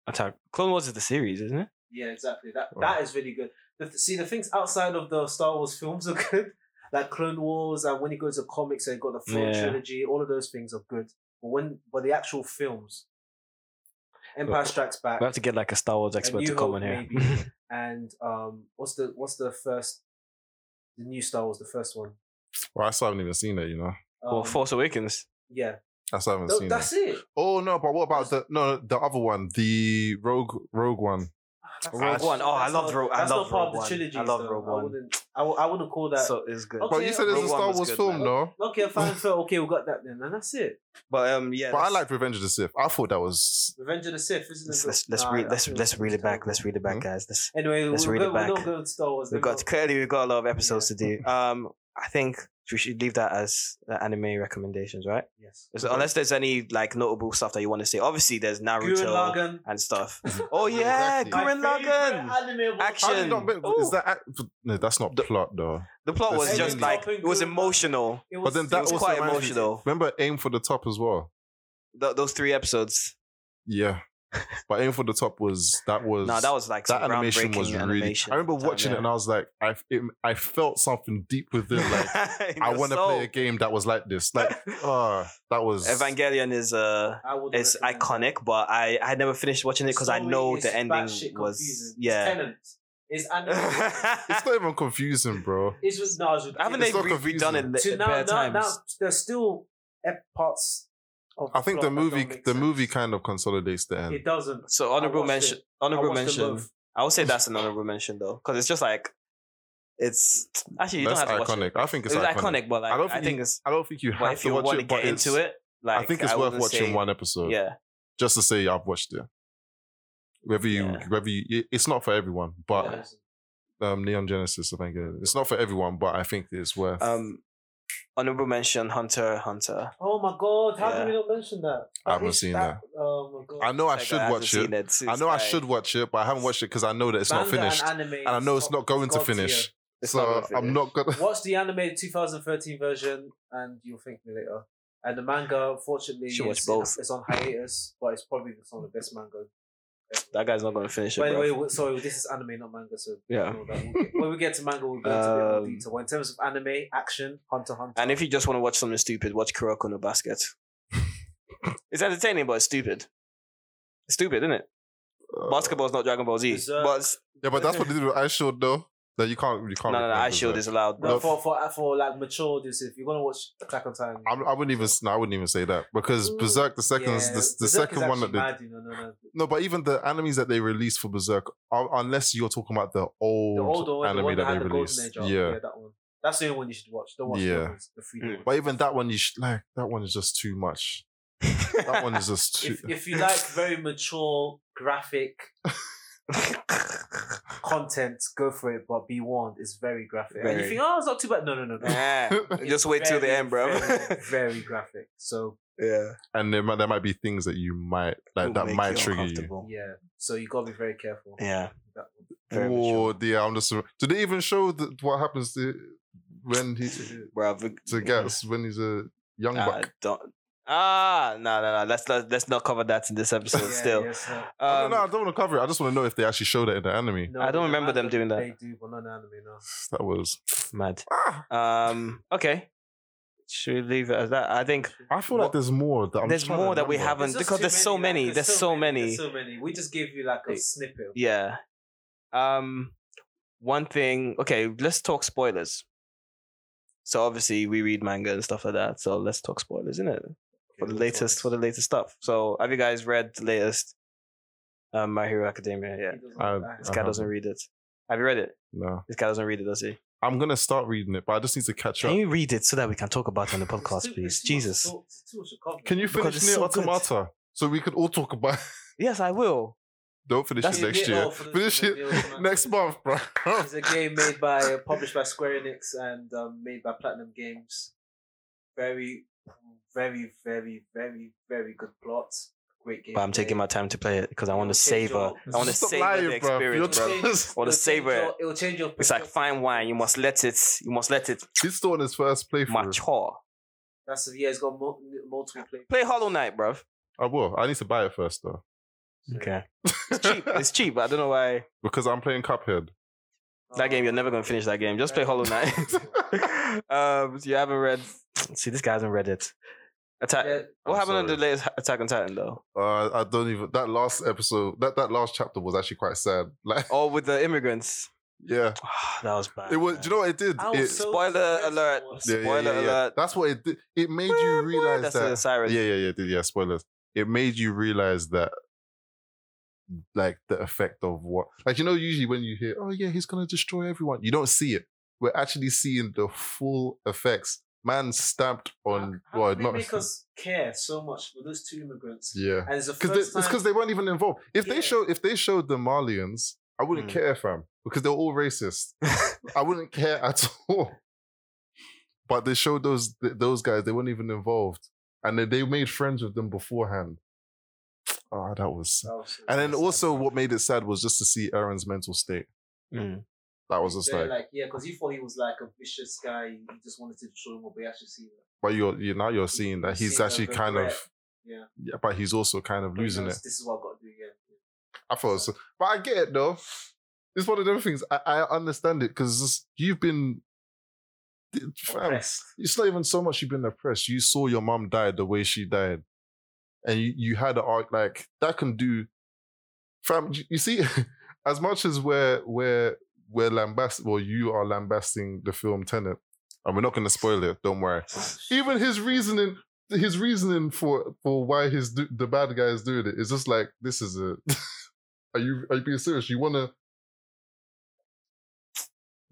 S1: Attack. Clone Wars is the series, isn't it?
S3: Yeah, exactly. That
S2: Or-
S3: that is really good. The, th- see, the things outside of the Star Wars films are [LAUGHS] good, like Clone Wars, and when you go to comics, they got the full
S1: Yeah.
S3: trilogy. All of those things are good, but when but the actual films, Empire
S1: Well,
S3: Strikes Back,
S1: We have to get like a Star Wars expert
S3: New
S1: to come
S3: Hope,
S1: on here. [LAUGHS]
S3: maybe. and um, what's the what's the first, the new Star Wars, the first one.
S2: Well, I still haven't even seen it, you know.
S3: Um,
S1: or Force Awakens.
S3: Yeah,
S2: I still haven't
S3: Tho-
S2: seen it.
S3: that's it.
S1: Ah,
S2: Oh no, but what about the no the other one, the Rogue Rogue one?
S3: That's-
S1: Rogue
S3: that's-
S1: One. Oh, I
S3: that's
S1: loved
S3: not-
S1: Rogue- I
S3: that's
S1: loved
S3: not part
S1: Rogue
S3: of
S1: One.
S3: the
S1: I
S3: trilogies,
S1: loved
S3: though.
S1: Rogue
S3: I
S1: One.
S3: wouldn't. I, w- I wouldn't call that.
S1: So it's good.
S3: Okay.
S2: but you said it's
S1: Rogue
S2: a
S1: One
S2: Star
S1: was
S2: Wars
S1: good,
S2: film,
S1: man.
S2: though.
S1: [LAUGHS]
S3: okay, fine, fair. Okay, we got that then, and that's it.
S1: But um, yeah.
S2: But I
S1: let's-
S2: liked Revenge of the Sith. I thought that was
S3: Revenge of the Sith, isn't
S1: Let's
S3: it?
S1: let's let's
S3: Nah,
S1: read
S3: I
S1: let's
S3: feel
S1: let's
S3: it's
S1: reel it back.
S3: terrible.
S1: Let's reel it back,
S2: Hmm?
S1: guys. Let's
S3: Anyway,
S1: let's
S3: we're,
S1: read it
S3: go, we're
S1: back.
S3: not going to Star Wars.
S1: we've
S3: we're
S1: got
S3: not-
S1: clearly we've got a lot of episodes to do. Um, I think we should leave that as uh, anime recommendations, right?
S3: yes.
S2: Uh-huh.
S1: Is- Unless there's any like notable stuff that you want to say. Obviously, there's
S3: Gurren
S1: Naruto
S3: Lagann.
S1: and
S2: [LAUGHS]
S1: stuff.
S2: Mm-hmm.
S1: Oh yeah,
S2: Exactly.
S1: Gurren
S3: My favourite
S1: Lagann.
S3: anime of all
S1: Action.
S2: How did
S3: time.
S2: it not make-
S1: Ooh.
S2: is that act- no? That's not plot though.
S1: The plot was
S2: That's
S1: just
S2: amazing.
S1: like it was emotional.
S3: It
S2: But then
S1: It
S2: That
S1: was
S2: also
S1: quite
S2: reminds me-
S1: emotional.
S2: Remember Aim for the Top as well.
S1: Th- those three episodes. [LAUGHS]
S2: Yeah, but Aim for the Top was that was
S1: No, that was like
S2: that
S1: some
S2: animation
S1: groundbreaking
S2: was really.
S1: animation
S2: I remember
S1: at the time,
S2: watching
S1: yeah.
S2: it and I was like, I it, I felt something deep within
S1: [LAUGHS]
S2: like.
S1: In
S2: I
S1: your
S2: want to
S1: soul.
S2: play a game that was like this.
S1: [LAUGHS]
S2: Like, uh, that was
S1: Evangelion is uh
S3: I would
S1: it's
S3: recommend
S1: iconic, but I I had never finished watching it
S3: that.
S1: because I
S3: Story
S1: know
S3: is
S1: the ending
S3: batshit confusing.
S1: was
S3: It's
S1: [LAUGHS] yeah.
S3: Tenant. It's anime.
S2: It's not even confusing, bro.
S3: It's just no. It's,
S1: Haven't they
S3: it's
S2: not
S1: re- redone it
S2: confusing.
S1: li-
S3: to now,
S1: bare
S3: now,
S1: times?
S3: now there's still ep- parts. Of
S2: I think
S3: plot
S2: the
S3: that don't
S2: movie
S3: make
S2: the
S3: sense.
S2: movie kind of consolidates the end.
S3: It doesn't.
S1: So
S3: I
S1: honorable
S3: watched
S1: mention.
S3: it. I
S1: Honorable
S3: watched them
S1: mention.
S3: both.
S1: I would say that's an honorable mention though, because it's just like it's actually you
S2: That's
S1: don't have to watch
S2: iconic.
S1: it.
S2: I think
S1: It's
S2: it's
S1: iconic,
S2: iconic.
S1: but like
S2: I
S1: I,
S2: don't think
S1: think
S2: you
S1: it's.
S2: I don't think you
S1: But
S2: have
S1: if
S2: to
S1: you
S2: watch
S1: want to
S2: it, but
S1: get into
S2: it's-
S1: it, like
S2: I think it's worth
S1: wouldn't
S2: watching
S1: say-
S2: one episode
S1: Yeah,
S2: just to say I've watched it. Whether you,
S1: Yeah.
S2: whether you, it- it's not for everyone, but
S3: Yes.
S2: um, Neon Genesis, I think it- it's not for everyone, but I think it's worth.
S1: um, honorable mention Hunter x Hunter.
S3: Oh my god! How
S1: Yeah.
S3: did we not mention that?
S2: I haven't
S3: It's
S2: seen
S3: Oh my god!
S2: I know I
S1: Like,
S2: should
S1: haven't
S2: watch
S1: seen
S2: it. I
S1: since,
S2: know I
S1: like,
S2: should watch it, but I haven't watched it because I know that it's not
S3: Manga
S2: finished,
S3: And, anime
S2: and I know it's
S3: is
S2: not going to
S3: God tier.
S2: finish. [LAUGHS]
S1: it's not
S2: So
S1: worth it.
S2: I'm not gonna.
S3: Watch the anime 2013 version, and you'll thank me later. And the manga, fortunately,
S1: Should watch
S3: is,
S1: both.
S3: It's on hiatus, but it's probably it's one of the best manga.
S1: That guy's not going to finish it.
S3: By the
S1: bruv.
S3: way, we- sorry, this is anime, not manga. So
S1: Yeah.
S3: ignore that. We'll get- when we get to manga, we'll go into a bit more
S1: Um,
S3: detail. But in terms of anime, action, Hunter x Hunter.
S1: And if you just want to watch something stupid, watch Kuroko no
S2: [LAUGHS]
S1: Basket. it's entertaining, but it's stupid. It's stupid, isn't it?
S2: uh,
S1: Basketball's not Dragon Ball Z.
S3: Berserk.
S1: But it's-
S2: [LAUGHS] Yeah, but that's what they did with Ice Shield though. That you can't, you
S1: no, no,
S2: can't.
S1: no,
S2: recommend
S1: Ice Shield
S2: that.
S1: is allowed.
S3: no,
S1: But
S3: for, for for like mature, this if you're gonna watch Attack on Titan,
S2: I'm, I wouldn't even. No, I wouldn't even say that because
S3: Ooh,
S2: Berserk the second, is
S3: Yeah,
S2: the, the
S3: Berserk is
S2: second one that
S3: actually
S2: they.
S3: mad, you know, no, no,
S2: No, but even the animes that they released for Berserk, are, unless you're talking about the old,
S3: the older one, the
S2: anime
S3: one that,
S2: that
S3: had
S2: they
S3: the golden
S2: released,
S3: age. art.
S2: yeah.
S3: that one. That's the only one you should watch. Don't watch
S2: Yeah.
S3: the others, the free
S1: Mm.
S3: ones.
S2: But even that one, you should, like that one is just too much. That one is just too.
S3: [LAUGHS] if, if you like very mature graphic content, go for it. But be warned, it's very graphic. And
S1: Very.
S3: you think, oh, it's not too bad. No, no, no. no.
S1: Yeah. [LAUGHS]
S3: It's
S1: just wait till the
S3: very,
S1: end, bro. [LAUGHS]
S3: very, very graphic. So
S1: yeah,
S2: and there might, there might be things that you might like
S1: Will
S2: that
S1: make
S2: might
S1: you
S2: trigger you.
S1: uncomfortable.
S3: yeah, so you gotta be very careful. [LAUGHS]
S1: Yeah,
S3: with that one.
S1: very mature.
S2: Oh, yeah, I'm just. Do they even show the, what happens to
S1: [LAUGHS]
S2: when he
S1: bruv.
S2: to Gats when he's a young
S1: Ah,
S2: buck?
S1: don't. Ah, no, no, no. Let's let, let's not cover that in this [LAUGHS] episode.
S3: Yeah,
S1: still,
S3: yes, sir.
S1: Um,
S2: I don't know. I don't want to cover it. I just want to know if they actually showed it in the anime.
S3: No,
S1: I don't
S3: in
S1: remember them
S3: manga,
S1: doing that.
S3: They do, but not in anime. No.
S2: That was.
S1: mad.
S2: Ah,
S1: Um, okay. Should we leave it as that? I think
S2: I feel
S1: What-
S2: like there's more. That I'm
S1: There's
S2: trying to
S1: more that we
S2: remember.
S1: haven't
S3: just
S1: because
S3: too
S1: there's so many.
S3: like,
S1: There's so many.
S3: There's so many. We just give you like a
S1: Hey.
S3: snippet.
S1: Yeah. Um one thing, okay, let's talk spoilers. So obviously we read manga and stuff like that. So let's talk spoilers, isn't it? For the latest for the latest stuff. So have you guys read the latest um My Hero Academia? Yeah.
S2: I-
S1: This guy doesn't read it. Have you read it?
S2: No,
S1: This guy doesn't read it, does he?
S2: I'm gonna start reading it, but I just need to catch
S1: Can
S2: up.
S1: you read it so that we can talk about it on the podcast, please? Jesus.
S2: Can
S3: [LAUGHS]
S2: you
S1: Because
S2: finish
S1: it's
S2: Near
S1: so good.
S2: Automata so we could all talk about? [LAUGHS]
S1: Yes, I will.
S2: Don't finish
S1: That's
S2: it next year. Finish it [LAUGHS] next month, bro. [LAUGHS]
S3: It's a game made by uh, published by Square Enix and um, made by Platinum Games. Very, very, very, very, very good plot. Great game.
S1: But I'm taking my time to play it because I want to
S3: It'll change
S1: savor.
S3: your-
S1: I want to
S2: Stop
S1: savor
S2: lying,
S1: the
S2: bruv. You're
S1: experience, bro.
S2: just-
S1: I want to savor it.
S3: It'll change your.
S1: It's like fine wine. You must let it. You must let it
S2: [LAUGHS] He's still on his first playthrough.
S1: mature.
S3: That's yeah. It's got mul- multiple play.
S1: Play Hollow Knight, bruv.
S2: I will. I need to buy it first though.
S3: So-
S1: Okay. It's cheap. It's cheap. but I don't know why.
S2: [LAUGHS] because I'm playing Cuphead.
S1: That game,
S3: um,
S1: you're never going to finish that game. Just play
S3: [LAUGHS]
S1: Hollow Knight. um, so you haven't read. See, this guy hasn't read it. Attack.
S2: [LAUGHS]
S3: Yeah,
S1: what
S2: I'm
S1: happened on the
S2: sorry.
S1: latest [LAUGHS] Attack on Titan, though?
S2: Uh, I don't even. That last episode, that that last chapter was actually quite sad. [LAUGHS] Like,
S1: Oh, with the immigrants.
S2: yeah,
S1: [SIGHS] that was bad.
S2: it was.
S1: man.
S2: Do you know what it did?
S3: I
S2: It-
S3: was so
S1: Spoiler
S3: stressed
S1: alert.
S3: for it.
S2: yeah, yeah,
S1: spoiler
S2: yeah, yeah.
S1: alert.
S2: That's what it did. It made you realize
S1: That's
S2: that.
S1: the siren.
S2: Yeah, yeah, yeah, did- yeah. Spoilers. It made you realize that, like, the effect of what, like, you know, usually when you hear, "Oh yeah, he's gonna destroy everyone," you don't see it. We're actually seeing the full effects. Man stamped on.
S3: How, how
S2: well,
S3: can they
S2: not.
S3: make us care so much for those two immigrants.
S2: yeah,
S3: And it's the
S2: because
S3: first
S2: it's
S3: time.
S2: because they weren't even involved. If
S3: Yeah.
S2: they show, if they showed the Malians, I wouldn't
S1: Mm.
S2: care, fam, because they're all racist. I wouldn't care at [LAUGHS] all. But they showed those th- those guys; they weren't even involved, and then they made friends with them beforehand. Ah, that was. Sad.
S3: That was Oh, so
S2: And then
S3: sad.
S2: also, what made it sad was just to see Aaron's mental state.
S1: Mm.
S2: That was just
S3: They're
S2: like,
S3: like, yeah, because you thought he was like a vicious guy. You just wanted to destroy him, but we actually see that.
S2: but you're, you now you're seeing that he's
S3: seeing
S2: actually
S3: the
S2: kind of,
S3: regret, yeah.
S2: yeah, but he's also kind of
S3: But he
S2: losing
S3: knows
S2: it.
S3: This is what I've got to do. Yeah.
S2: I felt so, but I get it though. It's one of them things. I, I understand it because you've been. fam,
S3: Oppressed.
S2: it's not even so much you've been oppressed. You saw your mom die the way she died, and you, you had an arc like that can do. Fam, you- you see, [LAUGHS] as much as we're we're we're lambast, well, you are lambasting the film Tenet, and we're not going to spoil it. Don't worry. Even his reasoning, his reasoning for for why his do- the bad guy is doing it is just like this is a. [LAUGHS] are you are you being serious? You want to?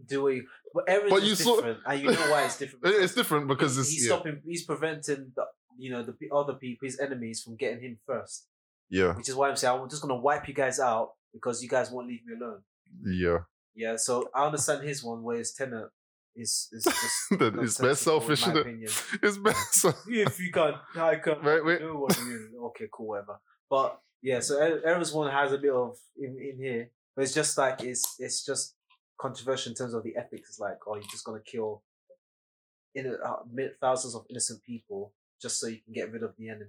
S3: Do what you, but everything's
S2: you saw-
S3: different, and you know why it's
S2: [LAUGHS]
S3: different.
S2: It's different because it's
S3: he's
S2: yeah,
S3: stopping. He's preventing the you know the pe- other people, his enemies, from getting him first.
S2: yeah,
S3: Which is why I'm saying I'm just gonna wipe you guys out because you guys won't leave me alone.
S2: yeah. [LAUGHS]
S3: Yeah. So I understand his one where his tenant is
S2: [LAUGHS]
S3: is just
S2: That it's best
S3: nonsensical, in
S2: selfish,
S3: my
S2: isn't it?
S3: opinion.
S2: [LAUGHS] It's best. self-
S3: if you can, I can.
S2: Right, wait.
S3: No one will. Okay, cool, whatever. But yeah, so e- Aaron's one has a bit of in, in here, but it's just like it's it's just controversial in terms of the ethics. It's like, oh, you're just gonna kill in uh, mi- thousands of innocent people just so you can get rid of the enemy.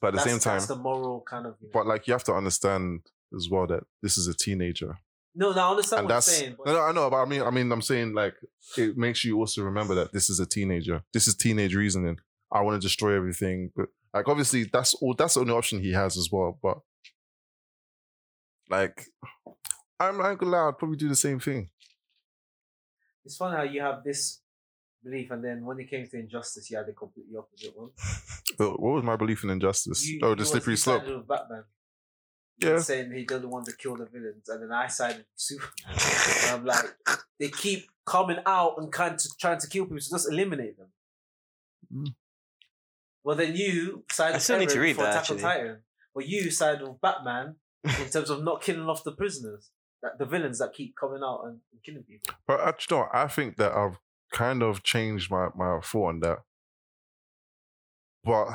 S2: But at the
S3: That's-
S2: same time,
S3: that's the moral kind of. You know.
S2: but like you have to understand as well that this is a teenager,
S3: no, no, I understand
S2: and
S3: what
S2: that's
S3: you're saying.
S2: no,
S3: But
S2: no, I know, but I mean, I mean, I'm saying like it makes you also remember that this is a teenager. This is teenage reasoning. I want to destroy everything, but like obviously that's all. That's the only option he has as well. But like,
S1: [LAUGHS]
S2: I'm not gonna lie, I'd probably do the same thing.
S3: it's funny how you have this belief, and then when it came to injustice, you had the completely opposite one.
S2: But what was my belief in injustice?
S3: You,
S2: oh,
S3: you
S2: the
S3: was-
S2: slippery
S3: you
S2: slope.
S3: sided with Batman.
S2: Yeah,
S3: saying he doesn't want to kill the villains, and then I sided with Superman. And I'm like, they keep coming out and kind to, trying to kill people, so just eliminate them.
S2: Mm.
S3: Well, then you sided
S1: I
S3: with
S1: still need to
S3: Aaron
S1: read
S3: for
S1: that,
S3: Attack on
S1: actually.
S3: Titan. Well, you sided with Batman in terms of not killing off the prisoners, that, the villains that keep coming out and, and killing people.
S2: but uh, actually, no, I think that I've kind of changed my my thought on that. But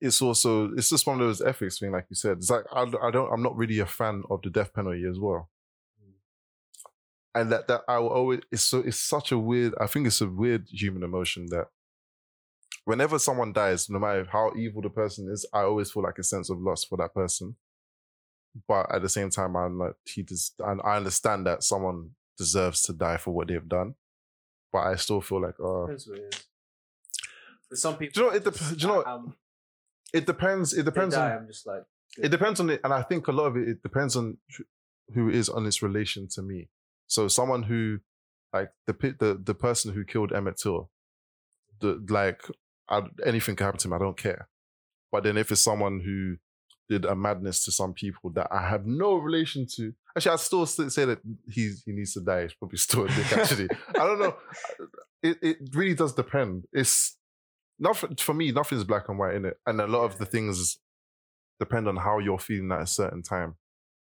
S2: it's also it's just one of those ethics thing, like you said. It's like I, I don't I'm not really a fan of the death penalty as well, and that that I will always it's so it's such a weird I think it's a weird human emotion that whenever someone dies, no matter how evil the person is, I always feel like a sense of loss for that person. But at the same time, I'm like he does, and I understand that someone deserves to die for what they've done. But I still feel like, uh,
S3: Depends what it is. For some people,
S2: Do you know, it
S3: I'm just-
S2: dep- do you know what-
S3: I- I'm-
S2: it depends. It
S3: they
S2: depends on
S3: die, I'm just like,
S2: it depends on it and i think a lot of it it depends on who it is on its relation to me so someone who like the pe- the, the person who killed emmett till the like I, anything can happen to him i don't care but then if it's someone who did a madness to some people that i have no relation to actually i still s- say that he's he needs to die he's probably still a dick actually i don't know it, it really does depend it's nothing for me nothing's black and white in it and a lot of the
S3: Yeah.
S2: things depend on how you're feeling at a certain time.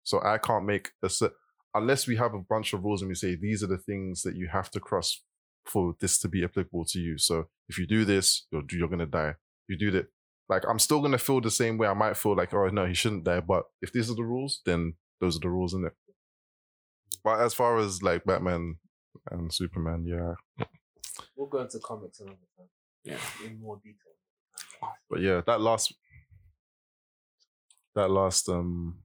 S2: So I can't make a cer- unless we have a bunch of rules and we say these are the things that you have to cross for this to be applicable to you. So if you do this, you're you're gonna die. You do that, like I'm still gonna feel the same way. I might feel like, oh no, he shouldn't die. But if these are the rules, then those are the rules, in it. But as far as like Batman and Superman, yeah,
S3: we'll go into comics another time.
S1: Yeah.
S3: In more detail.
S2: but yeah, that last that last um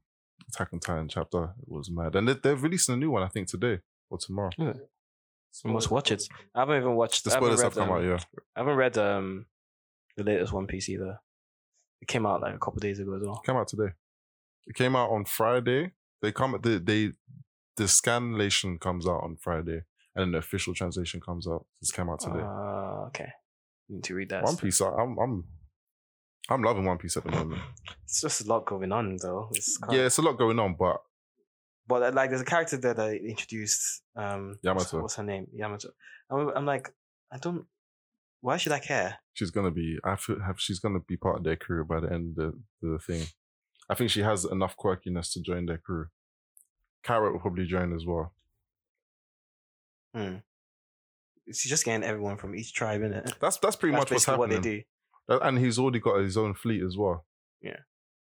S2: Attack on Titan chapter was mad, and they, they're releasing a new one I think today or tomorrow.
S1: We must watch it. I haven't even watched.
S2: The
S1: I haven't
S2: spoilers
S1: read
S2: have come
S1: them.
S2: out, yeah.
S1: I haven't read um the latest One Piece either. It came out like a couple days ago as well.
S2: came out today. It came out on Friday. They come the they the scanlation comes out on Friday, and then the official translation comes out. It's came out today.
S1: Uh, okay, need to read that.
S2: One Piece. I- I'm I'm I'm loving One Piece at the moment.
S1: It's just a lot going on though. It's kind
S2: Yeah,
S1: Of,
S2: it's a lot going on, but
S1: but uh, like, there's a character there that they introduced. Um, what's-
S2: Yamato.
S1: What's her name? Yamato. I'm, I'm like, I don't. Why should I care?
S2: she's gonna be. I feel have she's gonna be part of their crew by the end of the, the thing. I think she has enough quirkiness to join their crew. Carrot will probably join as well.
S1: She's just getting everyone from each tribe in it.
S2: That's that's pretty
S1: That's
S2: much what's
S1: basically
S2: happening.
S1: what they do.
S2: Uh, and he's already got his own fleet as well.
S1: Yeah.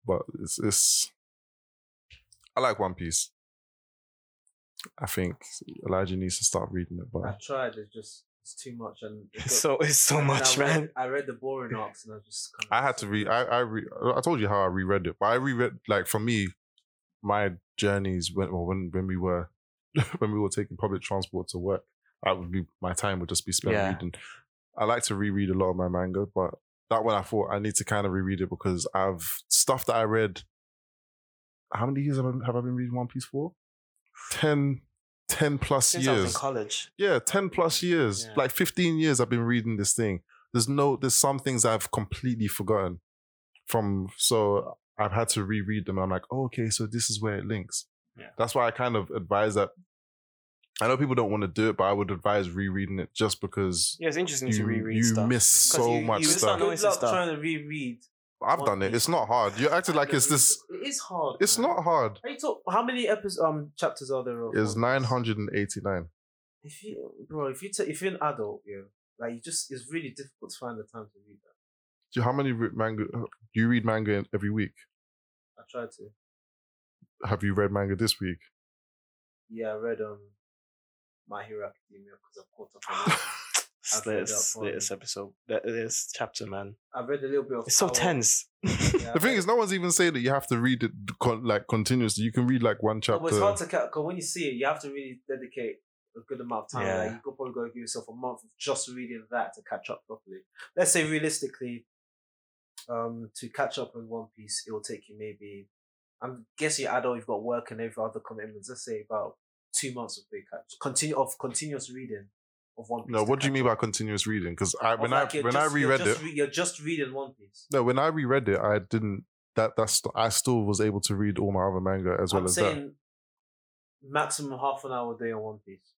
S2: but it's it's. I like One Piece. I think Elijah needs to start reading it,
S3: I
S2: but
S3: tried. It's just it's too much, and it got-
S1: So it's so
S3: and
S1: much,
S3: I read,
S1: man.
S3: I read the boring arcs, and I was just. Kind
S2: I had to read. I I re, I told you how I reread it, but I reread like for me, my journeys when well, when when we were [LAUGHS] when we were taking public transport to work, I would be my time would just be spent
S1: Yeah.
S2: reading. I like to reread a lot of my manga, but that one I thought I need to kind of reread it because I've stuff that I read. How many years have I, have I been reading One Piece for? 10, 10 plus
S1: Since I was
S2: years
S1: in college,
S2: yeah 10 plus years
S1: Yeah.
S2: like 15 years i've been reading this thing there's no there's some things i've completely forgotten from so i've had to reread them and i'm like oh, okay so this is where it links
S1: Yeah.
S2: that's why i kind of advise that i know people don't want to do it but i would advise rereading it just because
S1: yeah, it's interesting to
S2: you,
S1: reread
S2: you
S1: stuff.
S2: miss
S1: 'Cause
S2: so
S1: you-
S2: much
S1: you just don't
S2: stuff
S1: know
S3: Good
S1: it's a
S3: luck
S1: stuff.
S3: trying to reread.
S2: i've done it it's not hard Oh, you're acting like it's this
S3: It is hard.
S2: it's
S3: man.
S2: not hard
S3: Are you talk, how many episodes um chapters are there? of
S2: it's
S3: One Piece?
S2: 989
S3: If you bro, if you ta if you're an adult, yeah, like you just it's really difficult to find the time to read that.
S2: do you, how many re- manga do you read manga every week
S3: I tried to.
S2: have you read manga this week
S3: Yeah, I read um My Hero Academia because I've caught up. On it.
S1: It's
S3: read
S1: this,
S3: that one.
S1: this episode, that- this chapter, man.
S3: I've read a little bit of.
S1: It's so
S3: Power-
S1: tense.
S3: Yeah,
S2: The
S3: I've
S2: thing
S3: read-
S2: is, no one's even saying that you have to read it con- like continuously. You can read like one
S3: No,
S2: chapter.
S3: but it's hard to because when you see it, you have to really dedicate a good amount of time. Like,
S1: Yeah.
S3: you could probably go give yourself a month of just reading that to catch up properly. Let's say realistically, um, to catch up with One Piece, it will take you maybe. I'm guessing you're adult, you've got work and every other commitments. Let's say about two months of big catch continue of continuous reading of One Piece.
S2: no,
S3: to
S2: what do you
S3: catch
S2: mean
S3: up.
S2: by continuous reading? Because I
S3: Of
S2: when
S3: like,
S2: I
S3: you're
S2: when
S3: just-
S2: I
S3: you're
S2: reread it,
S3: just re- you're just reading One Piece.
S2: no, when I reread it, I didn't. That that's I still was able to read all my other manga as well
S3: I'm
S2: as that.
S3: saying maximum half an hour a day on One Piece.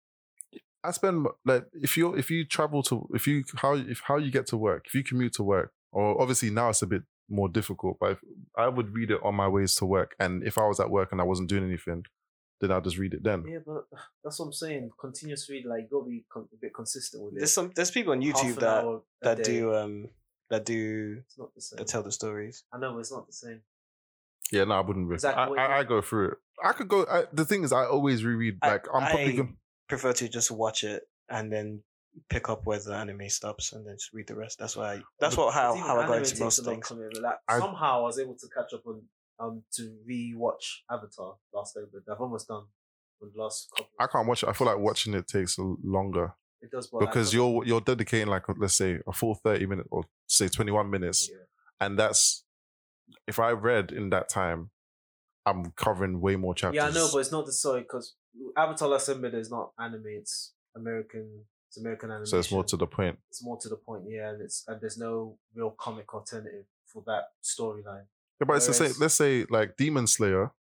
S2: I spend like if you if you travel to if you how if how you get to work if you commute to work or obviously now it's a bit more difficult but if, I would read it on my ways to work and if I was at work and I wasn't doing anything then I'll just read it then.
S3: Yeah, but that's what I'm saying. Continuous read, like, you gotta be con- a bit consistent with it.
S1: there's some there's people on
S3: Half
S1: YouTube
S3: an
S1: that
S3: hour a
S1: that
S3: day,
S1: do um that do
S3: It's not the same.
S1: that tell the stories.
S3: I know, but it's not the same.
S2: Yeah, no, I wouldn't. Re-
S3: Exactly what
S2: I,
S3: you-
S2: I, I go through it. I could go. I, the thing is, I always reread.
S1: I-
S2: Like I, am probably
S1: I
S2: gonna,
S1: Prefer to just watch it and then pick up where the anime stops and then just read the rest. That's why I, that's what how
S3: Even
S1: how I
S3: anime
S1: got into
S3: takes a
S1: most
S3: long
S1: things.
S3: commitment. Like,
S2: I-
S3: somehow I was able to catch up on, um, to re-watch Avatar last night, but I've almost done on the last couple.
S2: I can't watch it. I feel like watching it takes a- longer
S3: It does, but
S2: because you're you're dedicating like let's say a full thirty minutes or say twenty one minutes,
S3: Yeah.
S2: and that's if I read in that time, I'm covering way more chapters.
S3: Yeah, I know, but it's not the story because Avatar: Last Airbender is not anime. It's American. It's American anime.
S2: so it's more to the point.
S3: it's more to the point, yeah, and it's and there's no real comic alternative for that storyline.
S2: Yeah, but it's the same.
S3: Whereas-
S2: Let's say like Demon Slayer.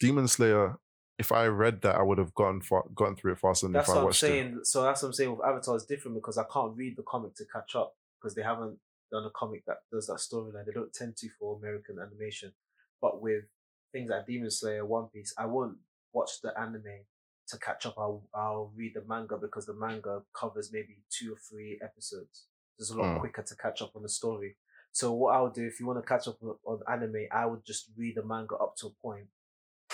S2: Demon Slayer. If I read that, I would have gone far, gotten through it faster than
S3: That's
S2: if I
S3: what I'm
S2: watched it.
S3: saying. So that's what I'm saying with Avatar is different because I can't read the comic to catch up because they haven't done a comic that does that storyline. They don't tend to for American animation. But with things like Demon Slayer, One Piece, I won't watch the anime to catch up. I'll I'll read the manga because the manga covers maybe two or three episodes. It's a lot
S2: Hmm.
S3: quicker to catch up on the story. So what I would do if you want to catch up on, on anime, I would just read the manga up to a point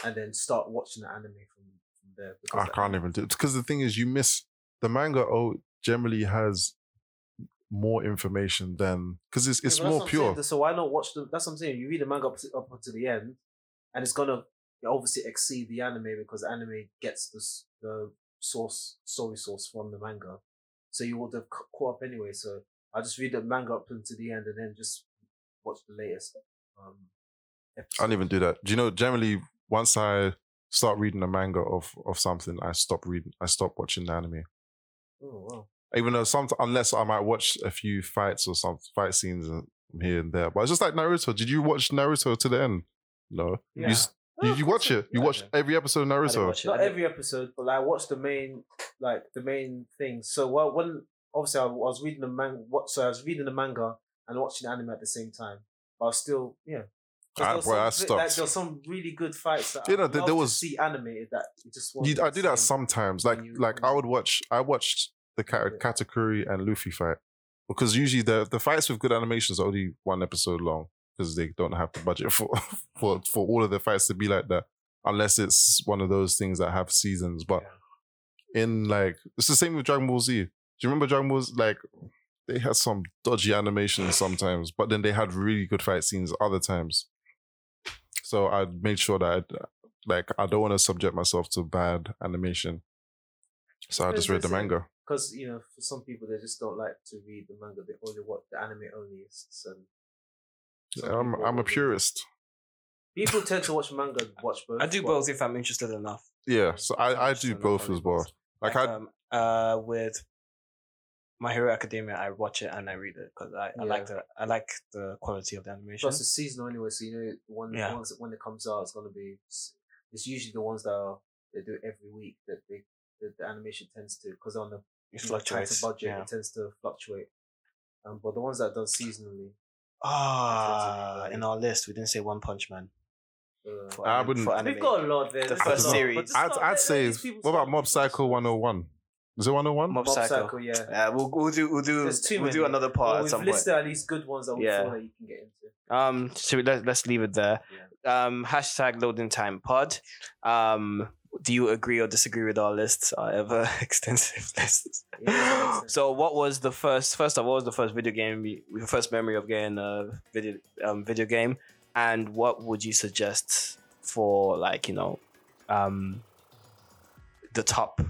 S3: and then start watching the anime from, from there.
S2: I
S3: the
S2: can't even do it because the thing is, you miss the manga. Oh, generally has more information than because it's it's
S3: Yeah,
S2: more
S3: but that's what I'm saying,
S2: pure.
S3: So why not watch the? That's what I'm saying. You read the manga up to, up to the end, and it's gonna obviously exceed the anime because the anime gets the s- the source story source from the manga, so you would have c- caught up anyway. So I just read the manga up until the end and then just watch the latest. Um,
S2: I
S3: episode.
S2: don't even do that. Do you know? Generally, once I start reading a manga of of something, I stop reading. I stop watching the anime.
S3: Oh wow.
S2: Even though some, unless I might watch a few fights or some fight scenes and- here and there. But it's just like Naruto. Did you watch Naruto to the end? No. You s- You, you watch it.
S3: [LAUGHS]
S2: You
S3: Yeah,
S2: watch
S3: yeah.
S2: every episode of
S1: I didn't
S2: Naruto.
S1: watch it. I
S3: not
S1: didn't-
S3: every episode, but like, I watched the main, like the main things. So well, when obviously I was reading the manga, what so I was reading the manga and watching the anime at the same time. But I was still, yeah.
S2: Ah,
S3: 'Cause there was
S2: bro, I
S3: some bit- Like,
S2: stopped.
S3: there were some really good fights that
S2: You know,
S3: I
S2: there-
S3: there,
S2: there
S3: was
S2: was-
S3: to see animated that you just.
S2: You,
S3: wasn't
S2: I do that
S3: seeing.
S2: sometimes. Like
S3: you-
S2: like I would watch. I watched the Ka-
S3: Yeah.
S2: Katakuri and Luffy fight because usually the the fights with good animations are only one episode long because they don't have the budget [LAUGHS] for for for all of the fights to be like that unless it's one of those things that have seasons. But in like it's the same with Dragon Ball Z. Do you remember Dragon Ball's like they had some dodgy animations sometimes, but then they had really good fight scenes other times. So I made sure that I'd, like I don't want to subject myself to bad animation. So I just read the
S3: Listen.
S2: manga.
S3: because you know, for some people, they just don't like to read the manga. They only watch the anime only. And some
S2: I'm
S3: people
S2: I'm a
S3: only-
S2: purist.
S3: People tend to watch manga, and watch both.
S1: I do
S3: but-
S1: both if I'm interested enough.
S2: Yeah. So I, I
S1: Interested
S2: do
S1: enough,
S2: both
S1: I'll
S2: as well. Like I
S1: um, uh, with My Hero Academia, I watch it and I read it because I, I like the I like the quality of the animation.
S3: Plus, it's seasonal anyway, so you know one
S1: Yeah.
S3: once when it comes out, it's gonna be. It's, it's usually the ones that are, they do it every week that they that the animation tends to because on the
S1: It
S3: on the tighter
S1: fluctuates.
S3: budget
S1: Yeah.
S3: it tends to fluctuate. Um, but the ones that are done seasonally,
S1: Ah,
S3: Really-
S1: in our list, we didn't say One Punch Man.
S3: uh,
S1: For
S2: I
S1: anim-
S2: wouldn't-
S1: for
S3: we've
S1: anime.
S3: got a lot there.
S1: The
S3: there's a
S2: first
S3: lot, but
S1: series.
S3: just
S2: I'd
S3: start-
S2: I'd
S3: let-
S2: say
S3: let these people
S2: what about
S3: start
S2: Mob
S3: reading.
S2: Psycho 101? Is it 101?
S1: Mob
S3: Mob Psycho,
S1: Psycho.
S3: yeah.
S1: Yeah, we'll, we'll do we'll do
S3: There's too
S1: we'll do
S3: many.
S1: another
S3: Well,
S1: part at
S3: we've
S1: some point.
S3: listed at least good ones that we
S1: Yeah.
S3: feel that you can get into.
S1: Um, so let, let's leave it there. Um, hashtag loading time pod. Um, do you agree or disagree with our lists, our ever [LAUGHS] extensive lists?
S3: Yeah, that
S1: [LAUGHS]
S3: makes sense.
S1: so, what was the first? First of all, what was the first video game? we- Your first memory of getting a video um, video game, and what would you suggest for like you know, um, the top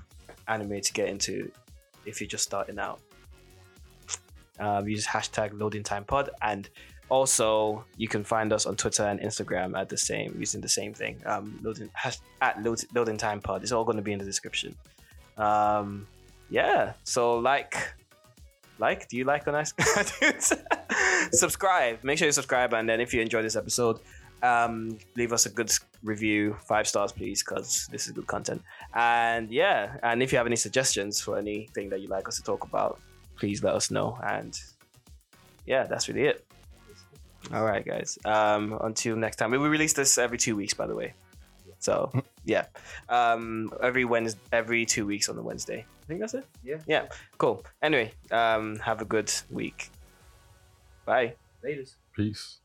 S1: anime to get into if you're just starting out? Um, use hashtag loading time pod and also, you can find us on Twitter and Instagram at the same using the same thing. Um, loading hash, at load, loading time pod. It's all going to be in the description. Um, yeah. So like, like. Do you like on [LAUGHS] ice? subscribe. Make sure you subscribe, and then if you enjoy this episode, um, leave us a good s- review, five stars, please, because this is good content. And yeah, and if you have any suggestions for anything that you like us to talk about, please let us know. And yeah, that's really it. All right, guys. Um, until next time. We we release this every two weeks, by the way. So yeah, um, every Wednesday, every two weeks on the Wednesday. I think that's it.
S3: Yeah.
S1: Yeah. Cool. Anyway, um, have a good week. Bye.
S3: Latest.
S2: Peace.